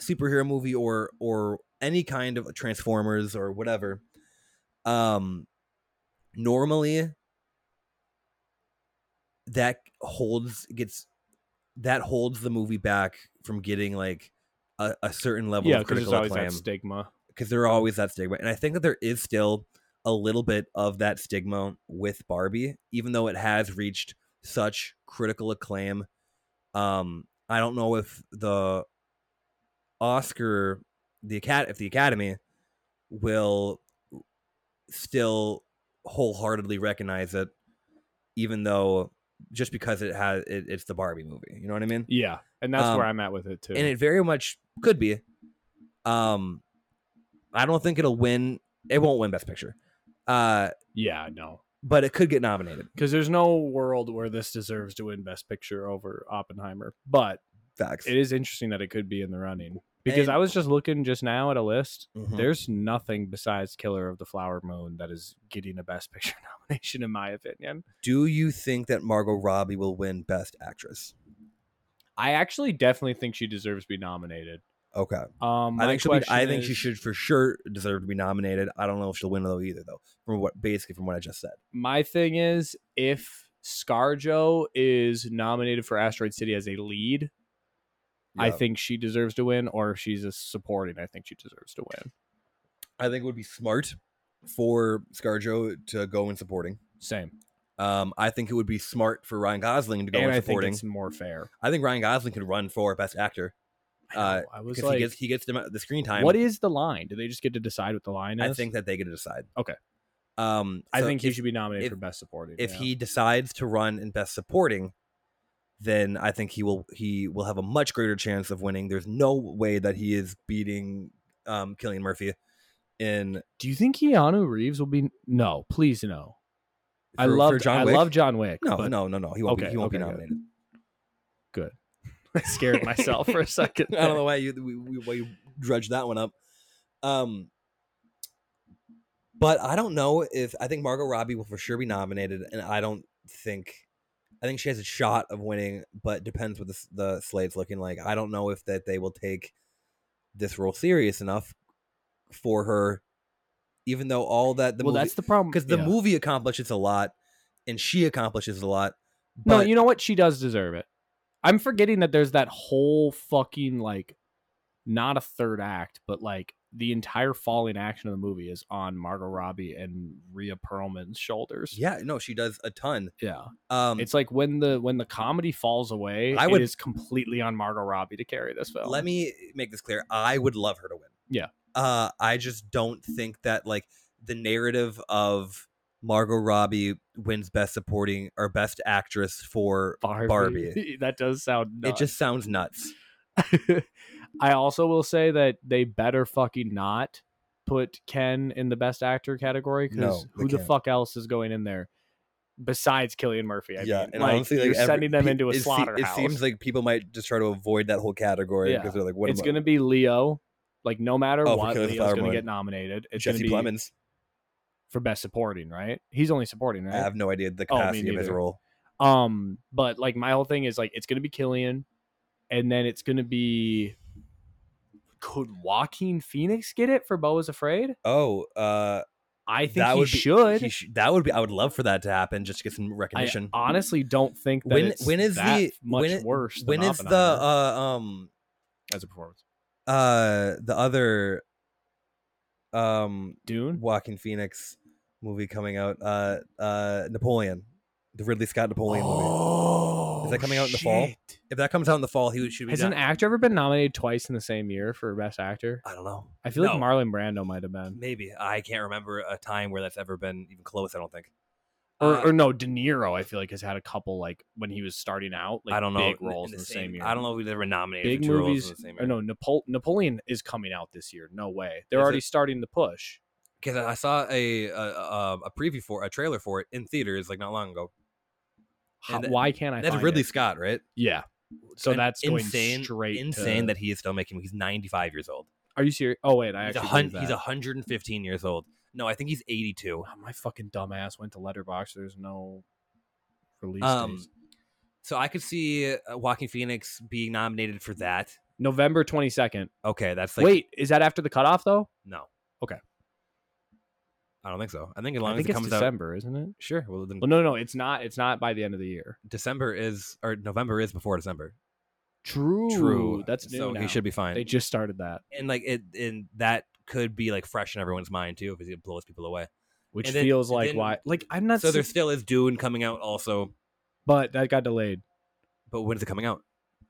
superhero movie or or any kind of transformers or whatever um normally that holds gets that holds the movie back from getting like a, a certain level yeah, of because there's critical always acclaim that stigma. because there are always that stigma and i think that there is still a little bit of that stigma with barbie even though it has reached such critical acclaim um i don't know if the oscar the acad if the academy will still wholeheartedly recognize it even though just because it has it, it's the barbie movie you know what i mean Yeah, and that's where Um, I'm at with it too. and it very much could be. Um, I don't think it'll win. It won't win Best Picture, uh, yeah, no, but it could get nominated. because there's no world where this deserves to win Best Picture over Oppenheimer. But Facts. it is interesting that it could be in the running because And- I was just looking just now at a list. Mhm. There's nothing besides Killer of the Flower Moon that is getting a Best Picture nomination, in my opinion. Do you think that Margot Robbie will win Best Actress? I actually definitely think she deserves to be nominated. Okay, Um, I my think she'll be, I question think she is- should for sure deserve to be nominated. I don't know if she'll win though either though. From what basically from what I just said. my thing is if Scarjo is nominated for Asteroid City as a lead, I Yeah. think she deserves to win, or if she's a supporting, I think she deserves to win. I think it would be smart for ScarJo to go in supporting. Same. Um, I think it would be smart for Ryan Gosling to go and in I think supporting. it's more fair. I think Ryan Gosling could run for Best Actor. I, Uh, know, I was because like, he gets he gets the, the screen time. what is the line? Do they just get to decide what the line is? I think that they get to decide. Okay. Um, I so think he if- should be nominated if- for best supporting. If yeah. he decides to run in best supporting, then I think he will he will have a much greater chance of winning. There's no way that he is beating um Killian Murphy in do you think Keanu Reeves will be? No, please no. I for- for love John I Wick. love John Wick. No, but no, no, no. He won't be Okay, he won't be okay, good. nominated. I scared myself for a second. I don't know why you we, we, why you drudged that one up. Um, but I don't know if I think Margot Robbie will for sure be nominated, and I don't think I think she has a shot of winning, but depends what the, s- the slate's looking like. I don't know if that they will take this role serious enough for her, even though all that the well, movie that's the problem because the yeah. movie accomplishes a lot, and she accomplishes a lot. No, But- you know what? She does deserve it. I'm forgetting that there's that whole fucking like not a third act, but like the entire falling action of the movie is on Margot Robbie and Rhea Perlman's shoulders. Yeah, no, she does a ton. Yeah. Um, It's like when the when the comedy falls away, I I would- would, it is completely on Margot Robbie to carry this film. let me make this clear. I would love her to win. Yeah. Uh, I just don't think that like the narrative of Margot Robbie wins best supporting or best actress for Barbie. Barbie. that does sound nuts. it just sounds nuts. I also will say that they better fucking not put Ken in the best actor category because No, they who the can't. fuck else is going in there besides Killian Murphy? I mean, and like, honestly, like you're every- sending them pe- into a it se- slaughterhouse. It seems like people might just try to avoid that whole category because Yeah. they're like, what? it's am I- going to be Leo. Like no matter Oh, for what, Killers of the Leo's Flower going to Moon. get nominated. It's going to Jesse be Plemons. for best supporting, right? He's only supporting, I right? have no idea the Oh, me capacity of his neither. role. Um, but like my whole thing is like it's gonna be Killian, and then it's gonna be. Could Joaquin Phoenix get it for Bo is Afraid? Oh, uh, I think that he would be, should. he sh- that would be. I would love for that to happen. Just to get some I recognition. honestly don't think that When- it's when is that the- much when it- worse. Than when is the Oppenheimer uh, um as a performance? uh the other um Dune. Walking Phoenix movie coming out? Uh, uh, Napoleon, the Ridley Scott Napoleon movie. Oh, Is that coming out in the fall? shit. If that comes out in the fall, he should be. Has done. an actor ever been nominated twice in the same year for best actor? I don't know. I feel No. like Marlon Brando might have been, Maybe I can't remember a time where that's ever been even close. I don't think. or, Uh, or no, De Niro. I feel like has had a couple like when he was starting out. Like, I don't know. big in- roles in the, same, year. I don't know if we've ever nominated big for two roles movies. in the same Or year. no, Napole- Napoleon is coming out this year. No way. They're Is already it? starting the push. because I saw a, a um, a a preview for a trailer for it in theaters like not long ago. How, And that- why can't I? That's find Ridley it? Scott, right? Yeah. So And that's going insane, straight. insane to- that he is still making. He's ninety five years old. Are you serious? Oh wait, I He's a actually hun- believe he's that. hundred and fifteen years old. No, I think he's eighty two. Oh, my fucking dumbass went to Letterbox. There's no release Um, dates. So I could see uh, Joaquin Phoenix being nominated for that. November 22nd. Okay, that's like Wait, is that after the cutoff though? No. Okay. I don't think so. I think as long I as think it it's comes out, December, isn't it? sure. Well, then Well, no, no, it's not. It's not by the end of the year. December is or November is before December. True. True. That's new so now. he should be fine. They just started that, and like it, and that could be like fresh in everyone's mind too if it blows people away. which And then- feels and like then- why? Like I'm not. so there su- still is Dune coming out also, but that got delayed. but when is it coming out?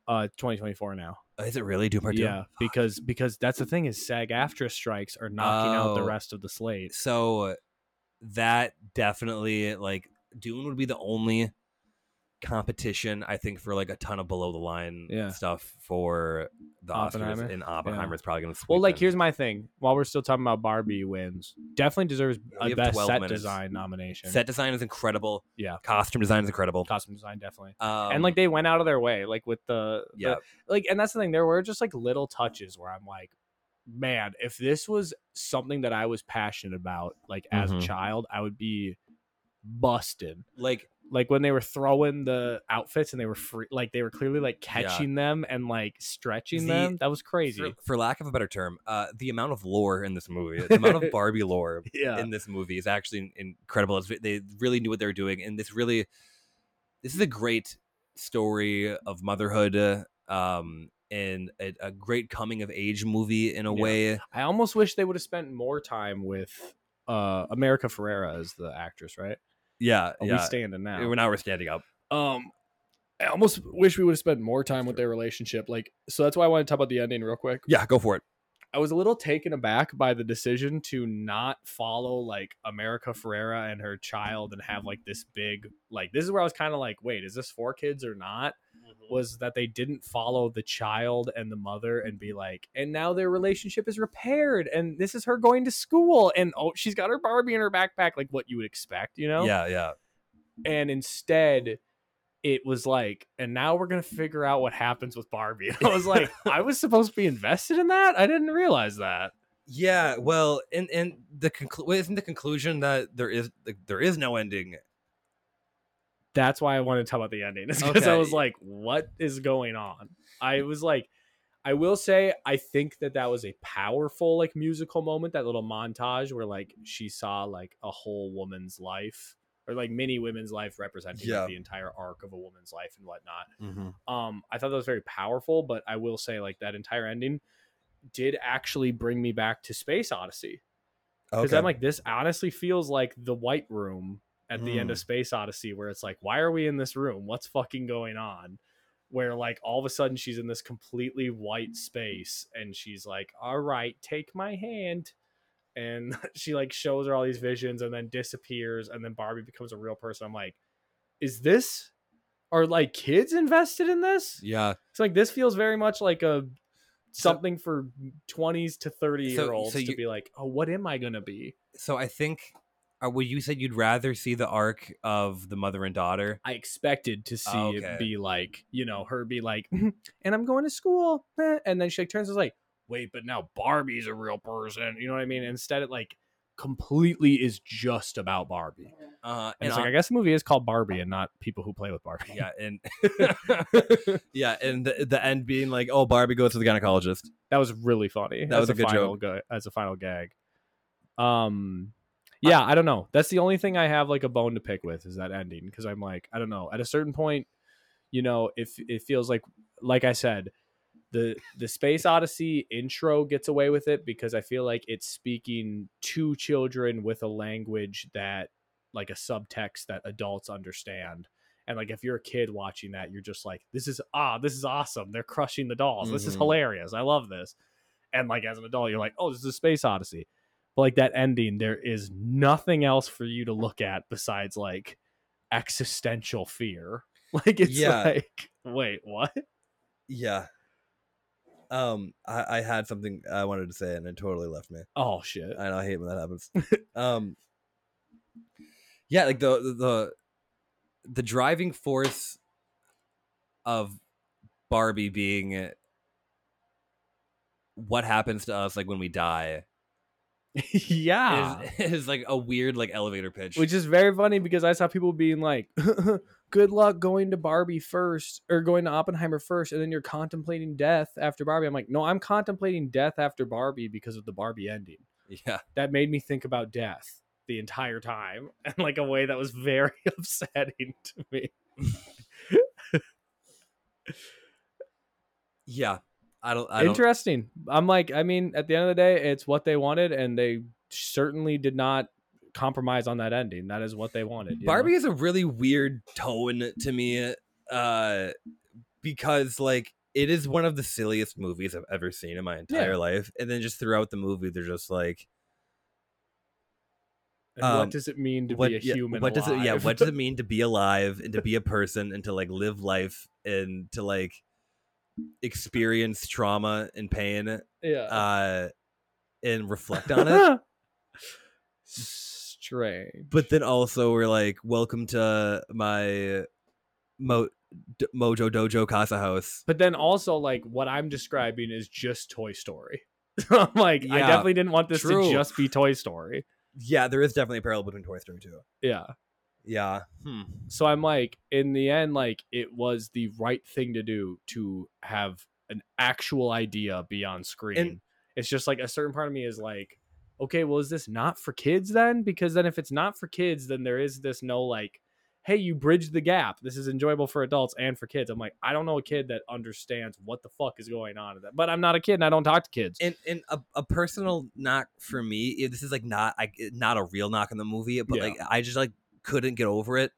Uh, 2024 now. Uh, Is it really Dune Part yeah, Two? because because that's the thing is SAG after strikes are knocking out the Oh. rest of the slate. So that definitely like Dune would be the only competition I think for like a ton of below the line Yeah. stuff for the Oppenheimer? Oscars, and Oppenheimer's probably going to. Well, like here's my thing. While we're still talking about Barbie wins, definitely deserves We a have best 12 set minutes. design nomination. set design is incredible. Yeah. costume design is incredible. costume design definitely. Um, and like they went out of their way, like with the the- yeah, like, and that's the thing. There were just like little touches where I'm like, man, if this was something that I was passionate about, like as Mhm. a child, I would be busted. like like when they were throwing the outfits and they were free, like they were clearly like Yeah. catching them and like stretching The- them. That was crazy. for, for lack of a better term, uh, the amount of lore in this movie, the amount of Barbie lore yeah, in this movie is actually in- incredible. It's, they really knew what they were doing, and this really, this is a great story of motherhood, uh, um, and a, a great coming of age movie in a Yeah. way. I almost wish they would have spent more time with uh America Ferrera as the actress, right? Yeah, Are Oh, we yeah. standing now? We're now we're standing up. um, I almost wish we would have spent more time with their relationship. Like, so that's why I want to talk about the ending real quick. Yeah, go for it. I was a little taken aback by the decision to not follow like America Ferrera and her child and have like this big like this is where I was kind of like, wait, is this for kids or not? Was that they didn't follow the child and the mother and be like, and now their relationship is repaired and this is her going to school and oh she's got her Barbie in her backpack, like what you would expect, you know? Yeah, yeah. And instead it was like, and now we're gonna figure out what happens with Barbie. And I was like, I was supposed to be invested in that. I didn't realize that. Yeah, well, and and the conclu- isn't the conclusion that there is like, there is no ending. that's why I wanted to talk about the ending. Is because I Okay. was like, what is going on? I was like, I will say, I think that that was a powerful like musical moment. That little montage where like she saw like a whole woman's life or like many women's life representing like, Yeah. the entire arc of a woman's life and whatnot. Um, I thought that was very powerful, but I will say like that entire ending did actually bring me back to Space Odyssey because Okay. I'm like, this honestly feels like the White Room at the Mm. end of Space Odyssey, where it's like, why are we in this room? What's fucking going on? Where like all of a sudden she's in this completely white space, and she's like, all right, take my hand. And she like shows her all these visions and then disappears, and then Barbie becomes a real person. I'm like, is this are like kids invested in this? Yeah. It's like this feels very much like a something for 20s to 30 so- year olds so to you- be like, oh, what am I gonna be? So I think, uh, well, you said you'd rather see the arc of the mother and daughter. I expected to see Oh, okay. it be like, you know, her be like, "Mm-hmm, and I'm going to school. eh," And then she like turns and is like, wait, but now Barbie's a real person. You know what I mean? Instead, it like completely is just about Barbie. And, Uh, it's like, I on- guess the movie is called Barbie and not people who play with Barbie. yeah, and yeah, and the, the end being like, oh, Barbie goes to the gynecologist. that was really funny. That as was a good final Go- as a final gag. Um, yeah, I don't know. That's the only thing I have like a bone to pick with is that ending because I'm like, I don't know. At a certain point, you know, if it feels like, like I said, the the Space Odyssey intro gets away with it because I feel like it's speaking to children with a language that, like, a subtext that adults understand. And like, if you're a kid watching that, you're just like, this is ah, this is awesome. They're crushing the dolls. This is Mhm. hilarious. I love this. And like, as an adult, you're like, oh, this is a Space Odyssey. But like that ending, there is nothing else for you to look at besides like existential fear. Like it's Yeah. like, wait, what? Yeah. Um, I, I had something I wanted to say and it totally left me. Oh Uh, shit. I know I hate when that happens. um, Yeah, like the the the driving force of Barbie being what happens to us like when we die yeah. is, is like a weird like elevator pitch. Which is very funny because I saw people being like, good luck going to Barbie first or going to Oppenheimer first. And then you're contemplating death after Barbie. I'm like, no, I'm contemplating death after Barbie because of the Barbie ending. yeah, That made me think about death the entire time and like a way that was very upsetting to me. yeah. I don't. I don't. Interesting. I'm like, I mean, at the end of the day, it's what they wanted, and they certainly did not compromise on that ending. That is what they wanted. you know? Barbie is a really weird tone to me uh because like it is one of the silliest movies I've ever seen in my entire Yeah. life and then just throughout the movie they're just like And um, what does it mean to what be a yeah, human? what does it yeah alive? what does it mean to be alive and to be a person and to like live life and to like experience trauma and pain yeah. uh and reflect on it Strange. but then also we're like welcome to my mo- d- mojo dojo casa house But then also, like, what I'm describing is just Toy Story. I'm like, I Yeah, definitely didn't want this true. to just be Toy Story. yeah, there is definitely a parallel between Toy Story 2. Yeah. Yeah. Hmm. So I'm like, in the end, like, it was the right thing to do to have an actual idea be on screen. And- it's just like a certain part of me is like, okay, well, is this not for kids then? Because then if it's not for kids, then there is this no like, hey, you bridge the gap. This is enjoyable for adults and for kids. I'm like, I don't know a kid that understands what the fuck is going on. in that. But I'm not a kid and I don't talk to kids. and and a, a personal knock for me yeah, this is like not I, eh, not a real knock on the movie but Yeah. like i just like couldn't get over it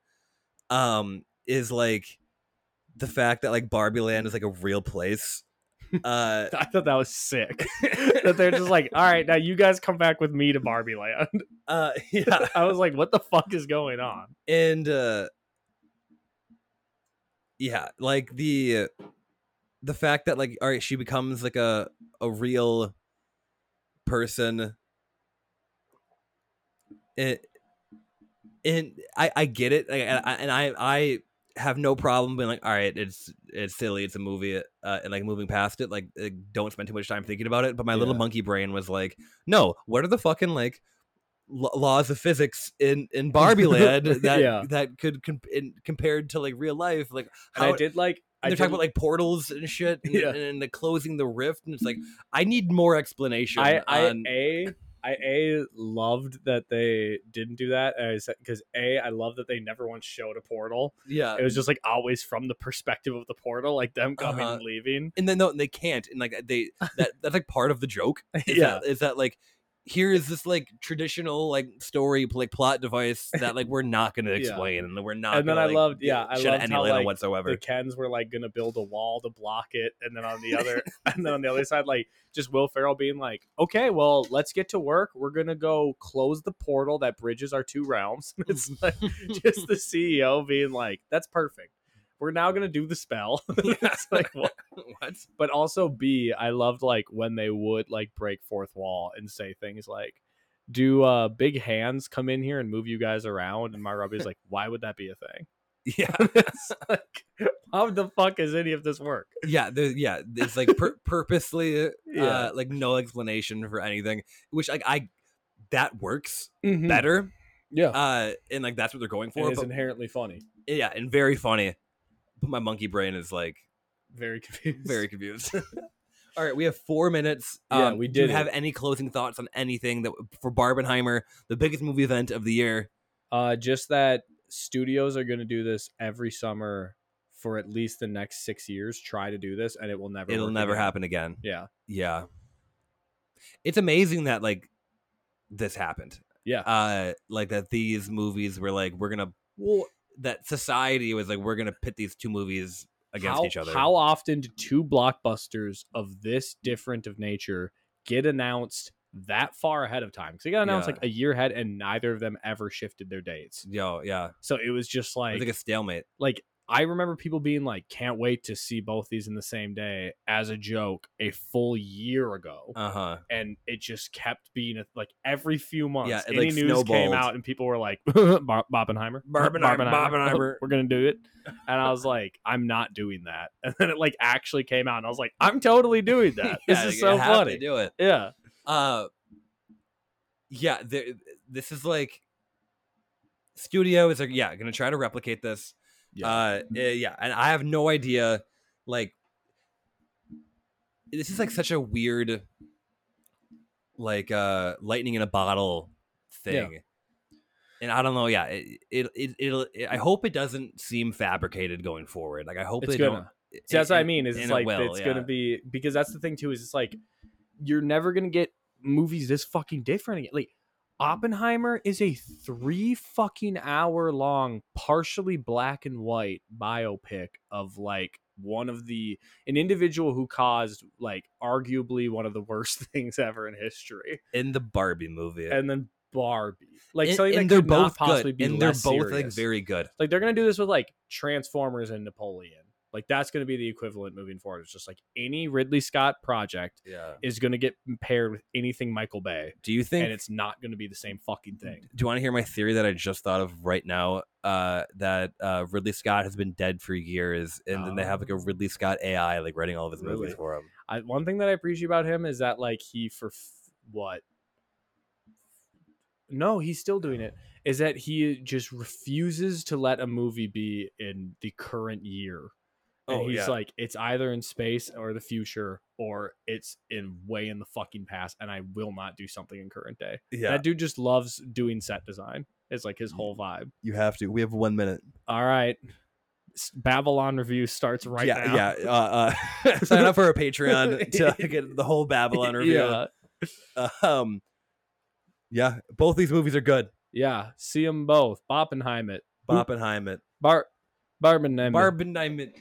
um is like the fact that like barbie land is like a real place uh I thought that was sick. that they're just like, all right, now you guys come back with me to Barbie Land. uh yeah I was like, what the fuck is going on? and uh yeah like the the fact that like all right she becomes like a a real person it and i i get it like, and i and i i have no problem being like all right it's it's silly it's a movie uh, and like moving past it like, like, don't spend too much time thinking about it but my little Yeah. monkey brain was like no what are the fucking like l- laws of physics in in barbie land that Yeah. that could comp- in, compared to like real life like And how I did like, I they're did, talking about like portals and shit and, Yeah. and, the closing the rift and it's like i need more explanation I, I on- a I a loved that they didn't do that because a I love that they never once showed a portal. Yeah. It was just like always from the perspective of the portal, like them coming Uh-huh. and leaving. and then no, they can't, and like they that that's like part of the joke. Is Yeah. that, is that like here is this like traditional like story like plot device that like we're not going to Yeah. explain, and we're not. And then gonna, I like, loved- get- yeah, I shed loved any how, light on like, whatsoever. The Kens were like gonna build a wall to block it, and then on the other, and then on the other side, like just Will Ferrell being like, "Okay, well, let's get to work. We're gonna go close the portal that bridges our two realms." And it's like just the CEO being like, "That's perfect. We're now gonna do the spell." it's like, what? what? but also B, I loved like when they would like break fourth wall and say things like, "Do uh big hands come in here and move you guys around?" And my Robbie's like, "Why would that be a thing?" Yeah, It's like, how the fuck is any of this work? yeah, there, yeah. It's like pur- purposely, uh, Yeah. like no explanation for anything, which like I that works That- better, Mm-hmm. Yeah, uh, and like that's what they're going Oh. and for. it's but- inherently funny. yeah, and very funny. But my monkey brain is like Very confused. very confused. All right, we have four minutes. um, Yeah, we Do did you have it. any closing thoughts on anything that for Barbenheimer, the biggest movie event of the year? Uh, just that studios are going to do this every summer for at least the next six years. Try to do this, and it will never. It'll work never again. happen again. Yeah, Yeah, it's amazing that like this happened. yeah. Uh, like that these movies were like we're gonna that society was like we're gonna pit these two movies against how, each other. How often do two blockbusters of this different of nature get announced that far ahead of time? Because they got announced Yeah. like a year ahead, and neither of them ever shifted their dates. Yo, yeah, So it was just it's like, like a stalemate. like I remember people being like, "Can't wait to see both these in the same day" as a joke a full year ago, Uh huh. and it just kept being a- like every few months. it, any like, news came snowballed. out, and people were like, "Bar- "Barbenheimer, Barbenheimer, Barbenheimer." we're gonna do it." And I was like, "I'm not doing that." And then it like actually came out, and I was like, "I'm totally doing that. this is so funny." Do it. Yeah, uh yeah there, this is like studio is like yeah gonna try to replicate this Yeah. uh eh, yeah and i have no idea like this is like such a weird like uh lightning in a bottle Yeah. thing and i don't know yeah it, it, it it'll i hope it doesn't seem fabricated going forward like i hope It's they gonna. don't See, that's what I and- mean. Is and it's it like will, it's gonna yeah. be because that's the thing too. Is it's like you're never gonna get movies this fucking different again. Like Oppenheimer is a three fucking hour long, partially black and white biopic of like one of the an individual who caused like arguably one of the worst things ever in history, in the barbie movie and then Barbie. Like and, something and that they're could not both possibly good be and they're both less like serious. very good Like they're gonna do this with like Transformers and Napoleon. Like that's gonna be the equivalent moving forward. It's just like any Ridley Scott project yeah is gonna get paired with anything Michael Bay, Do you think? and it's not gonna be the same fucking thing. do you want to hear my theory that I just thought of right now? Uh, that uh, Ridley Scott has been dead for years, and then they have like a Oh. Ridley Scott AI like writing all of his Really? movies for him. I, one thing that I appreciate about him is that like he for f- what? No, he's still doing it. Is that he just refuses to let a movie be in the current year? And Oh, he's yeah. like, it's either in space or the future, or it's in way in the fucking past, and I will not do something in current day. Yeah, That dude just loves doing set design. It's like his whole vibe. you have to. We have one minute. All right. S- Babylon review starts right yeah, now. yeah. Uh, uh, sign up for a Patreon to get the whole Babylon review. Yeah. Um, yeah, both these movies are good. Yeah. See them both. Boppenheim it. Boppenheim it, Bar Barbenheimer. Barbenheim it,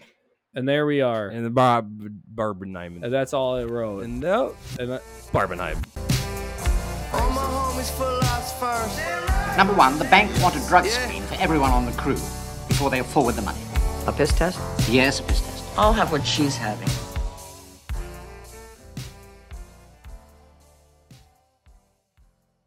and there we are. And, and the Bob Barbenheim it, that's all it wrote. and oh, no and I- Barbenheim. All my homies philosophers. Number one, the bank want a drug screen for everyone on the crew before they forward the money. A piss test? Yes, a piss test. I'll have what she's having.